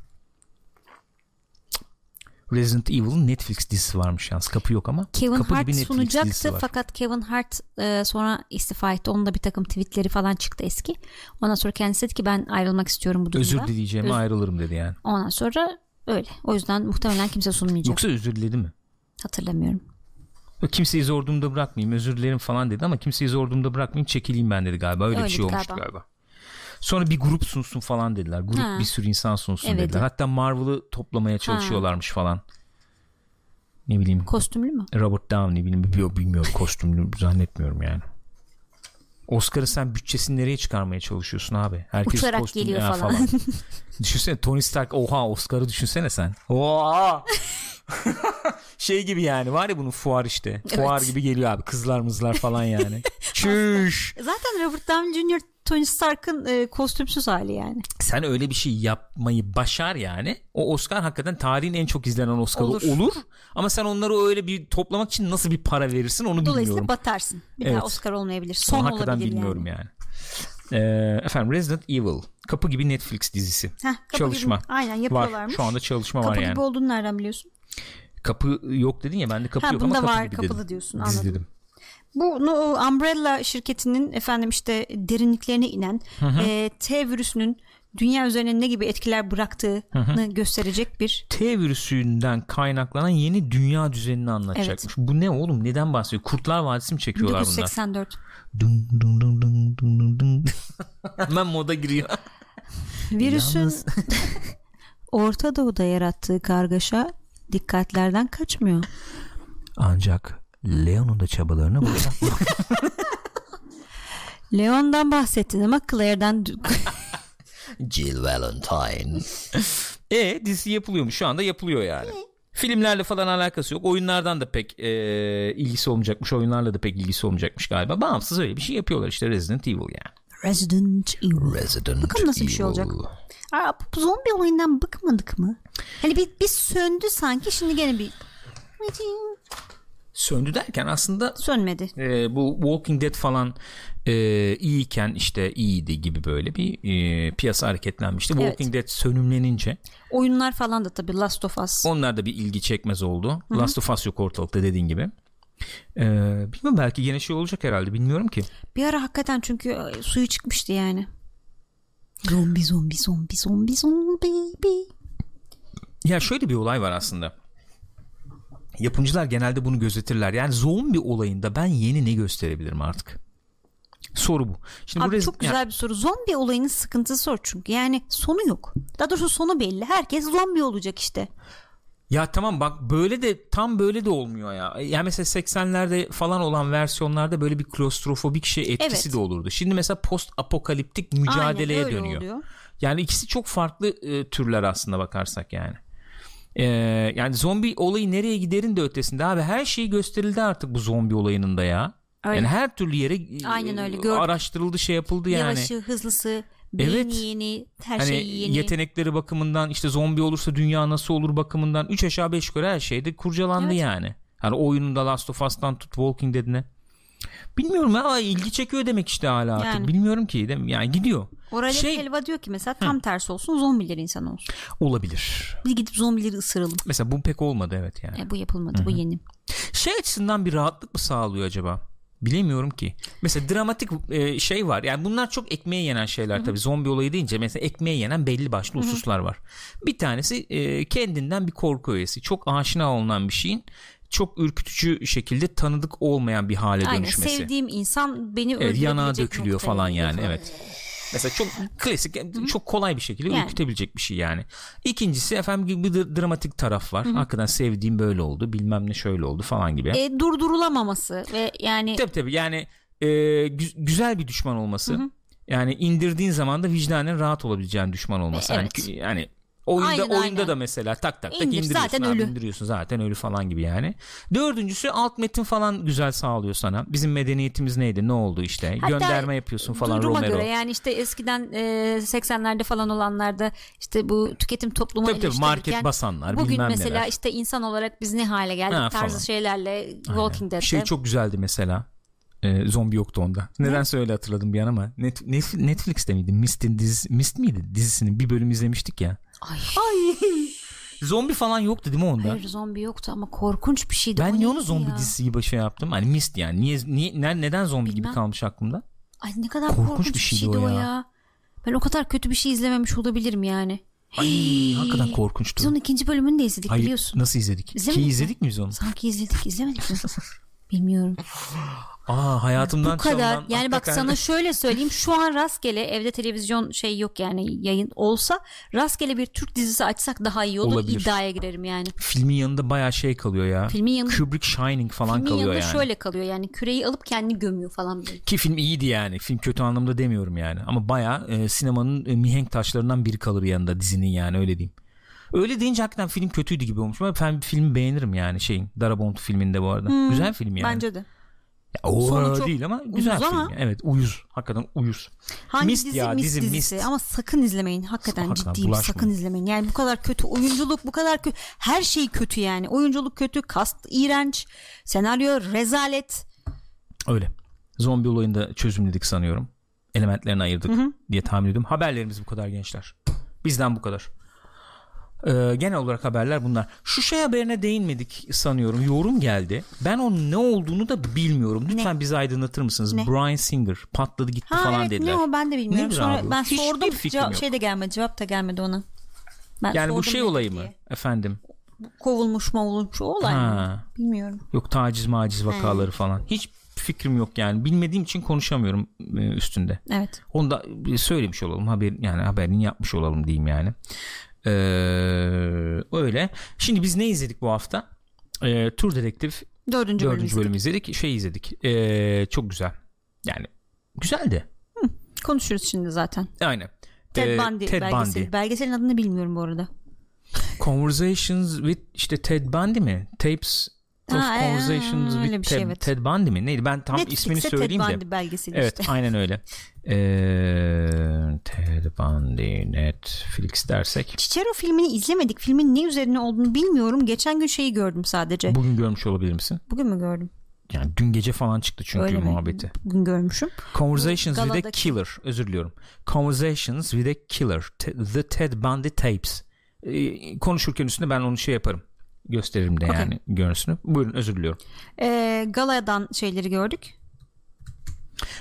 Speaker 1: Resident Evil'ın Netflix dizisi varmış yalnız. Kapı yok ama.
Speaker 2: Kevin
Speaker 1: kapı
Speaker 2: Hart
Speaker 1: gibi Netflix dizisi
Speaker 2: sunacaktı
Speaker 1: var.
Speaker 2: fakat Kevin Hart e, sonra istifa etti. Onun da bir takım tweetleri falan çıktı eski. Ondan sonra kendisi dedi ki ben ayrılmak istiyorum bu durumda.
Speaker 1: Özür dileyeceğime
Speaker 2: Öz-
Speaker 1: ayrılırım dedi yani.
Speaker 2: Ondan sonra öyle. O yüzden muhtemelen kimse sunmayacak.
Speaker 1: Yoksa özür diledi mi?
Speaker 2: Hatırlamıyorum.
Speaker 1: Yok, Kimseyi zor durumda bırakmayayım özür dilerim falan dedi ama kimseyi zor durumda bırakmayayım çekileyim ben dedi galiba. Öyle, bir
Speaker 2: Öyle
Speaker 1: şey
Speaker 2: galiba.
Speaker 1: olmuştu galiba. Sonra bir grup sunsun falan dediler. Grup
Speaker 2: Ha.
Speaker 1: bir sürü insan sunsun
Speaker 2: Evet.
Speaker 1: dediler. Hatta Marvel'ı toplamaya çalışıyorlarmış falan. Ne bileyim
Speaker 2: Kostümlü mü?
Speaker 1: Robert Downey bilmiyorum, bilmiyorum kostümünü zannetmiyorum yani. Oscar'ı sen bütçesini nereye çıkarmaya çalışıyorsun abi? Herkes
Speaker 3: Uçarak
Speaker 1: kostüm-
Speaker 3: geliyor
Speaker 1: Ya
Speaker 3: falan.
Speaker 1: düşünsene Tony Stark oha Oscar'ı düşünsene sen. Oha. şey gibi yani var ya bunun fuar işte. Fuar gibi geliyor abi kızlar mızlar falan yani. Çüş.
Speaker 2: Zaten Robert Downey Jr. Tony Stark'ın e, kostümsüz hali yani.
Speaker 1: Sen öyle bir şey yapmayı başar yani. O Oscar hakikaten tarihin en çok izlenen Oscar'ı
Speaker 2: Olur.
Speaker 1: olur. Ama sen onları öyle bir toplamak için nasıl bir para verirsin onu
Speaker 2: Dolayısıyla
Speaker 1: bilmiyorum.
Speaker 2: batarsın. Bir
Speaker 1: Evet.
Speaker 2: daha Oscar olmayabilir.
Speaker 1: Onu
Speaker 2: Son
Speaker 1: hakikaten
Speaker 2: olabilir
Speaker 1: bilmiyorum
Speaker 2: yani.
Speaker 1: yani. Ee, efendim Resident Evil. Kapı gibi Netflix dizisi.
Speaker 2: Heh, kapı gibi-
Speaker 1: Çalışma.
Speaker 2: aynen
Speaker 1: Var.
Speaker 2: yapıyorlarmış.
Speaker 1: Şu anda çalışma
Speaker 2: kapı
Speaker 1: var
Speaker 2: gibi
Speaker 1: yani.
Speaker 2: olduğunu nereden biliyorsun?
Speaker 1: Kapı yok dedin ya ben de kapı
Speaker 2: ha
Speaker 1: yok ama
Speaker 2: bunda
Speaker 1: kapı
Speaker 2: var
Speaker 1: gibi
Speaker 2: kapılı
Speaker 1: dedim.
Speaker 2: diyorsun
Speaker 1: Dizi
Speaker 2: anladım.
Speaker 1: dedim.
Speaker 2: Bu no, Umbrella şirketinin efendim işte derinliklerine inen e, T virüsünün dünya üzerine ne gibi etkiler bıraktığını gösterecek bir
Speaker 1: T virüsünden kaynaklanan yeni dünya düzenini anlatacakmış. Bu ne oğlum? Neden bahsediyor? Kurtlar Vadisi mi çekiyorlar bunlar?
Speaker 2: 1984.
Speaker 1: Dun dun dun dun dun dun dun. Hemen moda giriyor.
Speaker 2: Virüsün Orta Doğu'da yarattığı kargaşa dikkatlerden kaçmıyor.
Speaker 1: Ancak Leon'un da çabalarına burada.
Speaker 2: Leon'dan bahsettin ama Claire'den d-
Speaker 1: Jill Valentine. e dizi yapılıyormuş şu anda yapılıyor yani. Filmlerle falan alakası yok. Oyunlardan da pek e, ilgisi olmayacakmış. Oyunlarla da pek ilgisi olmayacakmış galiba. Bağımsız öyle bir şey yapıyorlar işte Resident Evil yani.
Speaker 2: Resident Evil.
Speaker 1: Resident
Speaker 2: Bakalım nasıl bir şey olacak. Aa, bu zombi olayından bıkmadık mı? Hani bir, bir söndü sanki şimdi gene bir
Speaker 1: Söndü derken aslında
Speaker 2: sönmedi.
Speaker 1: e, bu Walking Dead falan e, iyiyken işte iyiydi gibi böyle bir e, piyasa hareketlenmişti.
Speaker 2: Evet.
Speaker 1: Walking Dead sönümlenince
Speaker 2: Oyunlar falan da tabii Last of Us.
Speaker 1: Onlar da bir ilgi çekmez oldu. Last of Us yok ortalıkta dediğin gibi. Ee, bilmiyorum belki gene şey olacak herhalde bilmiyorum ki.
Speaker 2: Bir ara hakikaten çünkü e, suyu çıkmıştı yani. Zombi zombi zombi zombi zombi.
Speaker 1: Ya şöyle bir olay var aslında. Yapımcılar genelde bunu gözetirler. Yani zombi olayında ben yeni ne gösterebilirim artık? Soru bu. Şimdi
Speaker 2: Abi
Speaker 1: bu rez-
Speaker 2: çok
Speaker 1: ya-
Speaker 2: güzel bir soru. Zombi olayının sıkıntısı o çünkü. Yani sonu yok. Daha doğrusu sonu belli. Herkes zombi olacak işte.
Speaker 1: Ya tamam bak böyle de tam böyle de olmuyor ya. Ya mesela 80'lerde falan olan versiyonlarda böyle bir klostrofobik şey etkisi
Speaker 2: Evet.
Speaker 1: de olurdu. Şimdi mesela post apokaliptik mücadeleye
Speaker 2: Aynen öyle
Speaker 1: dönüyor.
Speaker 2: oluyor.
Speaker 1: Yani ikisi çok farklı e, türler aslında bakarsak yani. E, yani zombi olayı nereye giderin de ötesinde abi her şey gösterildi artık bu zombi olayının da ya.
Speaker 2: Öyle.
Speaker 1: Yani her türlü yere e,
Speaker 2: Aynen öyle, gördük.
Speaker 1: araştırıldı şey yapıldı yani.
Speaker 2: Yavaşı, hızlısı, beyni
Speaker 1: Evet.
Speaker 2: yeni, her
Speaker 1: Hani
Speaker 2: şey yeni.
Speaker 1: yetenekleri bakımından işte zombi olursa dünya nasıl olur bakımından 3 aşağı 5 yukarı her şeyde kurcalandı
Speaker 2: Evet.
Speaker 1: yani. Hani oyununda Last of Us'tan tut Walking Dead'ine. Bilmiyorum ama ilgi çekiyor demek işte hala artık.
Speaker 2: Yani.
Speaker 1: Bilmiyorum ki değil mi? Yani gidiyor.
Speaker 2: Oral
Speaker 1: şey-
Speaker 2: Helva diyor ki mesela tam tersi olsun zombiler insan olsun.
Speaker 1: Olabilir.
Speaker 2: Biz gidip zombileri ısıralım.
Speaker 1: Mesela bu pek olmadı evet yani.
Speaker 2: E, bu yapılmadı bu yeni.
Speaker 1: Şey açısından bir rahatlık mı sağlıyor acaba? Bilemiyorum ki. Mesela dramatik e, şey var. Yani bunlar çok ekmeğe yenen şeyler tabii. Zombi olayı deyince mesela ekmeğe yenen belli başlı hususlar var. Bir tanesi e, kendinden bir korku öğesi. Çok aşina olunan bir şeyin çok ürkütücü şekilde tanıdık olmayan bir hale
Speaker 2: Aynen
Speaker 1: dönüşmesi.
Speaker 2: sevdiğim insan beni
Speaker 1: Evet,
Speaker 2: öldürebilecek
Speaker 1: yanağa dökülüyor
Speaker 2: noktaya
Speaker 1: falan
Speaker 2: geliyor
Speaker 1: yani evet. Mesela çok klasik çok kolay bir şekilde
Speaker 2: Yani.
Speaker 1: ürkütebilecek bir şey yani. İkincisi efendim gibi bir dr- dramatik taraf var. Hakikaten sevdiğim böyle oldu bilmem ne şöyle oldu falan gibi.
Speaker 2: E, durdurulamaması ve yani
Speaker 1: Tabii tabii yani e, gü- güzel bir düşman olması. Yani indirdiğin zaman da vicdanen rahat olabileceğin düşman olması. Yani
Speaker 2: Evet.
Speaker 1: kü- Yani, oyunda
Speaker 2: Aynen,
Speaker 1: oyunda
Speaker 2: aynen.
Speaker 1: da mesela tak tak tak
Speaker 2: İndir,
Speaker 1: indiriyorsun.
Speaker 2: zaten
Speaker 1: abi,
Speaker 2: ölü.
Speaker 1: indiriyorsun zaten ölü falan gibi yani. Dördüncüsü alt metin falan güzel sağlıyor sana. Bizim medeniyetimiz neydi? Ne oldu işte?
Speaker 2: Hatta
Speaker 1: Gönderme yapıyorsun falan
Speaker 2: duruma
Speaker 1: Romero.
Speaker 2: göre yani işte eskiden e, 80'lerde falan olanlarda işte bu tüketim toplumu
Speaker 1: Tabii tabii
Speaker 2: eleştirirken
Speaker 1: market basanlar
Speaker 2: bugün
Speaker 1: bilmem
Speaker 2: mesela
Speaker 1: neler.
Speaker 2: işte insan olarak biz ne hale geldik
Speaker 1: Ha,
Speaker 2: tarzı
Speaker 1: falan.
Speaker 2: şeylerle Walking Dead'de
Speaker 1: Şey çok güzeldi mesela. Ee, zombi yoktu onda. Nedense öyle hatırladım bir an ama. Net, Net- Netflix'te miydi? Mist'in diz, Mist miydi? Dizisinin bir bölüm izlemiştik ya.
Speaker 2: Ay.
Speaker 1: Zombi falan yoktu değil mi onda?
Speaker 2: Hayır zombi yoktu ama korkunç bir şeydi. O
Speaker 1: Ben niye onu
Speaker 2: neydi
Speaker 1: zombi
Speaker 2: ya?
Speaker 1: dizisi gibi şey yaptım? Hani mist yani. Niye, niye ne- neden zombi
Speaker 2: Bilmem.
Speaker 1: gibi kalmış aklımda?
Speaker 2: Ay ne kadar korkunç,
Speaker 1: Korkunç
Speaker 2: bir şeydi, o ya. Ben o kadar kötü bir şey izlememiş olabilirim yani.
Speaker 1: Ay,
Speaker 2: Hey.
Speaker 1: hakikaten korkunçtu.
Speaker 2: Biz onun ikinci bölümünü de izledik
Speaker 1: Hayır,
Speaker 2: biliyorsun.
Speaker 1: nasıl izledik?
Speaker 2: İzlemedik
Speaker 1: Ki
Speaker 2: mi?
Speaker 1: izledik miyiz onu?
Speaker 2: Sanki izledik izlemedik mi? Bilmiyorum.
Speaker 1: Aa hayatımdan
Speaker 2: Bu kadar.
Speaker 1: çalınan-
Speaker 2: Yani bak
Speaker 1: hakikaten-
Speaker 2: sana şöyle söyleyeyim. Şu an rastgele evde televizyon şey yok yani yayın olsa rastgele bir Türk dizisi açsak daha iyi olur.
Speaker 1: Olabilir.
Speaker 2: İddiaya girerim yani.
Speaker 1: filmin yanında bayağı şey kalıyor ya.
Speaker 2: Filmin yanında
Speaker 1: Kubrick Shining falan
Speaker 2: filmin
Speaker 1: kalıyor
Speaker 2: yanında
Speaker 1: yani.
Speaker 2: şöyle kalıyor yani küreyi alıp kendini gömüyor falan böyle.
Speaker 1: Ki film iyiydi yani. Film kötü anlamda demiyorum yani. Ama bayağı e, sinemanın e, mihenk taşlarından biri kalır yanında dizinin yani öyle diyeyim. Öyle deyince hakikaten film kötüydü gibi olmuş. Ama ben filmi beğenirim yani şeyin. Darabont filminde bu arada. Güzel film yani.
Speaker 2: Hmm, Bence de.
Speaker 1: Ya, o
Speaker 2: Sonu çok
Speaker 1: değil ama güzel
Speaker 2: uyuz
Speaker 1: film.
Speaker 2: ama-
Speaker 1: yani. Evet uyuz. Hakikaten uyuz.
Speaker 2: Hangi
Speaker 1: Mist
Speaker 2: dizi?
Speaker 1: ya,
Speaker 2: Mist
Speaker 1: dizi
Speaker 2: dizisi.
Speaker 1: Mist.
Speaker 2: Ama sakın izlemeyin. Hakikaten
Speaker 1: Hakikaten
Speaker 2: ciddiyim.
Speaker 1: bulaşmayın.
Speaker 2: Sakın izlemeyin. Yani bu kadar kötü oyunculuk, bu kadar kötü. Her şey kötü yani. Oyunculuk kötü, kast iğrenç, senaryo rezalet.
Speaker 1: Öyle. Zombi olayını da çözümledik sanıyorum. Elementlerini ayırdık diye tahmin ediyorum. Haberlerimiz bu kadar gençler. Bizden bu kadar. Ee, genel olarak haberler bunlar. Şu şey haberine değinmedik sanıyorum. Yorum geldi. Ben onun ne olduğunu da bilmiyorum. Lütfen bizi aydınlatır mısınız?
Speaker 2: Ne?
Speaker 1: Brian Singer patladı gitti
Speaker 2: Ha
Speaker 1: falan
Speaker 2: evet
Speaker 1: dediler.
Speaker 2: ne o ben de bilmiyorum.
Speaker 1: Nedir
Speaker 2: Sonra
Speaker 1: abi o?
Speaker 2: ben
Speaker 1: Hiçbir
Speaker 2: sordum.
Speaker 1: fikrim
Speaker 2: cevap-
Speaker 1: yok.
Speaker 2: şey de gelmedi. Cevap da gelmedi ona. Ben
Speaker 1: yani bu
Speaker 2: sordum
Speaker 1: şey
Speaker 2: ne
Speaker 1: olayı mı?
Speaker 2: diye.
Speaker 1: Efendim.
Speaker 2: Kovulmuş mavulmuş o olay mı?
Speaker 1: Ha.
Speaker 2: Bilmiyorum.
Speaker 1: Yok taciz maciz vakaları falan. Hiç fikrim yok yani. Bilmediğim için konuşamıyorum e, üstünde.
Speaker 2: Evet.
Speaker 1: Onu da bir söylemiş olalım haber yani haberini yapmış olalım diyeyim yani. Ee, öyle. Şimdi biz ne izledik bu hafta? Ee, Tur Dedektif
Speaker 2: Dördüncü,
Speaker 1: dördüncü
Speaker 2: bölüm.
Speaker 1: bölümü izledik. Şey izledik. Ee, çok güzel. Yani güzeldi.
Speaker 2: Konuşuruz şimdi zaten.
Speaker 1: Aynen.
Speaker 2: Ted
Speaker 1: Ee,
Speaker 2: Bundy
Speaker 1: Ted
Speaker 2: belgeseli.
Speaker 1: Bundy.
Speaker 2: Belgeselin adını bilmiyorum bu arada.
Speaker 1: Conversations with işte Ted Bundy mi? Tapes of
Speaker 2: Ha, ee,
Speaker 1: Conversations
Speaker 2: öyle
Speaker 1: with
Speaker 2: bir şey,
Speaker 1: Ted,
Speaker 2: evet.
Speaker 1: Ted Bundy mi? Neydi? Ben tam ismini
Speaker 2: Netflix'te
Speaker 1: söyleyeyim
Speaker 2: Ted
Speaker 1: de.
Speaker 2: Bundy belgeseli
Speaker 1: Evet
Speaker 2: işte.
Speaker 1: aynen öyle. Ee, Ted Bundy Netflix dersek
Speaker 2: Cicero filmini izlemedik. Filmin ne üzerine olduğunu bilmiyorum. Geçen gün şeyi gördüm sadece.
Speaker 1: bugün görmüş olabilir misin?
Speaker 2: Bugün mü gördüm?
Speaker 1: Yani dün gece falan çıktı çünkü
Speaker 2: Öyle mi?
Speaker 1: muhabbeti.
Speaker 2: Bugün görmüşüm.
Speaker 1: Conversations with a
Speaker 2: galadaki-
Speaker 1: Killer. Özür diliyorum. Conversations with a Killer. Te- The Ted Bundy Tapes. Ee, konuşurken üstünde ben onu şey yaparım. Gösteririm de
Speaker 2: Okey.
Speaker 1: yani görüntüsünü. Buyurun özür diliyorum.
Speaker 2: Ee, galadan şeyleri gördük.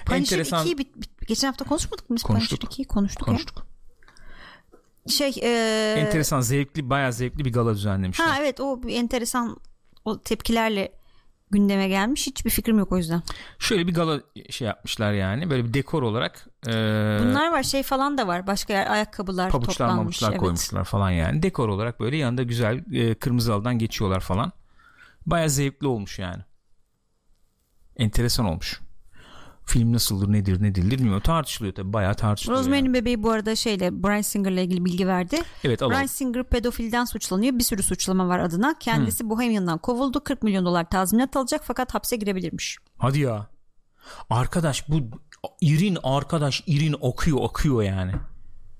Speaker 2: Punisher
Speaker 1: Enteresan-
Speaker 2: 2'yi bit- bit- geçen hafta konuşmadık mı biz?
Speaker 1: Konuştuk.
Speaker 2: Punisher 2'yi konuştuk,
Speaker 1: Konuştuk.
Speaker 2: ya. Şey, ee,
Speaker 1: Enteresan zevkli bayağı zevkli bir gala düzenlemişler.
Speaker 2: ha evet o bir enteresan o tepkilerle gündeme gelmiş. Hiçbir fikrim yok o yüzden.
Speaker 1: Şöyle bir gala şey yapmışlar yani. Böyle bir dekor olarak. ee,
Speaker 2: Bunlar var şey falan da var. Başka yer ayakkabılar
Speaker 1: pabuçlar
Speaker 2: toplanmış.
Speaker 1: mamuçlar
Speaker 2: evet.
Speaker 1: koymuşlar falan yani. Dekor olarak böyle yanında güzel e, kırmızı aldan geçiyorlar falan. Baya zevkli olmuş yani. Enteresan olmuş. Film nasıldır nedir ne değildir bilmiyorum. Tartışılıyor tabii bayağı tartışılıyor. yani.
Speaker 2: Rosemary'nin bebeği bu arada şeyle Brian Singer'la ilgili bilgi verdi.
Speaker 1: Evet alalım.
Speaker 2: Brian Singer pedofilden suçlanıyor. Bir sürü suçlama var adına. Kendisi Bohemian'dan kovuldu. 40 milyon dolar tazminat alacak fakat hapse girebilirmiş.
Speaker 1: Hadi ya. Arkadaş bu irin arkadaş irin akıyor akıyor yani.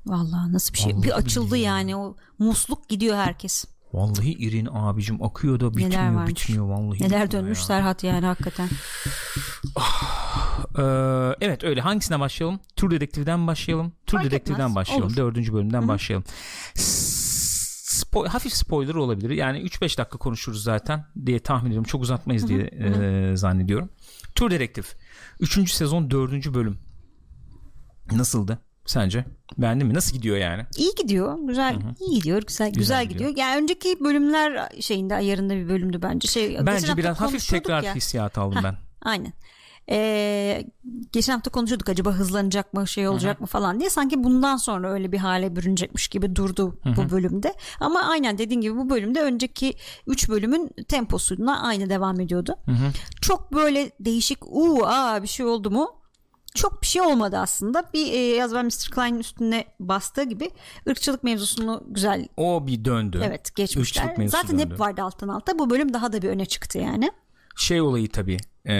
Speaker 2: Vallahi nasıl bir şey.
Speaker 1: Vallahi
Speaker 2: bir açıldı yani o musluk gidiyor herkes.
Speaker 1: Vallahi irin abicim akıyor da
Speaker 2: Neler
Speaker 1: bitmiyor
Speaker 2: varmış.
Speaker 1: bitmiyor vallahi. bitmiyor
Speaker 2: Neler dönmüş
Speaker 1: ya.
Speaker 2: Serhat yani hakikaten.
Speaker 1: Ee, evet öyle hangisinden başlayalım? Tur dedektiften başlayalım. Tur
Speaker 2: Fark
Speaker 1: dedektiften
Speaker 2: etmez,
Speaker 1: başlayalım.
Speaker 2: olur.
Speaker 1: Dördüncü bölümden başlayalım. S- spo- hafif spoiler olabilir. Yani 3-5 dakika konuşuruz zaten diye tahmin ediyorum. Çok uzatmayız diye e, zannediyorum. Tur dedektif. Üçüncü sezon dördüncü bölüm. Nasıldı sence? Beğendin mi? Nasıl gidiyor yani?
Speaker 2: İyi gidiyor. Güzel iyi gidiyor. Güzel güzel,
Speaker 1: Güzel
Speaker 2: gidiyor. Yani önceki bölümler şeyinde ayarında bir bölümdü bence. Şey geçen
Speaker 1: Bence
Speaker 2: hafta
Speaker 1: biraz hafif
Speaker 2: konuşuyorduk
Speaker 1: tekrar
Speaker 2: ya.
Speaker 1: hissiyatı aldım ben.
Speaker 2: Aynen. Ee, geçen hafta konuşuyorduk acaba hızlanacak mı şey olacak mı falan diye sanki bundan sonra öyle bir hale bürünecekmiş gibi durdu bu bölümde ama aynen dediğin gibi bu bölümde önceki 3 bölümün temposuna aynı devam ediyordu
Speaker 1: hı.
Speaker 2: çok böyle değişik uu aa bir şey oldu mu çok bir şey olmadı aslında bir e, az evvel Mr. Klein'in üstüne bastığı gibi ırkçılık mevzusunu güzel
Speaker 1: O bir döndü.
Speaker 2: evet geçmişler
Speaker 1: Irkçılık mevzusu
Speaker 2: zaten
Speaker 1: döndü.
Speaker 2: hep vardı alttan alta bu bölüm daha da bir öne çıktı yani
Speaker 1: Şey olayı tabii. e,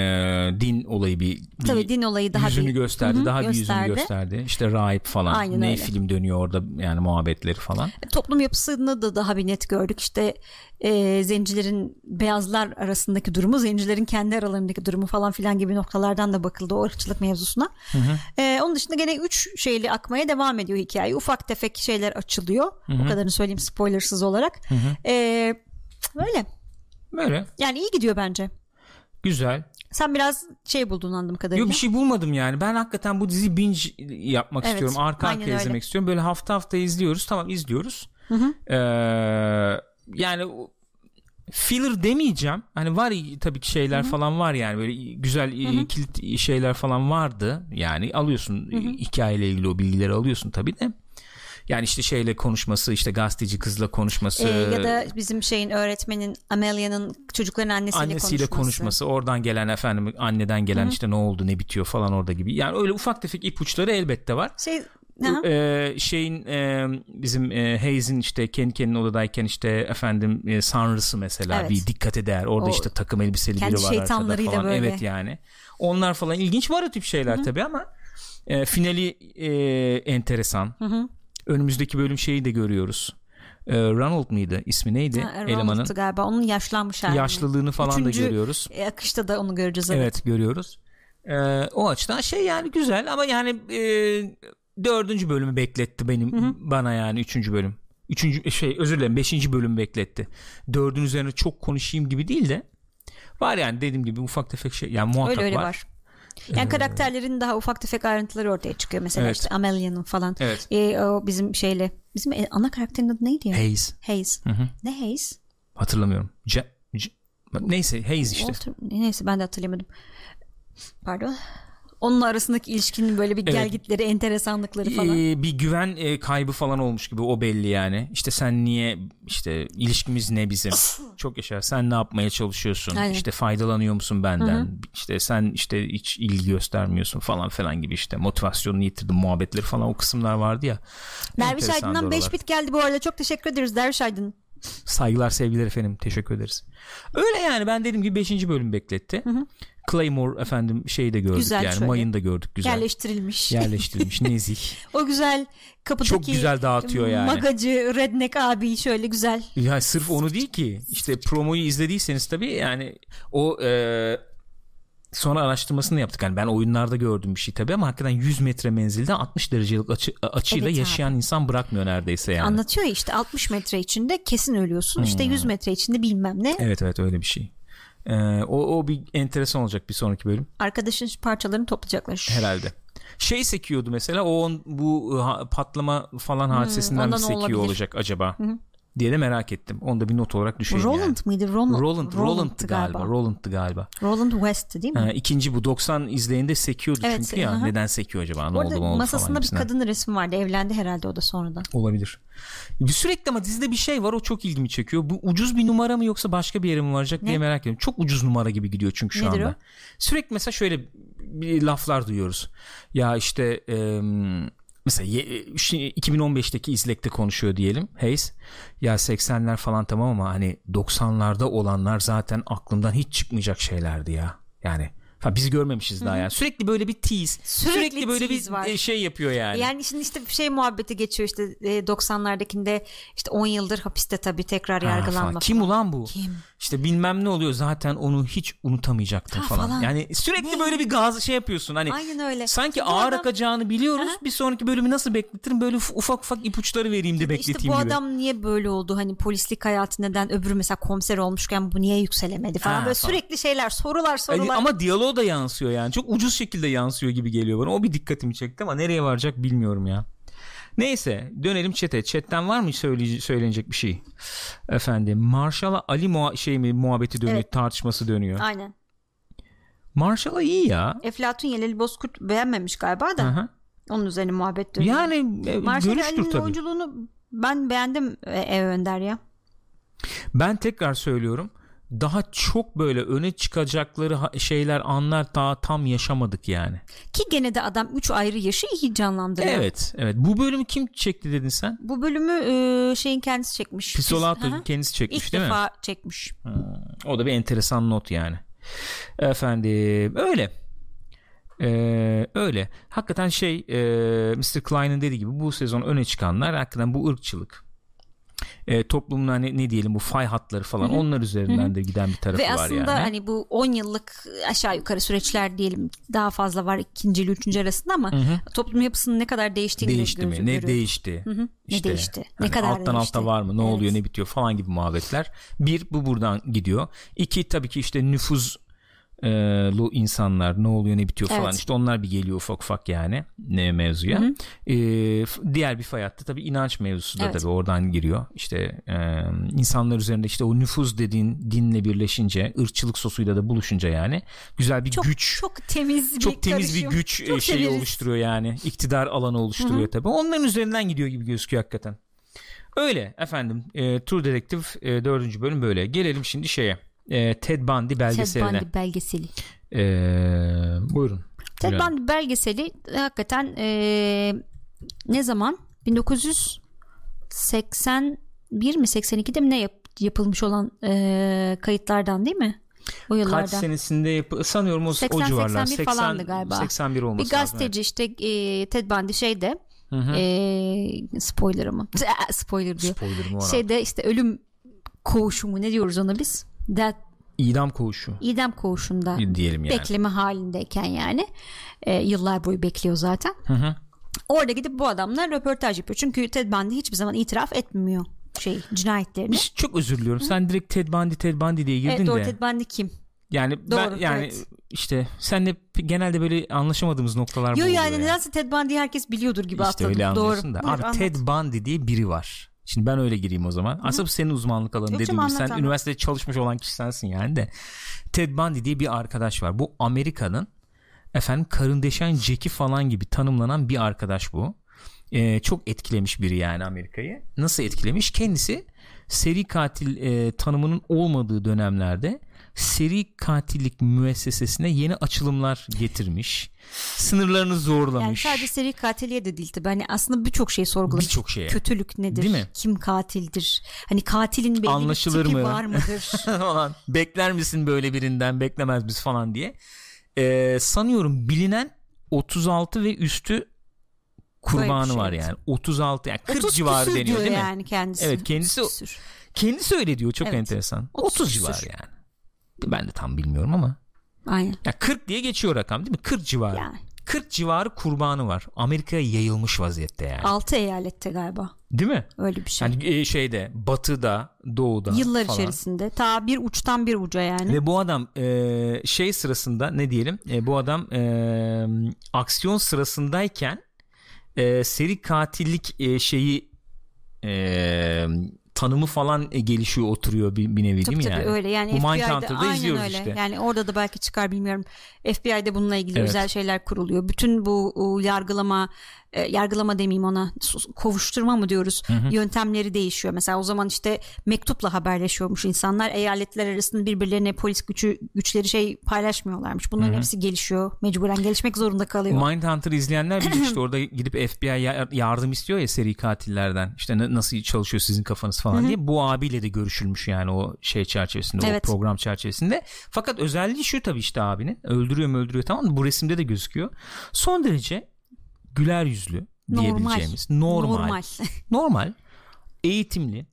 Speaker 1: din olayı bir, bir
Speaker 2: tabii din olayı daha
Speaker 1: yüzünü
Speaker 2: bir
Speaker 1: gösterdi.
Speaker 2: Hı hı,
Speaker 1: daha bir yüzünü gösterdi. İşte rahip falan.
Speaker 2: Aynen
Speaker 1: ne
Speaker 2: öyle.
Speaker 1: film dönüyor orada yani muhabbetleri falan.
Speaker 2: toplum yapısını da daha bir net gördük. İşte e, zencilerin beyazlar arasındaki durumu, zencilerin kendi aralarındaki durumu falan filan gibi noktalardan da bakıldı o ırkçılık mevzusuna. E, onun dışında gene üç şeyli akmaya devam ediyor hikaye. Ufak tefek şeyler açılıyor. O kadarını söyleyeyim spoilersız olarak. E, öyle.
Speaker 1: Böyle
Speaker 2: Yani iyi gidiyor bence.
Speaker 1: güzel.
Speaker 2: Sen biraz şey buldun anladığım kadarıyla.
Speaker 1: Yok bir şey bulmadım yani. Ben hakikaten bu dizi binge yapmak
Speaker 2: Evet,
Speaker 1: istiyorum. Arka
Speaker 2: aynen
Speaker 1: arkaya
Speaker 2: öyle.
Speaker 1: izlemek istiyorum. Böyle hafta hafta izliyoruz. Tamam izliyoruz. Ee, yani o- filler demeyeceğim. Hani var i- tabii ki şeyler falan var yani böyle i- güzel i- kilit i- şeyler falan vardı. Yani alıyorsun i- hikayeyle ilgili o bilgileri alıyorsun tabii de. Yani işte şeyle konuşması, işte gazeteci kızla konuşması,
Speaker 2: Ee, ya da bizim şeyin öğretmenin Amelia'nın çocukların annesiyle,
Speaker 1: annesiyle konuşması.
Speaker 2: konuşması.
Speaker 1: oradan gelen efendim anneden gelen işte ne oldu, ne bitiyor falan orada gibi. Yani öyle ufak tefek ipuçları elbette var.
Speaker 2: Şey, aha.
Speaker 1: Ee, şeyin e, bizim e, Hayes'in işte kendi kendine odadayken işte efendim e, sanrısı mesela
Speaker 2: Evet.
Speaker 1: bir dikkat eder. Orada
Speaker 2: O
Speaker 1: işte takım elbiseli biri
Speaker 2: kendi
Speaker 1: var arkada
Speaker 2: şeytanlarıyla
Speaker 1: falan.
Speaker 2: böyle.
Speaker 1: Evet yani. Onlar falan ilginç var o tip şeyler tabii ama e, finali e, enteresan. Önümüzdeki bölüm şeyi de görüyoruz. E, Ronald mıydı? ismi neydi?
Speaker 2: Ha, Ronald'tı
Speaker 1: Elemanın
Speaker 2: galiba onun yaşlanmış halini.
Speaker 1: yaşlılığını falan
Speaker 2: Üçüncü-
Speaker 1: da görüyoruz.
Speaker 2: E, akışta da onu göreceğiz.
Speaker 1: Evet,
Speaker 2: Evet.
Speaker 1: görüyoruz. Ee, o açıdan şey yani güzel ama yani e, dördüncü bölümü bekletti benim bana yani üçüncü bölüm. Üçüncü şey özür dilerim beşinci bölümü bekletti. Dördün üzerine çok konuşayım gibi değil de var yani dediğim gibi ufak tefek şey yani muhakkak
Speaker 2: Öyle öyle
Speaker 1: var.
Speaker 2: var. Yani karakterlerin daha ufak tefek ayrıntıları ortaya çıkıyor. Mesela
Speaker 1: Evet.
Speaker 2: işte Amelia'nın falan.
Speaker 1: Evet.
Speaker 2: E, o bizim şeyle. Bizim e, ana karakterin adı neydi ya?
Speaker 1: Hayes
Speaker 2: Hayes.
Speaker 1: hı.
Speaker 2: Ne Hayes?
Speaker 1: hatırlamıyorum. Ce- ce- neyse Hayes işte.
Speaker 2: Walter- neyse ben de hatırlayamadım. Pardon. Onun arasındaki ilişkinin böyle bir
Speaker 1: Evet.
Speaker 2: gelgitleri, enteresanlıkları falan.
Speaker 1: Ee, bir güven e, kaybı falan olmuş gibi o belli yani. İşte sen niye işte ilişkimiz ne bizim? Çok yaşa. Sen ne yapmaya çalışıyorsun?
Speaker 2: Aynen.
Speaker 1: İşte faydalanıyor musun benden? İşte sen işte hiç ilgi göstermiyorsun falan filan gibi işte motivasyonunu yitirdin muhabbetleri falan o kısımlar vardı ya.
Speaker 2: Derviş
Speaker 1: Enteresandı
Speaker 2: Aydın'dan 5
Speaker 1: oralar.
Speaker 2: bit geldi bu arada. Çok teşekkür ederiz Derviş Aydın.
Speaker 1: Saygılar sevgiler efendim. Teşekkür ederiz. Öyle yani ben dediğim gibi 5. bölüm bekletti. Claymore efendim şeyi de gördük
Speaker 2: Güzel
Speaker 1: yani
Speaker 2: şöyle.
Speaker 1: mayını da gördük güzel.
Speaker 2: Yerleştirilmiş.
Speaker 1: Yerleştirilmiş nezih.
Speaker 2: o güzel kapıdaki
Speaker 1: Çok güzel dağıtıyor yani.
Speaker 2: Magacı, redneck abi şöyle güzel.
Speaker 1: Ya sırf onu değil ki. İşte promoyu izlediyseniz tabii yani o e, sonra araştırmasını yaptık. Yani ben oyunlarda gördüm bir şey tabii ama hakikaten 100 metre menzilde 60 derecelik açı, açıyla
Speaker 2: Evet abi.
Speaker 1: yaşayan insan bırakmıyor neredeyse yani. Hmm.
Speaker 2: Anlatıyor ya işte 60 metre içinde kesin ölüyorsun. İşte 100 metre içinde bilmem ne.
Speaker 1: Evet evet öyle bir şey. E, o, o bir enteresan olacak bir sonraki bölüm
Speaker 2: Arkadaşın parçalarını toplayacaklar.
Speaker 1: herhalde. Şey sekiyordu mesela o on, bu e, ha- patlama falan hadisesinden bir
Speaker 2: Hmm, ondan
Speaker 1: sekiyor
Speaker 2: olabilir.
Speaker 1: olacak acaba diye de merak ettim. Onu da bir not olarak düşüneyim
Speaker 2: Roland
Speaker 1: yani.
Speaker 2: mıydı? Roland,
Speaker 1: Roland, Roland'tı galiba. Roland'tı galiba.
Speaker 2: Roland West'ti değil mi?
Speaker 1: Ha, Ee, ikinci bu 90 izleyinde sekiyordu
Speaker 2: Evet,
Speaker 1: çünkü ya.
Speaker 2: aha.
Speaker 1: Neden sekiyor acaba? Ne
Speaker 2: Bu
Speaker 1: oldu,
Speaker 2: arada
Speaker 1: ne oldu falan
Speaker 2: masasında bir
Speaker 1: gibisinden.
Speaker 2: kadının resmi vardı. Evlendi herhalde o da sonradan.
Speaker 1: olabilir. Sürekli ama dizide bir şey var o çok ilgimi çekiyor. Bu ucuz bir numara mı yoksa başka bir yere mi varacak diye merak ediyorum. Çok ucuz numara gibi gidiyor çünkü şu
Speaker 2: Nedir
Speaker 1: anda.
Speaker 2: o?
Speaker 1: Sürekli mesela şöyle bir laflar duyuyoruz. Ya işte em, mesela ye- şey, 2015'teki izlekte konuşuyor diyelim Hayes. Ya 80'ler falan tamam ama hani 90'larda olanlar zaten aklımdan hiç çıkmayacak şeylerdi ya. Yani ha, biz görmemişiz daha ya. Sürekli böyle bir tease. Sürekli,
Speaker 2: Sürekli
Speaker 1: böyle bir
Speaker 2: tease var.
Speaker 1: e, şey yapıyor yani.
Speaker 2: Yani şimdi işte şey muhabbeti geçiyor işte e, 90'lardakinde işte 10 yıldır hapiste tabii tekrar
Speaker 1: Ha,
Speaker 2: yargılanma.
Speaker 1: falan. Kim ulan bu?
Speaker 2: Kim?
Speaker 1: İşte bilmem ne oluyor zaten onu hiç unutamayacaktım
Speaker 2: Ha,
Speaker 1: falan.
Speaker 2: falan.
Speaker 1: Yani sürekli böyle bir gaz şey yapıyorsun hani.
Speaker 2: Aynen öyle.
Speaker 1: Sanki
Speaker 2: Bu
Speaker 1: ağır
Speaker 2: adam-
Speaker 1: akacağını biliyoruz. Bir sonraki bölümü nasıl bekletirim? Böyle uf- ufak ufak ipuçları vereyim de
Speaker 2: İşte
Speaker 1: bekleteyim
Speaker 2: bu
Speaker 1: gibi.
Speaker 2: adam niye böyle oldu hani polislik hayatı neden öbürü mesela komiser olmuşken bu niye yükselemedi falan
Speaker 1: Ha,
Speaker 2: böyle
Speaker 1: falan.
Speaker 2: sürekli şeyler sorular
Speaker 1: Yani
Speaker 2: sorular.
Speaker 1: Hani ama diyaloğu da yansıyor yani. Çok ucuz şekilde yansıyor gibi geliyor bana. O bir dikkatimi çekti ama nereye varacak bilmiyorum ya. Neyse dönelim çete. Chatten var mı söyleye- söylenecek bir şey? Efendim Marshall'a Ali muha- şey mi muhabbeti dönüyor,
Speaker 2: Evet.
Speaker 1: tartışması dönüyor.
Speaker 2: Aynen.
Speaker 1: Marshall'a iyi ya.
Speaker 2: Eflatun Yeleli Bozkurt beğenmemiş galiba da
Speaker 1: Hı hı.
Speaker 2: onun üzerine muhabbet dönüyor.
Speaker 1: Yani e,
Speaker 2: Marshall
Speaker 1: görüştür
Speaker 2: Ali'nin
Speaker 1: tabii.
Speaker 2: oyunculuğunu ben beğendim e, Ev Önder ya.
Speaker 1: Ben tekrar söylüyorum. Daha çok böyle öne çıkacakları ha- şeyler anlar daha tam yaşamadık yani.
Speaker 2: Ki gene de adam 3 ayrı yaşı iyi canlandırıyor.
Speaker 1: Evet, evet. Bu bölümü kim çekti dedin sen?
Speaker 2: Bu bölümü e, şeyin kendisi çekmiş. Biz- Hı
Speaker 1: Pisolato
Speaker 2: hı.
Speaker 1: kendisi çekmiş
Speaker 2: İlk
Speaker 1: değil mi?
Speaker 2: defa çekmiş.
Speaker 1: O da bir enteresan not yani. Efendim, öyle. Ee, öyle. Hakikaten şey, e, Mr. Klein'in dediği gibi bu sezon öne çıkanlar hakikaten bu ırkçılık. E, toplumun hani ne diyelim bu fay hatları falan onlar üzerinden de giden bir tarafı
Speaker 2: Ve
Speaker 1: var
Speaker 2: aslında
Speaker 1: yani.
Speaker 2: hani bu 10 yıllık aşağı yukarı süreçler diyelim daha fazla var ikinci ile üçüncü arasında ama toplum yapısının ne kadar değiştiğini de
Speaker 1: değişti mi?
Speaker 2: gözü
Speaker 1: Ne
Speaker 2: görüyor.
Speaker 1: değişti? Hani
Speaker 2: hı. Ne değişti? Ne kadar
Speaker 1: alttan alta
Speaker 2: değişti?
Speaker 1: var mı? Ne
Speaker 2: Evet.
Speaker 1: oluyor? Ne bitiyor falan gibi muhabbetler. Bir bu buradan gidiyor. İki tabii ki işte nüfuz e, lu insanlar ne oluyor ne bitiyor falan
Speaker 2: Evet.
Speaker 1: işte onlar bir geliyor ufak ufak yani ne mevzuya. E, f- diğer bir fay hattı tabii inanç mevzusu da
Speaker 2: Evet.
Speaker 1: tabii oradan giriyor. İşte e, insanlar üzerinde işte o nüfuz dediğin dinle birleşince ırkçılık sosuyla da buluşunca yani güzel bir
Speaker 2: Çok
Speaker 1: güç
Speaker 2: çok temiz bir
Speaker 1: çok temiz bir
Speaker 2: karışım.
Speaker 1: güç
Speaker 2: Çok
Speaker 1: e, şeyi
Speaker 2: severiz.
Speaker 1: oluşturuyor yani. İktidar alanı oluşturuyor tabii. Onların üzerinden gidiyor gibi gözüküyor hakikaten. Öyle efendim. E, Tur Dedektif e, 4. bölüm böyle. Gelelim şimdi şeye. E, Ted Bundy belgeseline.
Speaker 2: Ted Bundy belgeseli.
Speaker 1: E, buyurun.
Speaker 2: Ted
Speaker 1: Hülya Hanım.
Speaker 2: Bundy belgeseli hakikaten e, ne zaman? 1981 mi 82'de mi ne yap- yapılmış olan e, kayıtlardan değil mi? O
Speaker 1: Kaç
Speaker 2: yıllardan.
Speaker 1: senesinde yap- sanıyorum o, o
Speaker 2: 80,
Speaker 1: civarlar.
Speaker 2: 81
Speaker 1: 80,
Speaker 2: falandı galiba.
Speaker 1: 81 olması
Speaker 2: Bir
Speaker 1: lazım.
Speaker 2: gazeteci işte e, Ted Bundy şeyde
Speaker 1: Hı hı.
Speaker 2: e, spoiler ama spoiler diyor.
Speaker 1: Evet. Spoiler bu arada.
Speaker 2: Şeyde işte ölüm koğuşumu ne diyoruz ona biz? Death,
Speaker 1: İdam koğuşu
Speaker 2: idam koğuşunda
Speaker 1: diyelim yani.
Speaker 2: bekleme halindeyken yani E, yıllar boyu bekliyor zaten.
Speaker 1: Hı hı.
Speaker 2: Orada gidip bu adamla röportaj yapıyor. Çünkü Ted Bundy hiçbir zaman itiraf etmiyor şey cinayetlerini.
Speaker 1: Bir- Çok özür diliyorum. Sen direkt Ted Bundy Ted Bundy diye girdin
Speaker 2: Evet doğru
Speaker 1: de.
Speaker 2: Ted Bundy kim?
Speaker 1: Yani
Speaker 2: Doğru,
Speaker 1: ben yani
Speaker 2: evet.
Speaker 1: işte senle p- genelde böyle anlaşamadığımız noktalar bu
Speaker 2: Yo
Speaker 1: oluyor
Speaker 2: yani nedense Ted Bundy'yi herkes biliyordur gibi
Speaker 1: İşte
Speaker 2: atladım.
Speaker 1: öyle anlıyorsun
Speaker 2: doğru.
Speaker 1: da.
Speaker 2: Buyur,
Speaker 1: Abi
Speaker 2: anlat.
Speaker 1: Ted Bundy diye biri var. Şimdi ben öyle gireyim o zaman. Aslında bu senin uzmanlık alanı
Speaker 2: Yok
Speaker 1: dediğim
Speaker 2: canım,
Speaker 1: gibi. Sen
Speaker 2: anlat, anlat.
Speaker 1: üniversitede çalışmış olan kişi sensin yani de. Ted Bundy diye bir arkadaş var. Bu Amerika'nın efendim karın deşen Jack'i falan gibi tanımlanan bir arkadaş bu. Ee, çok etkilemiş biri yani Amerika'yı. Nasıl etkilemiş? Kendisi seri katil e, tanımının olmadığı dönemlerde seri katillik müessesesine yeni açılımlar getirmiş. Sınırlarını
Speaker 2: Yani
Speaker 1: zorlamış.
Speaker 2: sadece seri katiliye de değil tabii. Hani aslında birçok şeyi sorgulamış.
Speaker 1: Birçok şey şeye.
Speaker 2: Kötülük nedir?
Speaker 1: Değil mi?
Speaker 2: Kim katildir? Hani katilin belli
Speaker 1: Anlaşılır
Speaker 2: bir tipi
Speaker 1: mı?
Speaker 2: var mıdır?
Speaker 1: falan bekler misin böyle birinden beklemez biz falan diye Ee, sanıyorum bilinen 36 ve üstü kurbanı
Speaker 2: Böyle bir şey,
Speaker 1: var
Speaker 2: evet.
Speaker 1: yani 36 yani 40
Speaker 2: 30
Speaker 1: civarı
Speaker 2: küsür
Speaker 1: deniyor
Speaker 2: diyor
Speaker 1: değil mi?
Speaker 2: yani kendisi.
Speaker 1: Evet, kendisi-
Speaker 2: Küsür.
Speaker 1: Kendisi öyle diyor çok
Speaker 2: Evet.
Speaker 1: enteresan. 30,
Speaker 2: 30
Speaker 1: civarı
Speaker 2: küsür.
Speaker 1: yani. Ben de tam bilmiyorum ama.
Speaker 2: Aynen.
Speaker 1: Ya 40 diye geçiyor rakam değil mi? 40 civarı.
Speaker 2: Yani.
Speaker 1: 40 civarı kurbanı var. Amerika'ya yayılmış vaziyette yani.
Speaker 2: 6 eyalette galiba
Speaker 1: Değil mi?
Speaker 2: öyle bir şey.
Speaker 1: Yani e, şeyde batıda, doğuda
Speaker 2: Yıllar
Speaker 1: falan.
Speaker 2: içerisinde ta bir uçtan bir uca yani.
Speaker 1: Ve bu adam e, şey sırasında ne diyelim e, bu adam e, aksiyon sırasındayken e, seri katillik e, şeyi e, tanımı falan e, gelişiyor oturuyor bir, bir nevi
Speaker 2: Tabii
Speaker 1: değil mi
Speaker 2: tabii
Speaker 1: yani?
Speaker 2: öyle yani
Speaker 1: Bu
Speaker 2: FBI'de
Speaker 1: Mindhunter'da
Speaker 2: aynen
Speaker 1: izliyoruz
Speaker 2: öyle.
Speaker 1: işte.
Speaker 2: Yani orada da belki çıkar bilmiyorum. FBI'de bununla ilgili
Speaker 1: Evet.
Speaker 2: özel şeyler kuruluyor. Bütün bu o, yargılama e, yargılama demeyeyim ona sus- kovuşturma mı diyoruz yöntemleri değişiyor. Mesela o zaman işte mektupla haberleşiyormuş insanlar. E, Eyaletler arasında birbirlerine polis gücü güçleri şey paylaşmıyorlarmış. Bunların hepsi gelişiyor. Mecburen gelişmek zorunda kalıyor.
Speaker 1: Mindhunter izleyenler bilir işte orada gidip FBI ya- yardım istiyor ya seri katillerden. İşte na- nasıl çalışıyor sizin kafanız falan diye. Bu abiyle de görüşülmüş yani o şey çerçevesinde,
Speaker 2: Evet.
Speaker 1: o program çerçevesinde. Fakat özelliği şu tabii işte abinin. Öldürüyor mu öldürüyor tamam mı? Bu resimde de gözüküyor. Son derece güler yüzlü
Speaker 2: Normal.
Speaker 1: diyebileceğimiz. Normal. Normal. Eğitimli.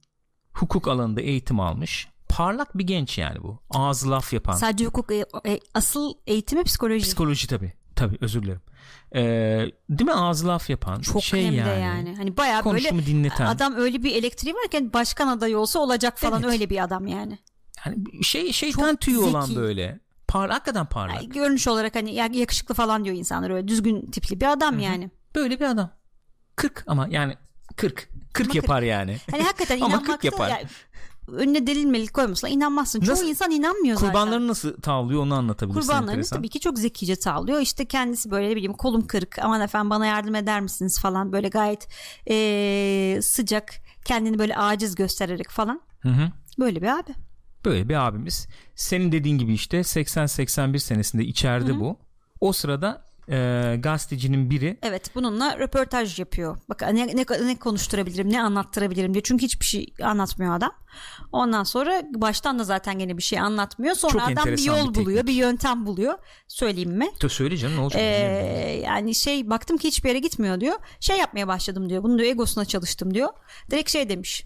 Speaker 1: Hukuk alanında eğitim almış. Parlak bir genç yani bu. Ağzı laf yapan.
Speaker 2: Sadece hukuk e, e, asıl eğitimi psikoloji.
Speaker 1: Psikoloji tabii. Tabii özür dilerim. Ee, değil mi ağzı laf yapan
Speaker 2: çok
Speaker 1: şey
Speaker 2: önemli
Speaker 1: yani.
Speaker 2: yani. Hani bayağı böyle
Speaker 1: Konuşumu dinleten.
Speaker 2: adam öyle bir elektriği varken başkan adayı olsa olacak falan
Speaker 1: Evet.
Speaker 2: öyle bir adam yani.
Speaker 1: yani şey şeytan
Speaker 2: çok
Speaker 1: tüyü olan
Speaker 2: zeki.
Speaker 1: böyle. Par hakikaten parlak.
Speaker 2: Yani görünüş olarak hani ya- yakışıklı falan diyor insanlar öyle düzgün tipli bir adam yani.
Speaker 1: Böyle bir adam. 40 ama yani 40. 40
Speaker 2: kırk.
Speaker 1: yapar yani.
Speaker 2: Hani hakikaten
Speaker 1: Ama
Speaker 2: inanmakta
Speaker 1: kırk yapar.
Speaker 2: yani önüne delilmelik koymuşlar inanmazsın. Çoğu
Speaker 1: Nasıl-
Speaker 2: insan inanmıyor zaten.
Speaker 1: Kurbanlarını nasıl tavlıyor onu anlatabilirsin.
Speaker 2: Kurbanlarını
Speaker 1: enteresan.
Speaker 2: tabii ki çok zekice tavlıyor. İşte kendisi böyle ne bileyim kolum kırık aman efendim bana yardım eder misiniz falan böyle gayet eee, sıcak kendini böyle aciz göstererek falan.
Speaker 1: Hı hı.
Speaker 2: Böyle bir abi.
Speaker 1: Böyle bir abimiz. Senin dediğin gibi işte 80-81 senesinde içeride bu. O sırada e, gazetecinin biri
Speaker 2: Evet bununla röportaj yapıyor. Bak ne, ne, ne konuşturabilirim ne anlattırabilirim diye. Çünkü hiçbir şey anlatmıyor adam. Ondan sonra baştan da zaten gene bir şey anlatmıyor. Sonra
Speaker 1: Çok
Speaker 2: adam bir
Speaker 1: enteresan bir
Speaker 2: yol
Speaker 1: teknik.
Speaker 2: buluyor bir yöntem buluyor. Söyleyeyim mi?
Speaker 1: Tö- söyle canım ne olacak?
Speaker 2: Ee, yani şey baktım ki hiçbir yere gitmiyor diyor. Şey yapmaya başladım diyor. Bunu diyor egosuna çalıştım diyor. Direkt şey demiş.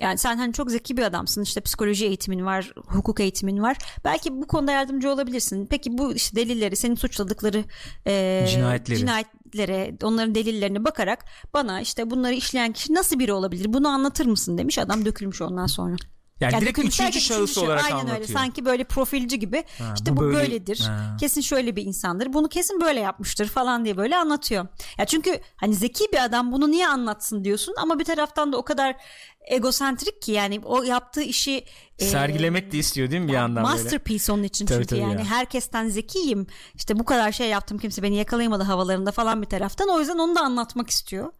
Speaker 2: Yani sen hani çok zeki bir adamsın işte psikoloji eğitimin var hukuk eğitimin var belki bu konuda yardımcı olabilirsin peki bu işte delilleri senin suçladıkları e,
Speaker 1: Cinayetleri.
Speaker 2: cinayetlere onların delillerine bakarak bana işte bunları işleyen kişi nasıl biri olabilir bunu anlatır mısın demiş adam dökülmüş ondan sonra
Speaker 1: Yani,
Speaker 2: Yani
Speaker 1: direkt
Speaker 2: hükümsel
Speaker 1: üçüncü
Speaker 2: gibi
Speaker 1: şahıs
Speaker 2: düşünmüşüm.
Speaker 1: olarak
Speaker 2: Aynen
Speaker 1: anlatıyor.
Speaker 2: öyle. Sanki böyle profilci gibi.
Speaker 1: Ha,
Speaker 2: işte
Speaker 1: bu
Speaker 2: bu,
Speaker 1: böyle-
Speaker 2: böyledir.
Speaker 1: Ha.
Speaker 2: Kesin şöyle bir insandır. Bunu kesin böyle yapmıştır falan diye böyle anlatıyor. Ya çünkü hani zeki bir adam bunu niye anlatsın diyorsun ama bir taraftan da o kadar egosentrik ki yani o yaptığı işi e,
Speaker 1: Sergilemek de istiyor değil mi bir yandan böyle?
Speaker 2: Masterpiece onun için
Speaker 1: Tabii,
Speaker 2: çünkü
Speaker 1: tabii
Speaker 2: yani
Speaker 1: ya.
Speaker 2: herkesten zekiyim. İşte bu kadar şey yaptım kimse beni yakalayamadı havalarında falan bir taraftan. O yüzden onu da anlatmak istiyor.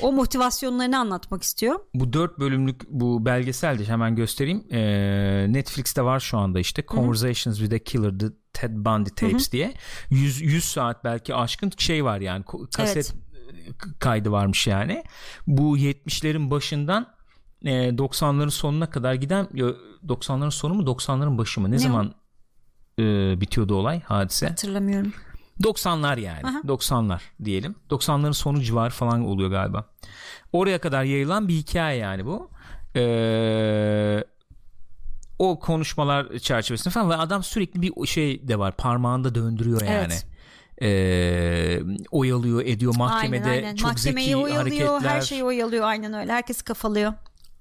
Speaker 2: O motivasyonlarını anlatmak istiyor.
Speaker 1: Bu dört bölümlük bu belgeseldi hemen göstereyim. Ee, Netflix'te var şu anda işte Conversations with a Killer The Ted Bundy Tapes diye. 100, 100 saat belki aşkın şey var yani ko- kaset
Speaker 2: Evet.
Speaker 1: e, k- kaydı varmış yani. Bu 70'lerin başından e, 90'ların sonuna kadar giden yo, 90'ların sonu mu 90'ların başı mı ne,
Speaker 2: Ne o?
Speaker 1: zaman e, bitiyordu olay hadise?
Speaker 2: Hatırlamıyorum.
Speaker 1: 90'lar yani.
Speaker 2: Aha.
Speaker 1: 90'lar diyelim. 90'ların sonu civarı falan oluyor galiba. Oraya kadar yayılan bir hikaye yani bu. Ee, o konuşmalar çerçevesinde falan ve adam sürekli bir şey de var. Parmağında döndürüyor yani.
Speaker 2: Evet.
Speaker 1: Ee, oyalıyor, ediyor mahkemede
Speaker 2: aynen, aynen.
Speaker 1: çok
Speaker 2: Mahkemeyi
Speaker 1: zeki
Speaker 2: oyalıyor,
Speaker 1: hareketler.
Speaker 2: her şeyi oyalıyor aynen öyle. Herkesi kafalıyor.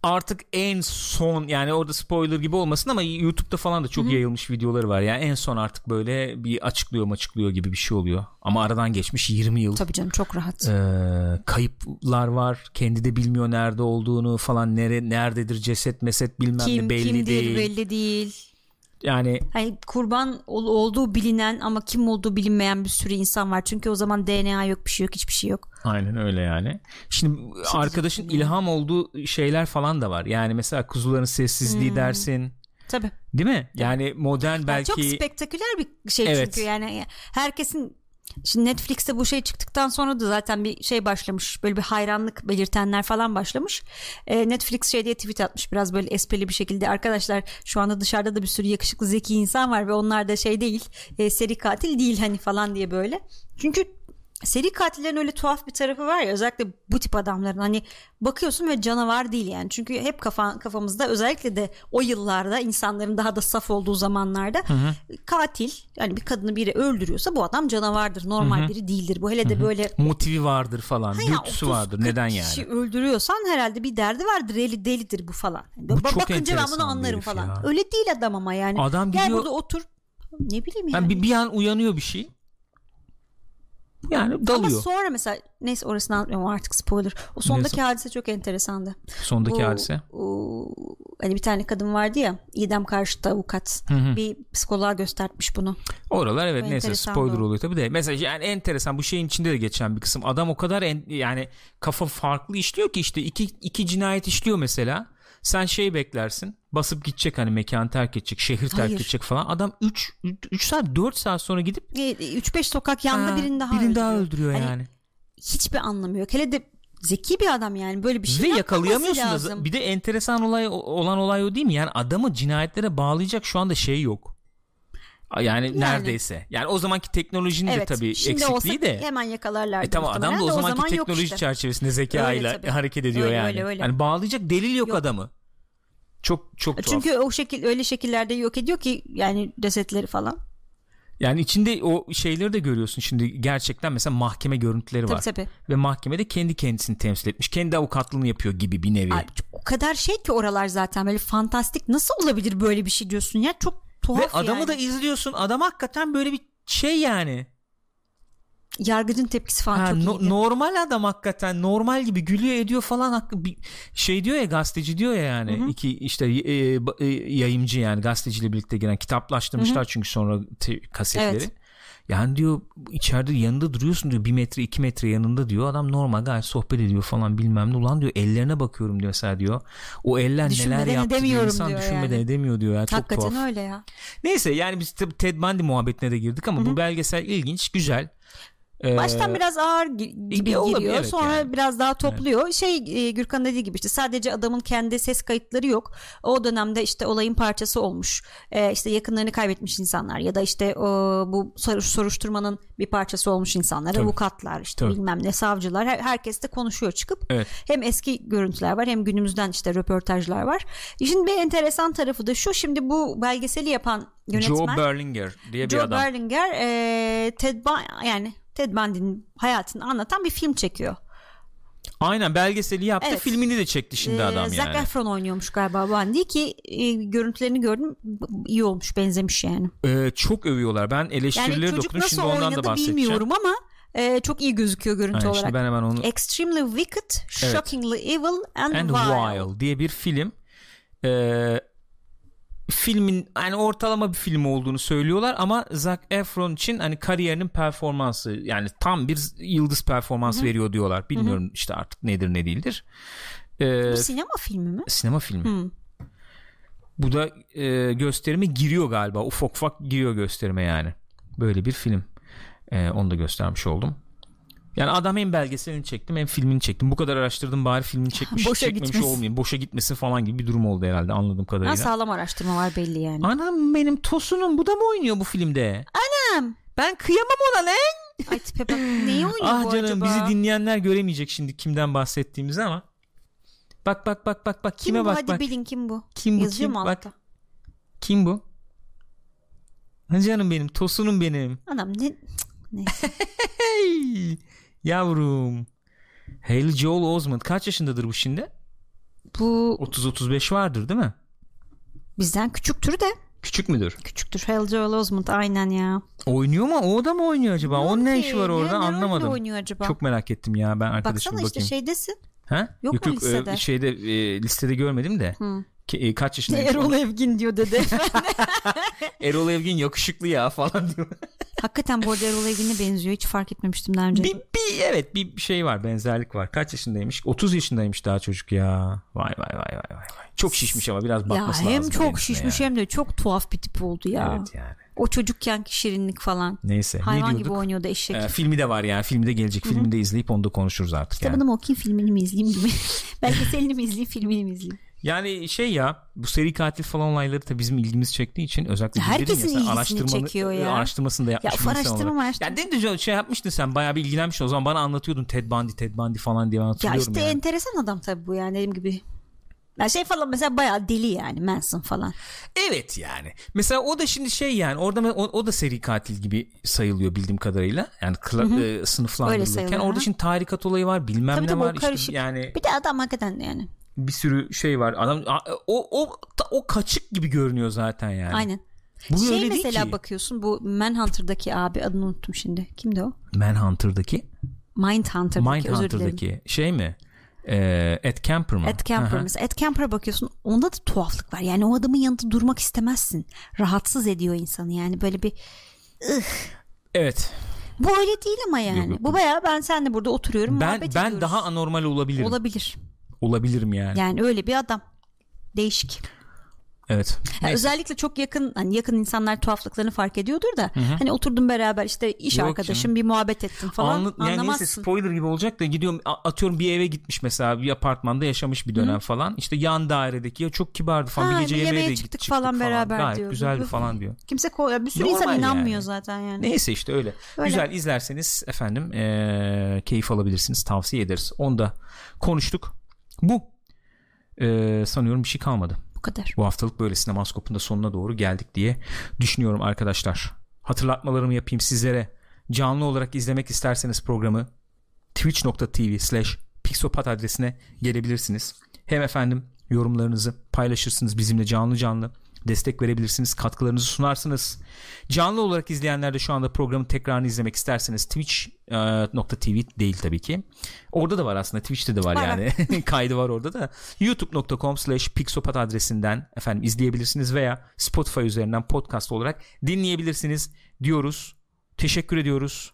Speaker 1: Artık en son yani orada spoiler gibi olmasın ama YouTube'da falan da çok yayılmış videoları var. Yani en son artık böyle bir açıklıyor açıklıyor gibi bir şey oluyor. Ama aradan geçmiş 20 yıl.
Speaker 2: Tabii canım çok rahat.
Speaker 1: Ee, kayıplar var. Kendi de bilmiyor nerede olduğunu falan. Nere, nerededir ceset meset bilmem ne
Speaker 2: Kim
Speaker 1: belli
Speaker 2: kimdir
Speaker 1: değil.
Speaker 2: belli değil.
Speaker 1: Yani
Speaker 2: Hani kurban ol- olduğu bilinen ama kim olduğu bilinmeyen bir sürü insan var. Çünkü o zaman DNA yok, bir şey yok, hiçbir şey yok.
Speaker 1: aynen öyle yani. Şimdi arkadaşın ilham olduğu şeyler falan da var. Yani mesela kuzuların sessizliği dersin.
Speaker 2: Tabii.
Speaker 1: Değil mi? Yani modern
Speaker 2: Yani
Speaker 1: belki
Speaker 2: Hmm. çok spektaküler bir şey
Speaker 1: Evet.
Speaker 2: çünkü yani herkesin şimdi Netflix'te bu şey çıktıktan sonra da zaten bir şey başlamış böyle bir hayranlık belirtenler falan başlamış Ee, Netflix şey diye tweet atmış biraz böyle esprili bir şekilde arkadaşlar şu anda dışarıda da bir sürü yakışıklı zeki insan var ve onlar da şey değil e, seri katil değil hani falan diye böyle çünkü seri katillerin öyle tuhaf bir tarafı var ya özellikle bu tip adamların hani bakıyorsun ve canavar değil yani çünkü hep kafa, kafamızda özellikle de o yıllarda insanların daha da saf olduğu zamanlarda katil yani bir kadını biri öldürüyorsa bu adam canavardır normal biri değildir bu hele de böyle
Speaker 1: motivi vardır falan.
Speaker 2: Ha ya,
Speaker 1: Dürtüsü
Speaker 2: 30-40
Speaker 1: vardır. Neden yani?
Speaker 2: kişi öldürüyorsan herhalde bir derdi vardır deli delidir bu falan
Speaker 1: Bu çok
Speaker 2: bakınca ben
Speaker 1: enteresan bir
Speaker 2: bunu anlarım
Speaker 1: herif
Speaker 2: falan
Speaker 1: ya.
Speaker 2: öyle değil adam ama yani
Speaker 1: Adam
Speaker 2: gel
Speaker 1: gidiyor-
Speaker 2: burada otur ne bileyim yani
Speaker 1: Yani bir, bir an uyanıyor bir şey. Yani dalıyor.
Speaker 2: Ama sonra mesela neyse orasını anlatmıyorum artık spoiler. O sondaki hadise çok enteresandı.
Speaker 1: Sondaki
Speaker 2: Bu,
Speaker 1: hadise.
Speaker 2: o, hani bir tane kadın vardı ya idam karşıtı avukat. Bir psikoloğa göstermiş bunu.
Speaker 1: Oralar evet
Speaker 2: Bu
Speaker 1: neyse
Speaker 2: enteresan
Speaker 1: spoiler
Speaker 2: da o.
Speaker 1: oluyor tabii de. Mesela yani enteresan bu şeyin içinde de geçen bir kısım. Adam o kadar en- yani kafa farklı işliyor ki işte iki, iki cinayet işliyor mesela. Sen şey beklersin basıp gidecek hani mekan terk edecek şehir terk
Speaker 2: Hayır.
Speaker 1: edecek falan. Adam 3 3 saat 4 saat sonra gidip
Speaker 2: 3-5 sokak yanda
Speaker 1: "Aa,
Speaker 2: birini daha
Speaker 1: birini
Speaker 2: öldürüyor.
Speaker 1: daha öldürüyor
Speaker 2: Hani
Speaker 1: yani.
Speaker 2: Hiçbir anlamı yok. Hele de zeki bir adam yani böyle bir şey
Speaker 1: Ve
Speaker 2: yapmaması
Speaker 1: yakalayamıyorsun da
Speaker 2: lazım.
Speaker 1: bir de enteresan olay olan olay o değil mi? Yani adamı cinayetlere bağlayacak şu anda şey yok. Yani, neredeyse. Yani o zamanki teknolojinin
Speaker 2: Evet.
Speaker 1: de tabii
Speaker 2: Şimdi
Speaker 1: eksikliği
Speaker 2: olsa
Speaker 1: de.
Speaker 2: hemen yakalarlar.
Speaker 1: E tamam adam da o zamanki teknoloji çerçevesinde zekayla
Speaker 2: Öyle tabii.
Speaker 1: hareket ediyor
Speaker 2: Öyle,
Speaker 1: yani.
Speaker 2: öyle, öyle.
Speaker 1: Yani bağlayacak delil yok,
Speaker 2: Yok. E,
Speaker 1: adamı. Çok çok tuhaf.
Speaker 2: Çünkü o şekil öyle şekillerde yok ediyor ki yani desetleri falan.
Speaker 1: Yani içinde o şeyleri de görüyorsun şimdi gerçekten mesela mahkeme görüntüleri
Speaker 2: Tabii
Speaker 1: var.
Speaker 2: tabii.
Speaker 1: Ve mahkemede kendi kendisini temsil etmiş. Kendi avukatlığını yapıyor gibi bir nevi.
Speaker 2: Ay, o kadar şey ki oralar zaten böyle fantastik nasıl olabilir böyle bir şey diyorsun ya çok tuhaf
Speaker 1: Ve adamı
Speaker 2: yani.
Speaker 1: da izliyorsun. Adam hakikaten böyle bir şey yani.
Speaker 2: yargıcın tepkisi falan
Speaker 1: Ha,
Speaker 2: çok
Speaker 1: no-
Speaker 2: iyiydi.
Speaker 1: normal adam hakikaten normal gibi gülüyor ediyor falan Hakkı- bir şey diyor ya gazeteci diyor ya yani iki işte e, ba- e, yayımcı yani gazeteciyle birlikte giren kitaplaştırmışlar çünkü sonra te- kasetleri.
Speaker 2: Evet.
Speaker 1: Yani diyor içeride yanında duruyorsun diyor bir metre iki metre yanında diyor adam normal gayet sohbet ediyor falan bilmem ne ulan diyor ellerine bakıyorum diyor mesela diyor o eller neler
Speaker 2: Düşünmeden
Speaker 1: yaptı diyor
Speaker 2: edemiyorum
Speaker 1: insan
Speaker 2: diyor
Speaker 1: düşünmeden
Speaker 2: yani.
Speaker 1: edemiyor diyor ya çok
Speaker 2: Hakikaten
Speaker 1: tuhaf.
Speaker 2: öyle ya.
Speaker 1: Neyse yani biz tabii Ted Bundy muhabbetine de girdik ama bu belgesel ilginç güzel. Ee,
Speaker 2: Baştan biraz ağır gi- gibi
Speaker 1: olabilir,
Speaker 2: giriyor.
Speaker 1: evet
Speaker 2: sonra
Speaker 1: yani.
Speaker 2: biraz daha topluyor. Şey e, Gürkan dediği gibi işte sadece adamın kendi ses kayıtları yok. O dönemde işte olayın parçası olmuş. E, işte yakınlarını kaybetmiş insanlar ya da işte e, bu soru- soruşturmanın bir parçası olmuş insanlar.
Speaker 1: Tabii.
Speaker 2: Avukatlar işte
Speaker 1: Tabii.
Speaker 2: bilmem ne savcılar. Her- herkes de konuşuyor çıkıp.
Speaker 1: Evet.
Speaker 2: Hem eski görüntüler var hem günümüzden işte röportajlar var. İşin bir enteresan tarafı da şu. Şimdi bu belgeseli yapan yönetmen.
Speaker 1: Joe Berlinger diye
Speaker 2: Joe
Speaker 1: bir adam.
Speaker 2: Berlinger e, Ted Bun- yani Ted Bundy'nin hayatını anlatan bir film çekiyor.
Speaker 1: Aynen belgeseli yaptı
Speaker 2: Evet.
Speaker 1: filmini de çekti şimdi
Speaker 2: Ee,
Speaker 1: adam
Speaker 2: Zac
Speaker 1: yani.
Speaker 2: Efron oynuyormuş galiba Van değil ki e, görüntülerini gördüm B- iyi olmuş benzemiş yani.
Speaker 1: Ee, çok övüyorlar. Ben eleştirileri
Speaker 2: Yani
Speaker 1: yani
Speaker 2: çocuk nasıl
Speaker 1: Şimdi ondan da
Speaker 2: oynadı
Speaker 1: bahsedeceğim.
Speaker 2: bilmiyorum ama e, çok iyi gözüküyor görüntü
Speaker 1: Aynen,
Speaker 2: olarak.
Speaker 1: şimdi ben hemen onu
Speaker 2: Extremely Wicked,
Speaker 1: Evet.
Speaker 2: Shockingly Evil and,
Speaker 1: and
Speaker 2: Vile.
Speaker 1: Wild diye bir film. Ee, filmin yani ortalama bir film olduğunu söylüyorlar ama Zac Efron için hani kariyerinin performansı yani tam bir yıldız performans veriyor diyorlar. Bilmiyorum işte artık nedir ne değildir. Ee,
Speaker 2: Bu sinema filmi mi?
Speaker 1: sinema filmi.
Speaker 2: Hı.
Speaker 1: Bu da e, gösterime giriyor galiba. Ufak ufak giriyor gösterime yani. Böyle bir film. E, onu da göstermiş oldum. Yani adam hem belgeselini çektim hem filmini çektim. Bu kadar araştırdım bari filmini çekmiş
Speaker 2: Boşa
Speaker 1: çekmemiş
Speaker 2: gitmesin.
Speaker 1: olmayayım. Boşa gitmesin falan gibi bir durum oldu herhalde anladığım kadarıyla.
Speaker 2: Ha, sağlam araştırma var belli yani.
Speaker 1: Anam benim Tosun'um bu da mı oynuyor bu filmde?
Speaker 2: Anam.
Speaker 1: Ben kıyamam ona lan.
Speaker 2: Ay tipe bak neyi oynuyor
Speaker 1: Ah
Speaker 2: bu
Speaker 1: canım
Speaker 2: acaba?
Speaker 1: bizi dinleyenler göremeyecek şimdi kimden bahsettiğimizi ama. Bak bak bak bak bak
Speaker 2: Kim
Speaker 1: kime
Speaker 2: bu?
Speaker 1: bak
Speaker 2: Hadi
Speaker 1: bak.
Speaker 2: bilin kim bu?
Speaker 1: Kim bu
Speaker 2: Yazıyor
Speaker 1: kim?
Speaker 2: mu
Speaker 1: Bak
Speaker 2: altta?
Speaker 1: kim bu? Ha Canım benim Tosun'um benim.
Speaker 2: Anam ne? Neyse.
Speaker 1: Hey yavrum. Haley Joel Osment kaç yaşındadır bu şimdi?
Speaker 2: Bu
Speaker 1: 30-35 vardır değil mi?
Speaker 2: bizden küçüktür de
Speaker 1: Küçük müdür?
Speaker 2: küçüktür. Hell Joel Osment aynen ya.
Speaker 1: Oynuyor mu? O da mı oynuyor acaba? Onun ne işi var
Speaker 2: Ne-
Speaker 1: orada
Speaker 2: ne rolde
Speaker 1: anlamadım.
Speaker 2: oynuyor acaba?
Speaker 1: Çok merak ettim ya ben arkadaşım
Speaker 2: Baksana
Speaker 1: bakayım.
Speaker 2: işte şeydesin.
Speaker 1: ha?
Speaker 2: Yok mu
Speaker 1: e,
Speaker 2: listede?
Speaker 1: şeyde e, listede görmedim de.
Speaker 2: Hı.
Speaker 1: Ki- e, kaç yaşındaymış?
Speaker 2: Erol Evgin diyor dede.
Speaker 1: Erol Evgin yakışıklı ya falan diyor.
Speaker 2: Hakikaten bu arada Erol Evgin'e benziyor. Hiç fark etmemiştim daha önce.
Speaker 1: bir, bir evet bir şey var benzerlik var. Kaç yaşındaymış? 30 yaşındaymış daha çocuk ya. Vay vay vay vay vay. vay. Çok şişmiş ama biraz
Speaker 2: ya
Speaker 1: bakması lazım.
Speaker 2: hem çok
Speaker 1: kendisine
Speaker 2: şişmiş
Speaker 1: yani.
Speaker 2: hem de çok tuhaf bir tip oldu ya.
Speaker 1: Evet yani.
Speaker 2: O çocukkenki şirinlik falan.
Speaker 1: Neyse ne
Speaker 2: Hayvan
Speaker 1: diyorduk?
Speaker 2: gibi oynuyordu eşek.
Speaker 1: Ee, filmi de var yani. Filmi de gelecek. Filmi de izleyip onu da konuşuruz artık. Yani.
Speaker 2: Kitabını mı okuyayım filmini mi izleyeyim gibi. Belgeselini mi izleyeyim filmini mi izleyeyim.
Speaker 1: yani şey ya bu seri katil falan olayları da bizim ilgimizi çektiği için özellikle
Speaker 2: Herkesin
Speaker 1: dedin ya, sen
Speaker 2: ilgisini
Speaker 1: araştırmanı-
Speaker 2: çekiyor ya.
Speaker 1: e, araştırmasını da
Speaker 2: Ya
Speaker 1: yapmışsın.
Speaker 2: of araştırma mı araştırma.
Speaker 1: Ya dedin de şey yapmıştın sen bayağı bir ilgilenmiş o zaman bana anlatıyordun Ted Bundy Ted Bundy falan diye ben
Speaker 2: Ya
Speaker 1: hatırlıyorum.
Speaker 2: işte
Speaker 1: yani.
Speaker 2: enteresan adam tabii bu yani dediğim gibi. Ya şey falan mesela bayağı deli yani Manson falan.
Speaker 1: Evet yani. Mesela o da şimdi şey yani orada me- o, o da seri katil gibi sayılıyor bildiğim kadarıyla. Yani kla, e,
Speaker 2: Öyle
Speaker 1: sınıflandırılırken
Speaker 2: sayılıyor,
Speaker 1: orada
Speaker 2: ha.
Speaker 1: şimdi tarikat olayı var bilmem
Speaker 2: Tabii
Speaker 1: ne
Speaker 2: tabii o
Speaker 1: var işte
Speaker 2: karışık.
Speaker 1: yani
Speaker 2: Bir de adam hakikaten yani.
Speaker 1: bir sürü şey var. Adam a- o o ta- o kaçık gibi görünüyor zaten yani.
Speaker 2: Aynen.
Speaker 1: Bu
Speaker 2: şey
Speaker 1: öyle
Speaker 2: mesela
Speaker 1: değil ki.
Speaker 2: bakıyorsun bu Manhunter'daki abi adını unuttum şimdi. Kimdi o?
Speaker 1: Manhunter'daki,
Speaker 2: Mindhunter'daki özür dilerim.
Speaker 1: Mindhunter'daki şey mi? Ee, Ed Kemper mı?
Speaker 2: Ed Kemper
Speaker 1: Hı hı.
Speaker 2: mesela. Ed Kemper'a bakıyorsun onda da tuhaflık var. Yani o adamın yanında durmak istemezsin. Rahatsız ediyor insanı yani böyle bir
Speaker 1: Evet.
Speaker 2: bu öyle değil ama yani.
Speaker 1: Yok, yok.
Speaker 2: Bu bayağı ben senle burada oturuyorum
Speaker 1: Ben
Speaker 2: muhabbet
Speaker 1: ben
Speaker 2: ediyoruz.
Speaker 1: daha anormal olabilirim.
Speaker 2: olabilir.
Speaker 1: Olabilirim yani.
Speaker 2: Yani öyle bir adam. Değişik.
Speaker 1: Evet.
Speaker 2: Yani
Speaker 1: Neyse.
Speaker 2: özellikle çok yakın hani yakın insanlar tuhaflıklarını fark ediyordur da hani oturdum beraber işte iş
Speaker 1: Yok
Speaker 2: arkadaşım
Speaker 1: canım.
Speaker 2: bir muhabbet ettim falan
Speaker 1: Anla- yani neyse
Speaker 2: anlamazsın.
Speaker 1: spoiler gibi olacak da gidiyorum a- atıyorum bir eve gitmiş mesela bir apartmanda yaşamış bir dönem falan. İşte yan dairedeki ya çok kibardı falan
Speaker 2: Ha,
Speaker 1: bir gece
Speaker 2: bir
Speaker 1: yemeğe,
Speaker 2: yemeğe
Speaker 1: de git-
Speaker 2: çıktık falan beraber
Speaker 1: Gayet
Speaker 2: diyor.
Speaker 1: güzeldi
Speaker 2: Üf.
Speaker 1: falan diyor.
Speaker 2: Kimse ko- ya bir sürü insan
Speaker 1: Normal
Speaker 2: inanmıyor
Speaker 1: yani.
Speaker 2: zaten yani.
Speaker 1: Neyse işte öyle.
Speaker 2: Öyle.
Speaker 1: Güzel izlerseniz efendim eee, keyif alabilirsiniz. Tavsiye ederiz. Onu da konuştuk. Bu. Eee, sanıyorum bir şey kalmadı.
Speaker 2: Bu kadar.
Speaker 1: Bu haftalık böyle Sinemaskop'un da sonuna doğru geldik diye düşünüyorum arkadaşlar. Hatırlatmalarımı yapayım sizlere. Canlı olarak izlemek isterseniz programı twitch.tv slash pixopat adresine gelebilirsiniz. Hem efendim yorumlarınızı paylaşırsınız bizimle canlı canlı. Destek verebilirsiniz, katkılarınızı sunarsınız. Canlı olarak izleyenler de şu anda programın tekrarını izlemek isterseniz e, twitch.tv değil tabii ki. Orada da var aslında Twitch'te de var,
Speaker 2: Var,
Speaker 1: yani. Kaydı var orada da. youtube.com slash pixopat adresinden efendim izleyebilirsiniz veya Spotify üzerinden podcast olarak dinleyebilirsiniz diyoruz. Teşekkür ediyoruz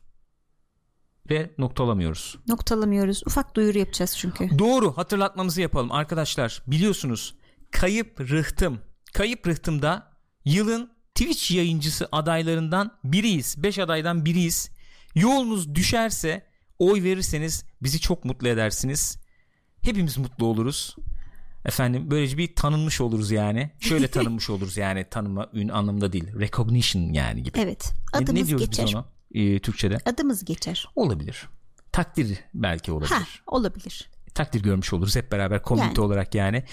Speaker 1: ve noktalamıyoruz.
Speaker 2: Noktalamıyoruz. Ufak duyuru yapacağız çünkü.
Speaker 1: Doğru hatırlatmamızı yapalım arkadaşlar. Biliyorsunuz Kayıp Rıhtım. Kayıp Rıhtım'da yılın Twitch yayıncısı adaylarından biriyiz. 5 adaydan biriyiz. Yolunuz düşerse oy verirseniz bizi çok mutlu edersiniz. Hepimiz mutlu oluruz. Efendim böylece bir tanınmış oluruz yani. Şöyle tanınmış oluruz yani tanıma ün anlamında değil. Recognition yani gibi.
Speaker 2: Evet.
Speaker 1: Ne-
Speaker 2: Adımız
Speaker 1: ne, diyoruz
Speaker 2: geçer.
Speaker 1: biz ona ee, Türkçe'de?
Speaker 2: Adımız geçer.
Speaker 1: Olabilir. Takdir belki olabilir
Speaker 2: Ha olabilir.
Speaker 1: takdir görmüş oluruz hep beraber komünite
Speaker 2: Yani.
Speaker 1: olarak yani.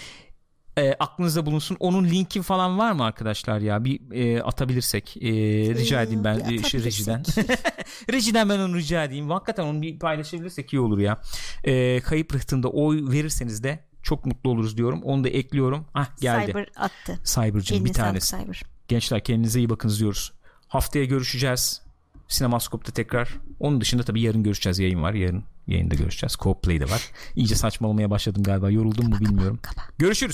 Speaker 1: Ee, e, aklınızda bulunsun. Onun linki falan var mı arkadaşlar ya? Bir e, atabilirsek. E, rica edeyim ben
Speaker 2: Bir
Speaker 1: e, şey,
Speaker 2: Ee, atabilirsek.
Speaker 1: rejiden. rejiden ben onu rica edeyim. Hakikaten onu bir paylaşabilirsek iyi olur ya. E, kayıp rıhtımda oy verirseniz de çok mutlu oluruz diyorum. Onu da ekliyorum. Ah geldi.
Speaker 2: Cyber attı.
Speaker 1: Cyber'cığım
Speaker 2: Eline
Speaker 1: bir tanesi.
Speaker 2: sağlık Cyber.
Speaker 1: Gençler kendinize iyi bakınız diyoruz. Haftaya görüşeceğiz. Sinemaskop'ta tekrar. Onun dışında tabii yarın görüşeceğiz. Yayın var. Yarın yayında görüşeceğiz. Co-play'de var. İyice saçmalamaya başladım galiba. Yoruldum mu bilmiyorum. Görüşürüz.